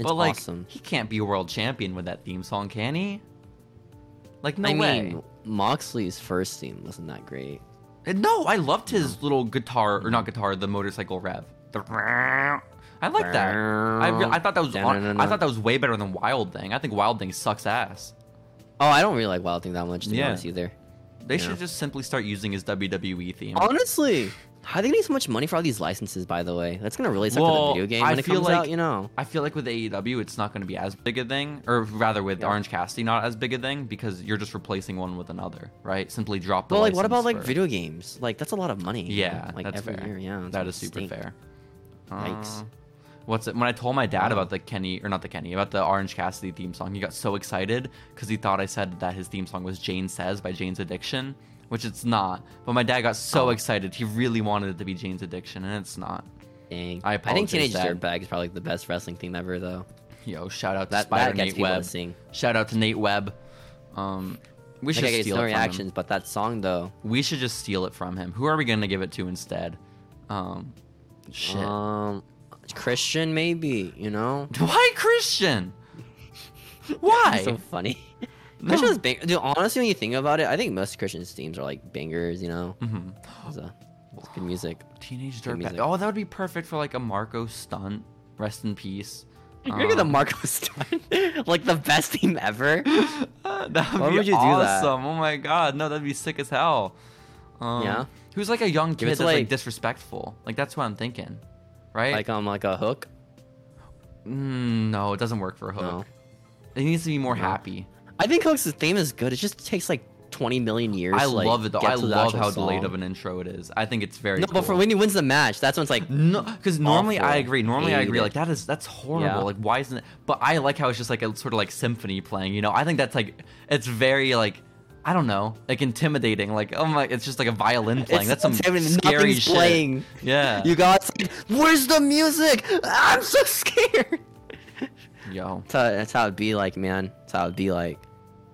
but like, awesome. he can't be a world champion with that theme song, can he? Like, no I way. mean, Moxley's first theme wasn't that great. And no, I loved his little guitar or not guitar, the motorcycle rev. The I like that. I, re- I thought that was on, I thought that was way better than Wild Thing. I think Wild Thing sucks ass. Oh, I don't really like Wild Thing that much, to be Yeah. honest, either. They Yeah. should just simply start using his WWE theme. Honestly, how they getting so much money for all these licenses? By the way, that's gonna really suck Well, for the video game I when it feel comes like- out. You know, I feel like with AEW, it's not going to be as big a thing, or rather with Yeah. Orange Cassidy, not as big a thing because you're just replacing one with another, right? Simply drop the. but like, what about license like for- video games? Like, that's a lot of money. Yeah, like that's every fair. year. Yeah, it's that a is super stink. fair. Yikes. Oh. Uh, what's it? When I told my dad Wow. about the Kenny or not the Kenny about the Orange Cassidy theme song, he got so excited because he thought I said that his theme song was Jane Says by Jane's Addiction, which it's not. But my dad got so Oh. excited, he really wanted it to be Jane's Addiction, and it's not. Dang. I think apologize, Teenage Dad. Dirtbag is probably like, the best wrestling theme ever, though. Yo, shout out to That Spider that gets Nate people to Webb. sing. Shout out to Nate Webb. Um, we Like, should I get steal no it from him. reactions, but that song though. We should just steal it from him. Who are we gonna give it to instead? Um, shit. Um, Christian maybe. You know, Why Christian? Why? That's so funny. No. Christian was bang- Dude, honestly, when you think about it, I think most Christian's themes are like bangers. You know, Mhm. it's, uh, it's good music. Teenage Good Dirtbag. music. Oh, that would be perfect for like a Marco stunt. Rest in peace. You're gonna Um, Marco Stunt like the best team ever. uh, that would Why be would you do that? awesome. Oh my god, no, that'd be sick as hell. Um, Yeah. Who's like a young kid Give it that's to, like, like- disrespectful? Like that's what I'm thinking, right? Like um, like a hook. Mm, no, it doesn't work for Hook. No, It needs to be more happy. I think Hook's theme is good. It just takes like 20 million years. I to, like, love it though. get I to the love actual how delayed song. of an intro it is. I think it's very. No, but for cool. when he wins the match, that's when it's like No, because normally I Awful. agree. Normally I Hate agree. it. Like that is that's horrible. Yeah. Like why isn't it? But I like how it's just like a sort of like symphony playing. You know, I think that's like it's very like I don't know, like intimidating. Like oh my, it's just like a violin playing. that's some intimidating. scary Nothing's shit. playing. Yeah. you got. Where's the music? I'm so scared. Yo. That's how, that's how it'd be like, man. That's how it'd be like.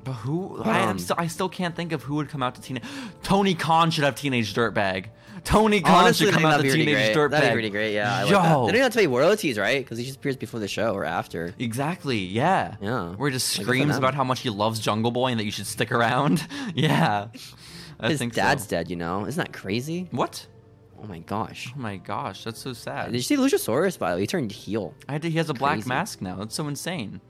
But who? I, am Um, still, I still can't think of who would come out to teenage. Tony Khan should have teenage dirtbag. Tony Khan Honestly, should come that'd out be to pretty teenage great. dirtbag. That'd be pretty great. Yeah, I like Yo. that. They don't even have to pay royalties, right? Because he just appears before the show or after. Exactly. Yeah. Yeah. Where he just Like, good for screams them. about how much he loves Jungle Boy and that you should stick around. yeah. I His think dad's so. dead, you know. Isn't that crazy? What? Oh my gosh. Oh my gosh, that's so sad. Did you see Luchasaurus? By the way, he turned heel. I did, he has a black Crazy. mask now. That's so insane.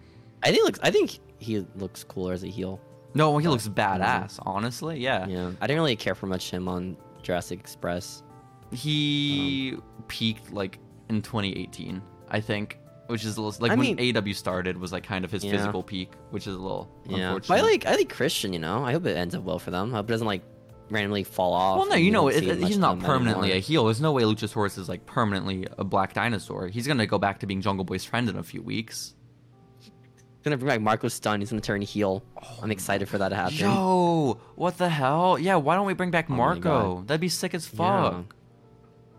I think looks. I think he looks cooler as a heel. No, he looks badass. Honestly, yeah. Oh, Yeah, I didn't really care for much him on Jurassic Express. He Um, peaked like in 2018, I think, which is a little like I when mean- AW started was like kind of his Yeah. physical peak, which is a little Yeah, unfortunate. but I like I like Christian. You know, I hope it ends up well for them. I hope it doesn't like randomly fall off. Well, no, and you know, don't it, see it- much he's of not them anymore. permanently a heel. There's no way Luchasaurus is like permanently a black dinosaur. He's gonna go back to being Jungle Boy's friend in a few weeks. He's gonna bring back Marco Stun. He's gonna turn heel. I'm excited for that to happen. Oh Yo, what the hell? Yeah, why don't we bring back Oh my Marco? That'd be sick as Yeah. fuck.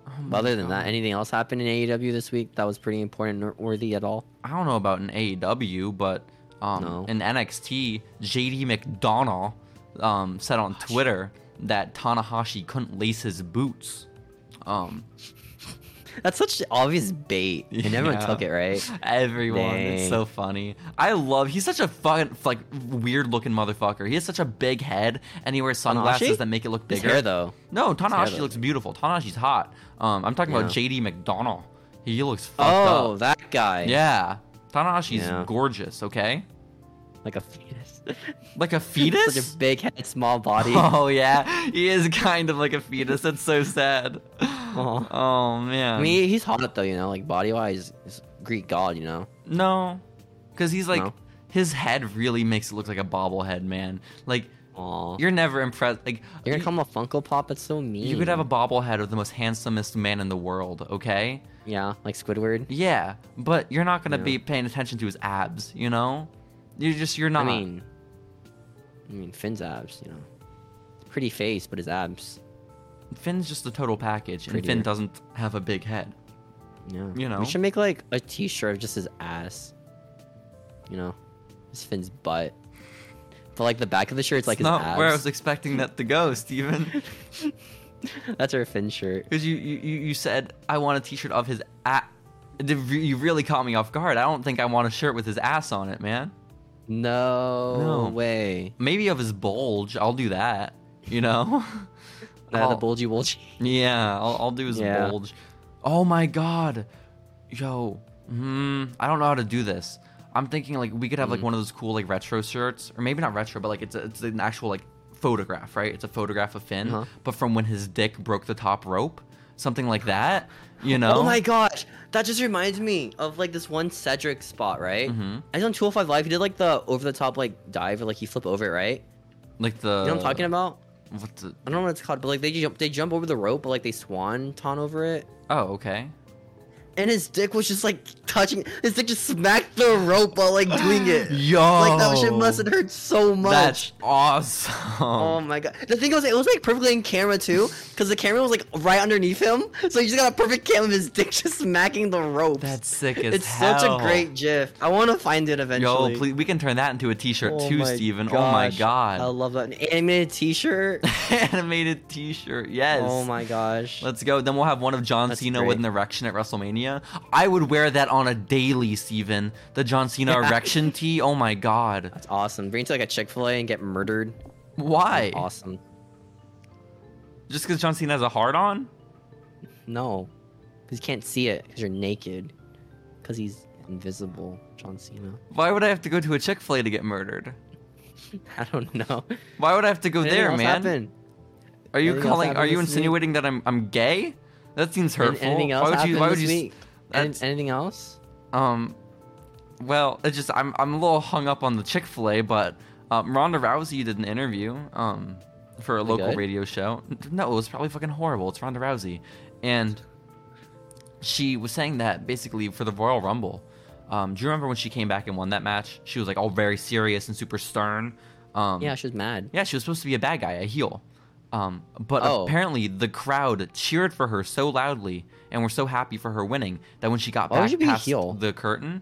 Oh but other than that, anything else happened in AEW this week that was pretty important or worthy at all? I don't know about in AEW, but um, No. in NXT, JD McDonough um, said on Twitter that Tanahashi couldn't lace his boots. Um, That's such obvious bait, and everyone Yeah. took it, right? Everyone, it's Dang. so funny. I love. He's such a fun, like weird looking motherfucker. He has such a big head, and he wears sunglasses Tanahashi? that make it look His bigger. hair though. No, hair, Tanahashi though. looks beautiful. Tanahashi's hot. Um, I'm talking about JD McDonald. He looks fucked Oh, up. that guy. Yeah, Tanahashi's Yeah. gorgeous. Okay, like a fetus. like a fetus. Such a big head, small body. Oh yeah, he is kind of like a fetus. That's so sad. Aw. Oh man. I mean, he's hot though, you know, like body wise, he's Greek god, you know. No, because he's like No? his head really makes it look like a bobblehead, man. Like Aw. You're, you're never impressed. Like gonna call him a Funko Pop? That's so mean. you could have a bobblehead of the most handsomest man in the world. Okay. yeah, like Squidward. Yeah, but you're not gonna Yeah. be paying attention to his abs. You know, you're just you're I not. mean, I mean Finn's abs, you know, pretty face, but his abs. Finn's just the total package, and Finn Prettier. doesn't have a big head. Yeah. You know? We should make like a t-shirt of just his ass. You know? Just Finn's butt. But like the back of the shirt's like It's his not abs. where I was expecting that to go, Steven. That's our Finn shirt. Because you, you, you you said I want a T-shirt of his ass. You really caught me off guard. I don't think I want a shirt with his ass on it, man. No, No. way. Maybe of his bulge. I'll do that. You know? The, the I'll- bulgy bulgy. Yeah, I'll, I'll do his Yeah. bulge. Oh my god, yo, hmm, I don't know how to do this. I'm thinking like we could have Mm. like one of those cool like retro shirts, or maybe not retro, but like it's a, it's an actual like photograph, right? It's a photograph of Finn, Uh-huh. but from when his dick broke the top rope, something like that. You know? Oh my gosh, that just reminds me of like this one Cedric spot, right? Mhm. I was on 205 Live. He did like the over the top like dive, or like he flip over it, right? like the. You know what I'm talking about? What the, I don't know what it's called, but like they jump, they jump over the rope, but like they swan ton over it. oh okay. And his dick was just like touching. His dick just smacked the rope while like doing it. Yo, Like that shit must have hurt so much. That's awesome. Oh Um, my god! The thing was, it was like perfectly in camera too, because the camera was like right underneath him, so you just got a perfect cam of his dick just smacking the ropes. That's sick as it's such hell. a great GIF. I want to find it eventually. Yo, please, we can turn that into a T-shirt Oh too, my Steven. Oh my gosh. god, I love that an animated T-shirt. animated T-shirt. Yes. Oh my gosh! Let's go. Then we'll have one of John That's Cena great. with an erection at WrestleMania. I would wear that on a daily, Steven. The John Cena Yeah. erection tee. Oh my god. That's awesome. Bring it to like a Chick Fil A and get murdered. Why? Awesome. Just because John Cena has a hard on? No, because you can't see it because you're naked, because he's invisible. John Cena. Why would I have to go to a Chick Fil A to get murdered? I don't know. Why would I have to go Anything there, else man? happened? Are you Anything else calling? happened Are you this week? insinuating that I'm I'm gay? That seems An- hurtful. Anything else why would you? Why would happened you? this s- week? An- that's- anything else? Um, well, it's just I'm I'm a little hung up on the Chick Fil A, but um, Ronda Rousey did an interview um for a Was it local good? radio show. No, it was probably fucking horrible. It's Ronda Rousey, and she was saying that basically for the Royal Rumble. Um, do you remember when she came back and won that match? She was like all very serious and super stern. Um, Yeah, she was mad. yeah, she was supposed to be a bad guy, a heel. Um, but Oh. apparently the crowd cheered for her so loudly and were so happy for her winning that when she got Why would back you be a past heel? the curtain,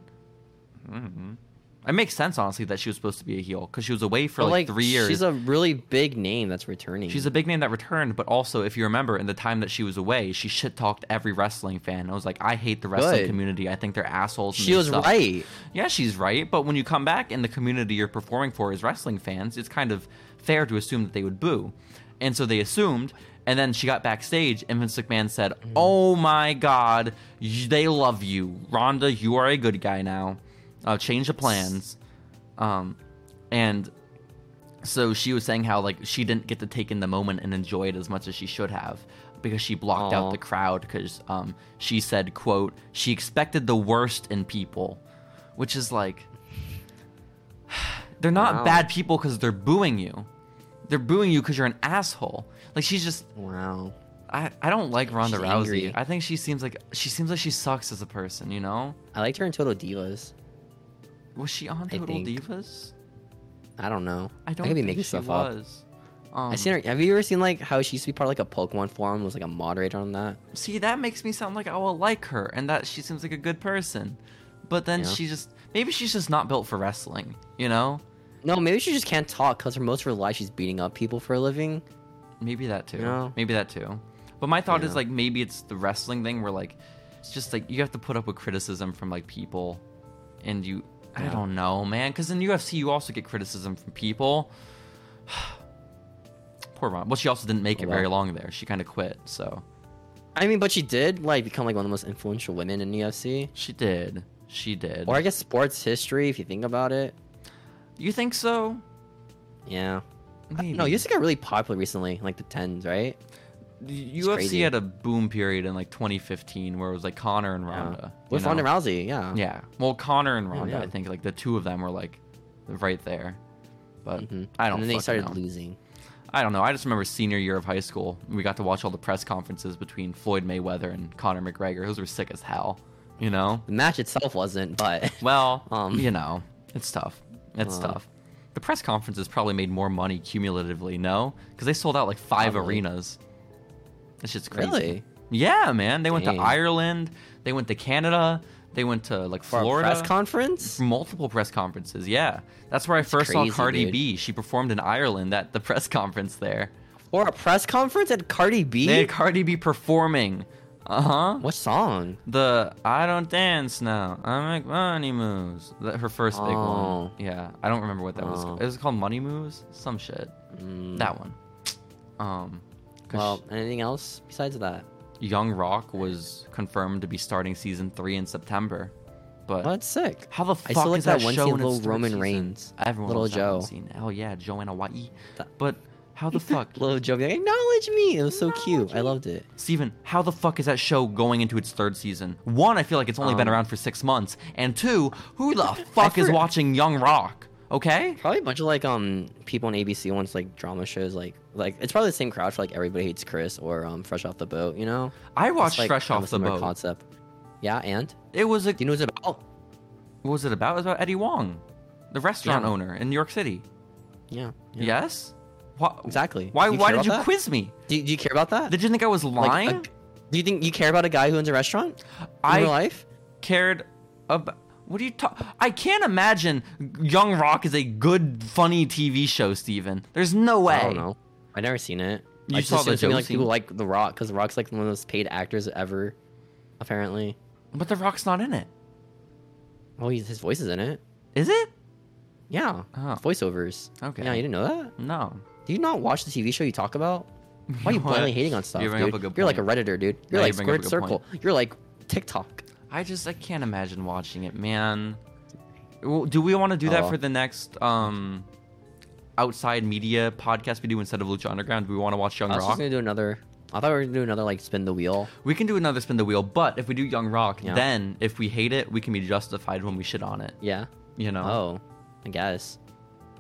Mhm. it makes sense honestly that she was supposed to be a heel because she was away for But, like, three years. She's a really big name that's returning. She's a big name that returned, but also, if you remember, in the time that she was away, she shit talked every wrestling fan. I was like, I hate the wrestling Good. community. I think they're assholes. and she they was suck." right. Yeah, she's right. But when you come back and the community you're performing for is wrestling fans, it's kind of fair to assume that they would boo. And so they assumed. And then she got backstage, and Vince McMahon said, Oh my God, y- they love you. Ronda, you are a good guy now. Uh, change of plans. Um, and so she was saying how like she didn't get to take in the moment and enjoy it as much as she should have because she blocked Aw. out the crowd because um, she said quote she expected the worst in people which is like they're not Wow. bad people because they're booing you they're booing you because you're an asshole like she's just Wow. i, I don't like ronda She's rousey angry. i think she seems like she seems like she sucks as a person you know I liked her in Total Divas. was she on total think- divas I don't know. i don't could be think making she stuff up. was um, I seen her. Have you ever seen like how she used to be part of like a Pokemon forum? Was like a moderator on that. see that makes me sound like i will like her and that she seems like a good person but then Yeah. she just maybe she's just not built for wrestling you know No, maybe she just can't talk because for most of her life she's beating up people for a living. maybe that too No. maybe that too but my thought Yeah. is like maybe it's the wrestling thing where like it's just like you have to put up with criticism from like people and you i Yeah. don't know man because in ufc you also get criticism from people poor ron well she also didn't make it Well. very long there she kind of quit so I mean, but she did like become like one of the most influential women in UFC, she did she did or I guess sports history if you think about it. you think so Yeah. Maybe. No, UFC got really popular recently, like the tens, right? The UFC crazy. had a boom period in like 2015 where it was like Connor and Ronda. you Uh, With know? Ronda Rousey, yeah. Yeah. Well, Connor and Ronda, yeah. I think like the two of them were like right there. But Mhm. I don't And then they fucking started know. losing. I don't know. I just remember senior year of high school, we got to watch all the press conferences between Floyd Mayweather and Connor McGregor. Those were sick as hell, you know? The match itself wasn't, but Well, Um. you know, it's tough. It's Uh. tough. The press conferences probably made more money cumulatively, no? Because they sold out like five Probably. arenas. It's just crazy. really, Yeah, man. They went Dang. to Ireland. They went to Canada. They went to like for Florida. Mm. a press conference, multiple press conferences. Yeah, that's where I first crazy, saw Cardi dude. B. She performed in Ireland at the press conference there. or a press conference at Cardi B. They had Cardi B performing Uh huh. What song? The I don't dance now. I make money moves. That, her first big one. Oh. Yeah, I don't remember what that was. Oh. Called. It was called Money Moves, some shit. Mm, That one. Um, 'cause Well, anything else besides that? Young Rock was confirmed to be starting season three in September, but Well, that's sick. how the I fuck still like is that that, one show scene in of its Little third Roman season? Reignes. Everyone Little loves that one Joe. Scene. Hell yeah, Joanna Wai. That- But how the fuck, Little Joe, be like, acknowledge me. It was so cute. I loved it. Steven, how the fuck is that show going into its third season? One, I feel like it's only been Um, around for six months, and two, who the fuck is for- watching Young Rock? Okay, Probably a bunch of like um people on ABC wants like drama shows like like it's probably the same crowd for like Everybody Hates Chris or um Fresh Off the Boat. You know, I It's, watched like, Fresh kind of Off a the similar Boat. Concept. Yeah, and do It was a you know what it's about? what was it about? It was about Eddie Wong, the restaurant Yeah. owner in New York City. Yeah. Yes. Wha- Exactly. Why? Do you why care did about you that? quiz me? Do, do you care about that? Did you think I was Like, lying? a- do you think you care about a guy who owns a restaurant in I- real life? cared about. What are you talking? I can't imagine Young Rock is a good, funny TV show, Steven. There's no way. I don't know. I've never seen it. You I just saw the assume, Joe like people scene? like The Rock because The Rock's like one of the most paid actors ever, apparently. But The Rock's not in it, Oh, he's, his voice is in it. is it? Yeah, Oh. voiceovers. Okay. Yeah, you didn't know that. No. Do you not watch the TV show you talk about? Why are you know what? blindly hating on stuff, You bring up dude? a good You're like a point. redditor, dude. Yeah, You're you like bring up Squared a good Circle. point. You're like TikTok. I just I can't imagine watching it, man. Well, Do we want to do that Oh. for the next um outside media podcast we do instead of Lucha Underground? Do we want to watch Young I was Rock? just gonna do another. I thought we were gonna do another like spin the wheel. We can do another spin the wheel, but if we do Young Rock, Yeah. then if we hate it, we can be justified when we shit on it. Yeah. You know? Oh, I guess.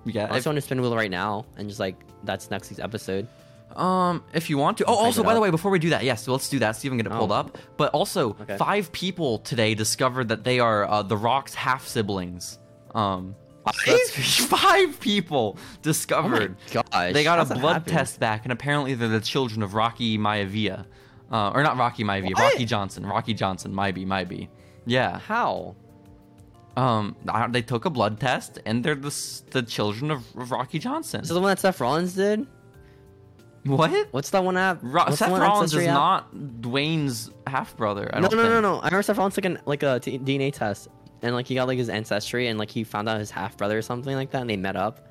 yeah. I if- just want to spin the wheel right now and just like that's next week's episode. Um, if you want to. Oh, Type also, it by the up. way, before we do that, yes, so let's do that. Steven, get it pulled Oh. up. But also, Okay. five people today discovered that they are uh, the Rock's half siblings. Um, so that's five people Oh my discovered. gosh. they got a how's that blood happen? test back, and apparently they're the children of Rocky Maivia, uh, or not Rocky Maivia, What? Rocky Johnson, Rocky Johnson, Maivia, Maivia. Yeah. How? Um, I- they took a blood test, and they're the s- the children of of Rocky Johnson. Is this the one that Seth Rollins did? what? What's that one app? Ro- What's the Seth one Rollins is ancestry app? not Dwayne's half brother. I No, don't no, no, think. no. I remember Seth Rollins took an, like a t- DNA test, and like he got like his ancestry, and like he found out his half brother or something like that, and they met up.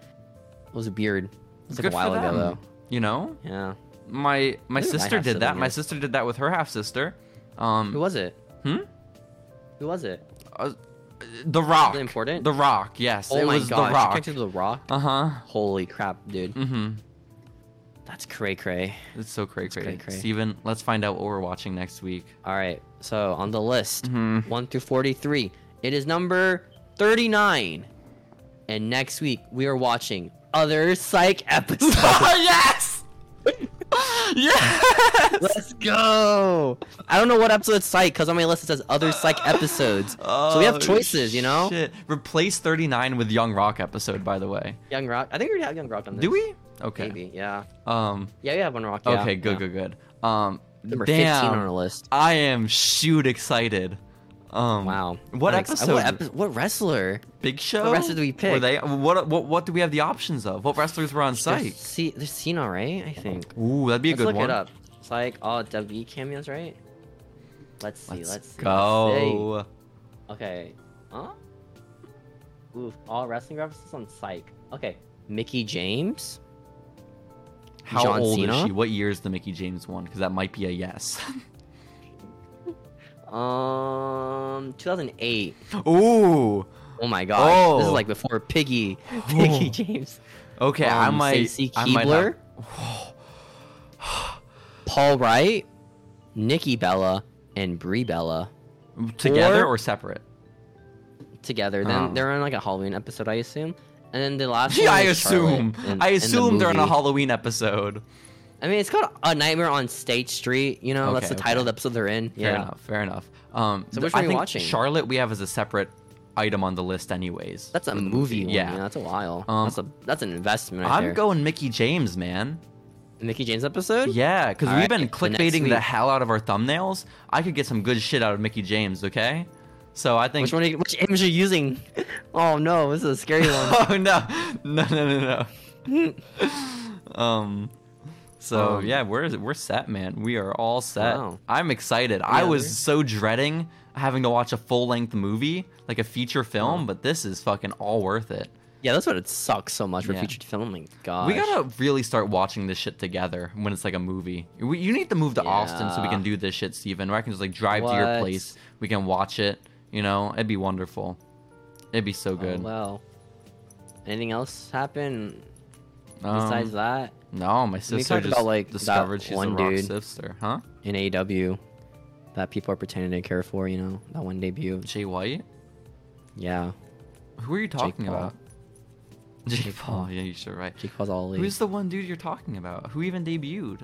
It was weird. It was like Good a while for them. ago though. You know, Yeah. my my Who did my sister did that. half-sibling My is? sister did that with her half sister. Who Um, was it? hmm? Who was it? Uh, the Rock. Is it important? The Rock. Yes. Oh it my was gosh! The you Rock. Connected to the Rock. Uh huh. Holy crap, dude. Mm-hmm. That's cray cray. It's so cray cray. cray-cray. Steven, let's find out what we're watching next week. All right. So on the list, Mhm. one through forty-three, it is number thirty-nine, and next week we are watching other psych episode. yes. yes. Let's go. I don't know what episode it's psych because on my list it says other psych episodes. so we Oh, have choices, you know. Shit. Replace 39 with Young Rock episode, by the way. Young Rock. I think we already have Young Rock on this. Do we? Okay. Maybe. Yeah. Um. Yeah, we have one Rock. yeah, Okay. yeah. Good. Good. Good. Um. Number damn. fifteen on our list. I am shoot excited. Um. Wow. What I'm ex- episode? What, epi- what wrestler? Big Show. What wrestler did we Were pick? they? What? What? What do we have the options of? What wrestlers were on There's site? C- there's Cena, right? I think. Ooh, that'd be a Let's good look it one. up. It's like all WWE cameos, right? Let's see. Let's, Let's, see, go. let's see. Okay. Huh? Oof. All wrestling references on Psych. Okay. Mickey James. How John old is Cena? she? What year is the Mickey James one? Because that might be a yes. Um, 2008. Ooh. Oh my gosh, this Oh. is like before Piggy, Oh. Piggy James, Okay, I Um, might. Stacey I might Keebler? have- Paul Wright, Nikki Bella, and Brie Bella together Or- or separate? together. Then Oh. they're on like a Halloween episode, I assume. And then the last Yeah, one I was assume. Charlotte in- in I the assume they're in a movie. Halloween episode. I mean, it's called A Nightmare on State Street. You know, that's Okay, the title of the episode they're in. Fair yeah. enough. Fair enough. Um, So th- which one I are you think watching? Charlotte we have as a separate item on the list, anyways. That's a for the movie. One, Mm, Yeah. yeah. that's a while. Um, that's a that's an investment. Right I'm there. going Mickey James, man. The Mickey James episode. Yeah, because All we've right, been the next clickbaiting the week. hell out of our thumbnails. I could get some good shit out of Mickey James, okay? So I think. Which one? Are you, which image are you using? oh no, this is a scary one. oh no, no, no, no, no. um, So Um, yeah, we're we're set, man. We are all set. Wow. I'm excited. I Yeah, was we're- so dreading having to watch a full length movie, like a feature film, but this is fucking all worth it. Yeah, that's what it sucks so much for Yeah. featured filming. God, We gotta really start watching this shit together when it's like a movie. We, you need to move to Austin so we Yeah. can do this shit, Steven. Where I can just like drive to your What? place, we can watch it. You know, it'd be wonderful. It'd be so good. Oh, well, anything else happen Um, besides that no, my sister talked just about, like, that discovered she's one a rock dude. sister, huh? in AW that people are pretending to care for? You know, that one debut. Jay White. Yeah, Who are you talking Paul. about? Jake, Jake Paul. Paul. Yeah, you sure right. she calls Ollie. Who's the one dude you're talking about? Who even debuted?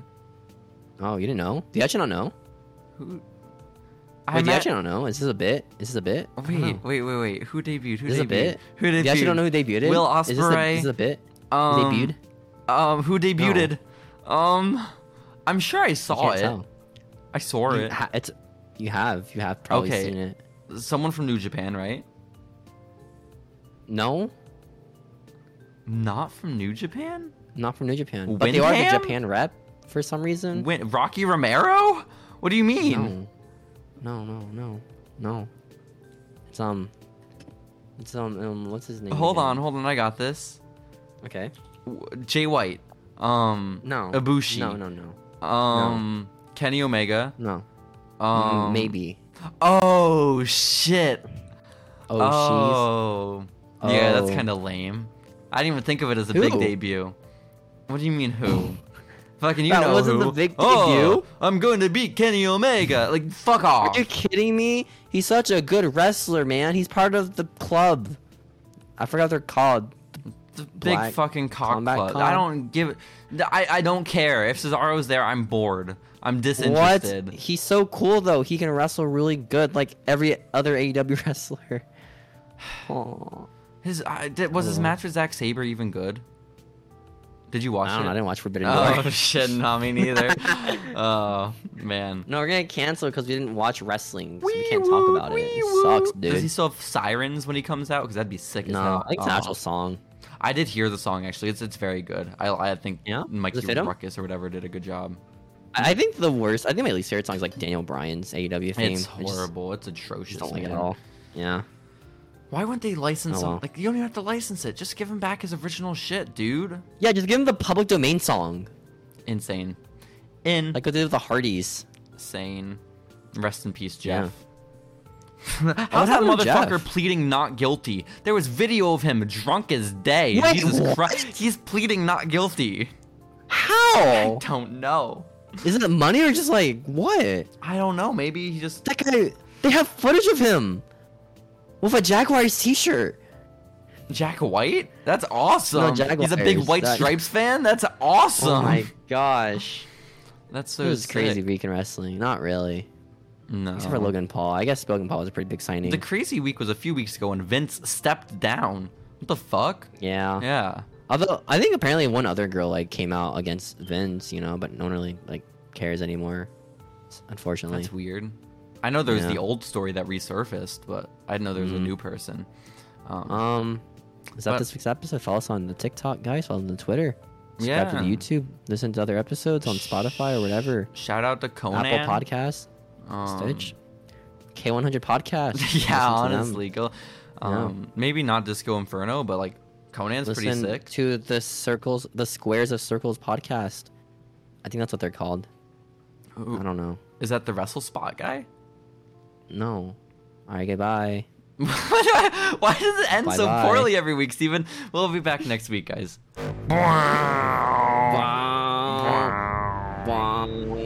Oh, you didn't know? Did you actually not know? Wait, Who? do you met- actually not know? Is this a bit? Is this a bit? I don't know. Wait, wait, wait, wait. Who debuted? Who Is this debuted? a bit? Who Do debuted? You actually don't know who debuted? Will Is this a, Ospreay. is this a bit? um, debuted? Um, who debuted? Um, I'm sure I I saw can't it. tell. I saw You it. ha- it's you have you have probably Okay. seen it. Someone from New Japan, right? No, Not from New Japan. not from New Japan, but they are the Windham? Japan rep for some reason. When Rocky Romero? What do you mean? Mm. no, no, no, no, no. It's um, it's um, um what's his name? Hold again? on, hold on. I got this. Okay. W- Jay White. Um, No. Ibushi. No, no, no, Um, Kenny Omega. no. Um, Maybe. Oh shit. Oh, she's Oh. Yeah, that's Oh. kind of lame. I didn't even think of it as a big Who? debut. What do you mean who? Fucking you That know wasn't who. the big Oh, debut? I'm going to beat Kenny Omega. Like fuck Are off. you kidding me? He's such a good wrestler, man. He's part of the club. I forgot what they're called. The big Black fucking cock Combat club. Club? I don't give. I I don't care if Cesaro's there. I'm bored. I'm What? disinterested. He's so cool though. He can wrestle really good, like every other AEW wrestler. Aw. His I, did, was his Oh. match with Zack Saber even good? Did you watch I don't it? know. I didn't watch Forbidden Door. Oh shit, not me neither. oh man. No, we're gonna cancel because we didn't watch wrestling. So we can't talk about it. It sucks, dude. Does he still have sirens when he comes out? Because that'd be sick as no, hell. I think it's an Aw. actual song. I did hear the song actually. It's it's very good. I I think Yeah? Mikey Does it fit him? Ruckus or whatever did a good job. I I think the worst. I think my least favorite song is like Daniel Bryan's AEW theme. It's I just- horrible. It's atrocious. just don't like it man. at all. Yeah. Why wouldn't they license Oh, him? well. Like you don't even have to license it. Just give him back his original shit, dude. Yeah, just give him the public domain song. Insane. In Like what they did with the Hardys. insane. Rest in peace, Jeff. What How's that happened to motherfucker Jeff? pleading not guilty? There was video of him drunk as day. Wait, Jesus what? Christ. He's pleading not guilty. I How? don't know. Is it money or just like what? I don't know. Maybe he just. That guy. They have footage of him with a Jaguars t-shirt. Jack White? That's awesome. He's a big Jaguars. White That- Stripes fan? That's awesome. Oh my gosh. That's so It was a sick. crazy week in wrestling. Not really. No. Except for Logan Paul. I guess Logan Paul was a pretty big signing. The crazy week was a few weeks ago when Vince stepped down. What the fuck? yeah. Yeah. Although I think apparently one other girl like came out against Vince, you know, but no one really like cares anymore. s- Unfortunately. That's weird. I know there's Yeah. Mm-hmm. the old story that resurfaced, but I didn't know there was a new person. Um, Um is that But- this week's episode? Follow us on the TikTok, guys. Follow us on the Twitter. Subscribe to Yeah. the YouTube. Listen to other episodes on Spotify or whatever. shout out to Conan. Apple Podcasts. Um, Stitch. K100 Podcast. Listen to them. Yeah, honestly, go. Um, Maybe not Disco Inferno, but like Conan's Listen pretty sick. to the circles, the squares of circles podcast. I think that's what they're called. Who- I don't know. Is that the Wrestle Spot guy? No. All right, goodbye. Why does it end so Bye-bye. poorly every week, Steven? We'll be back next week, guys. Bye. Bye.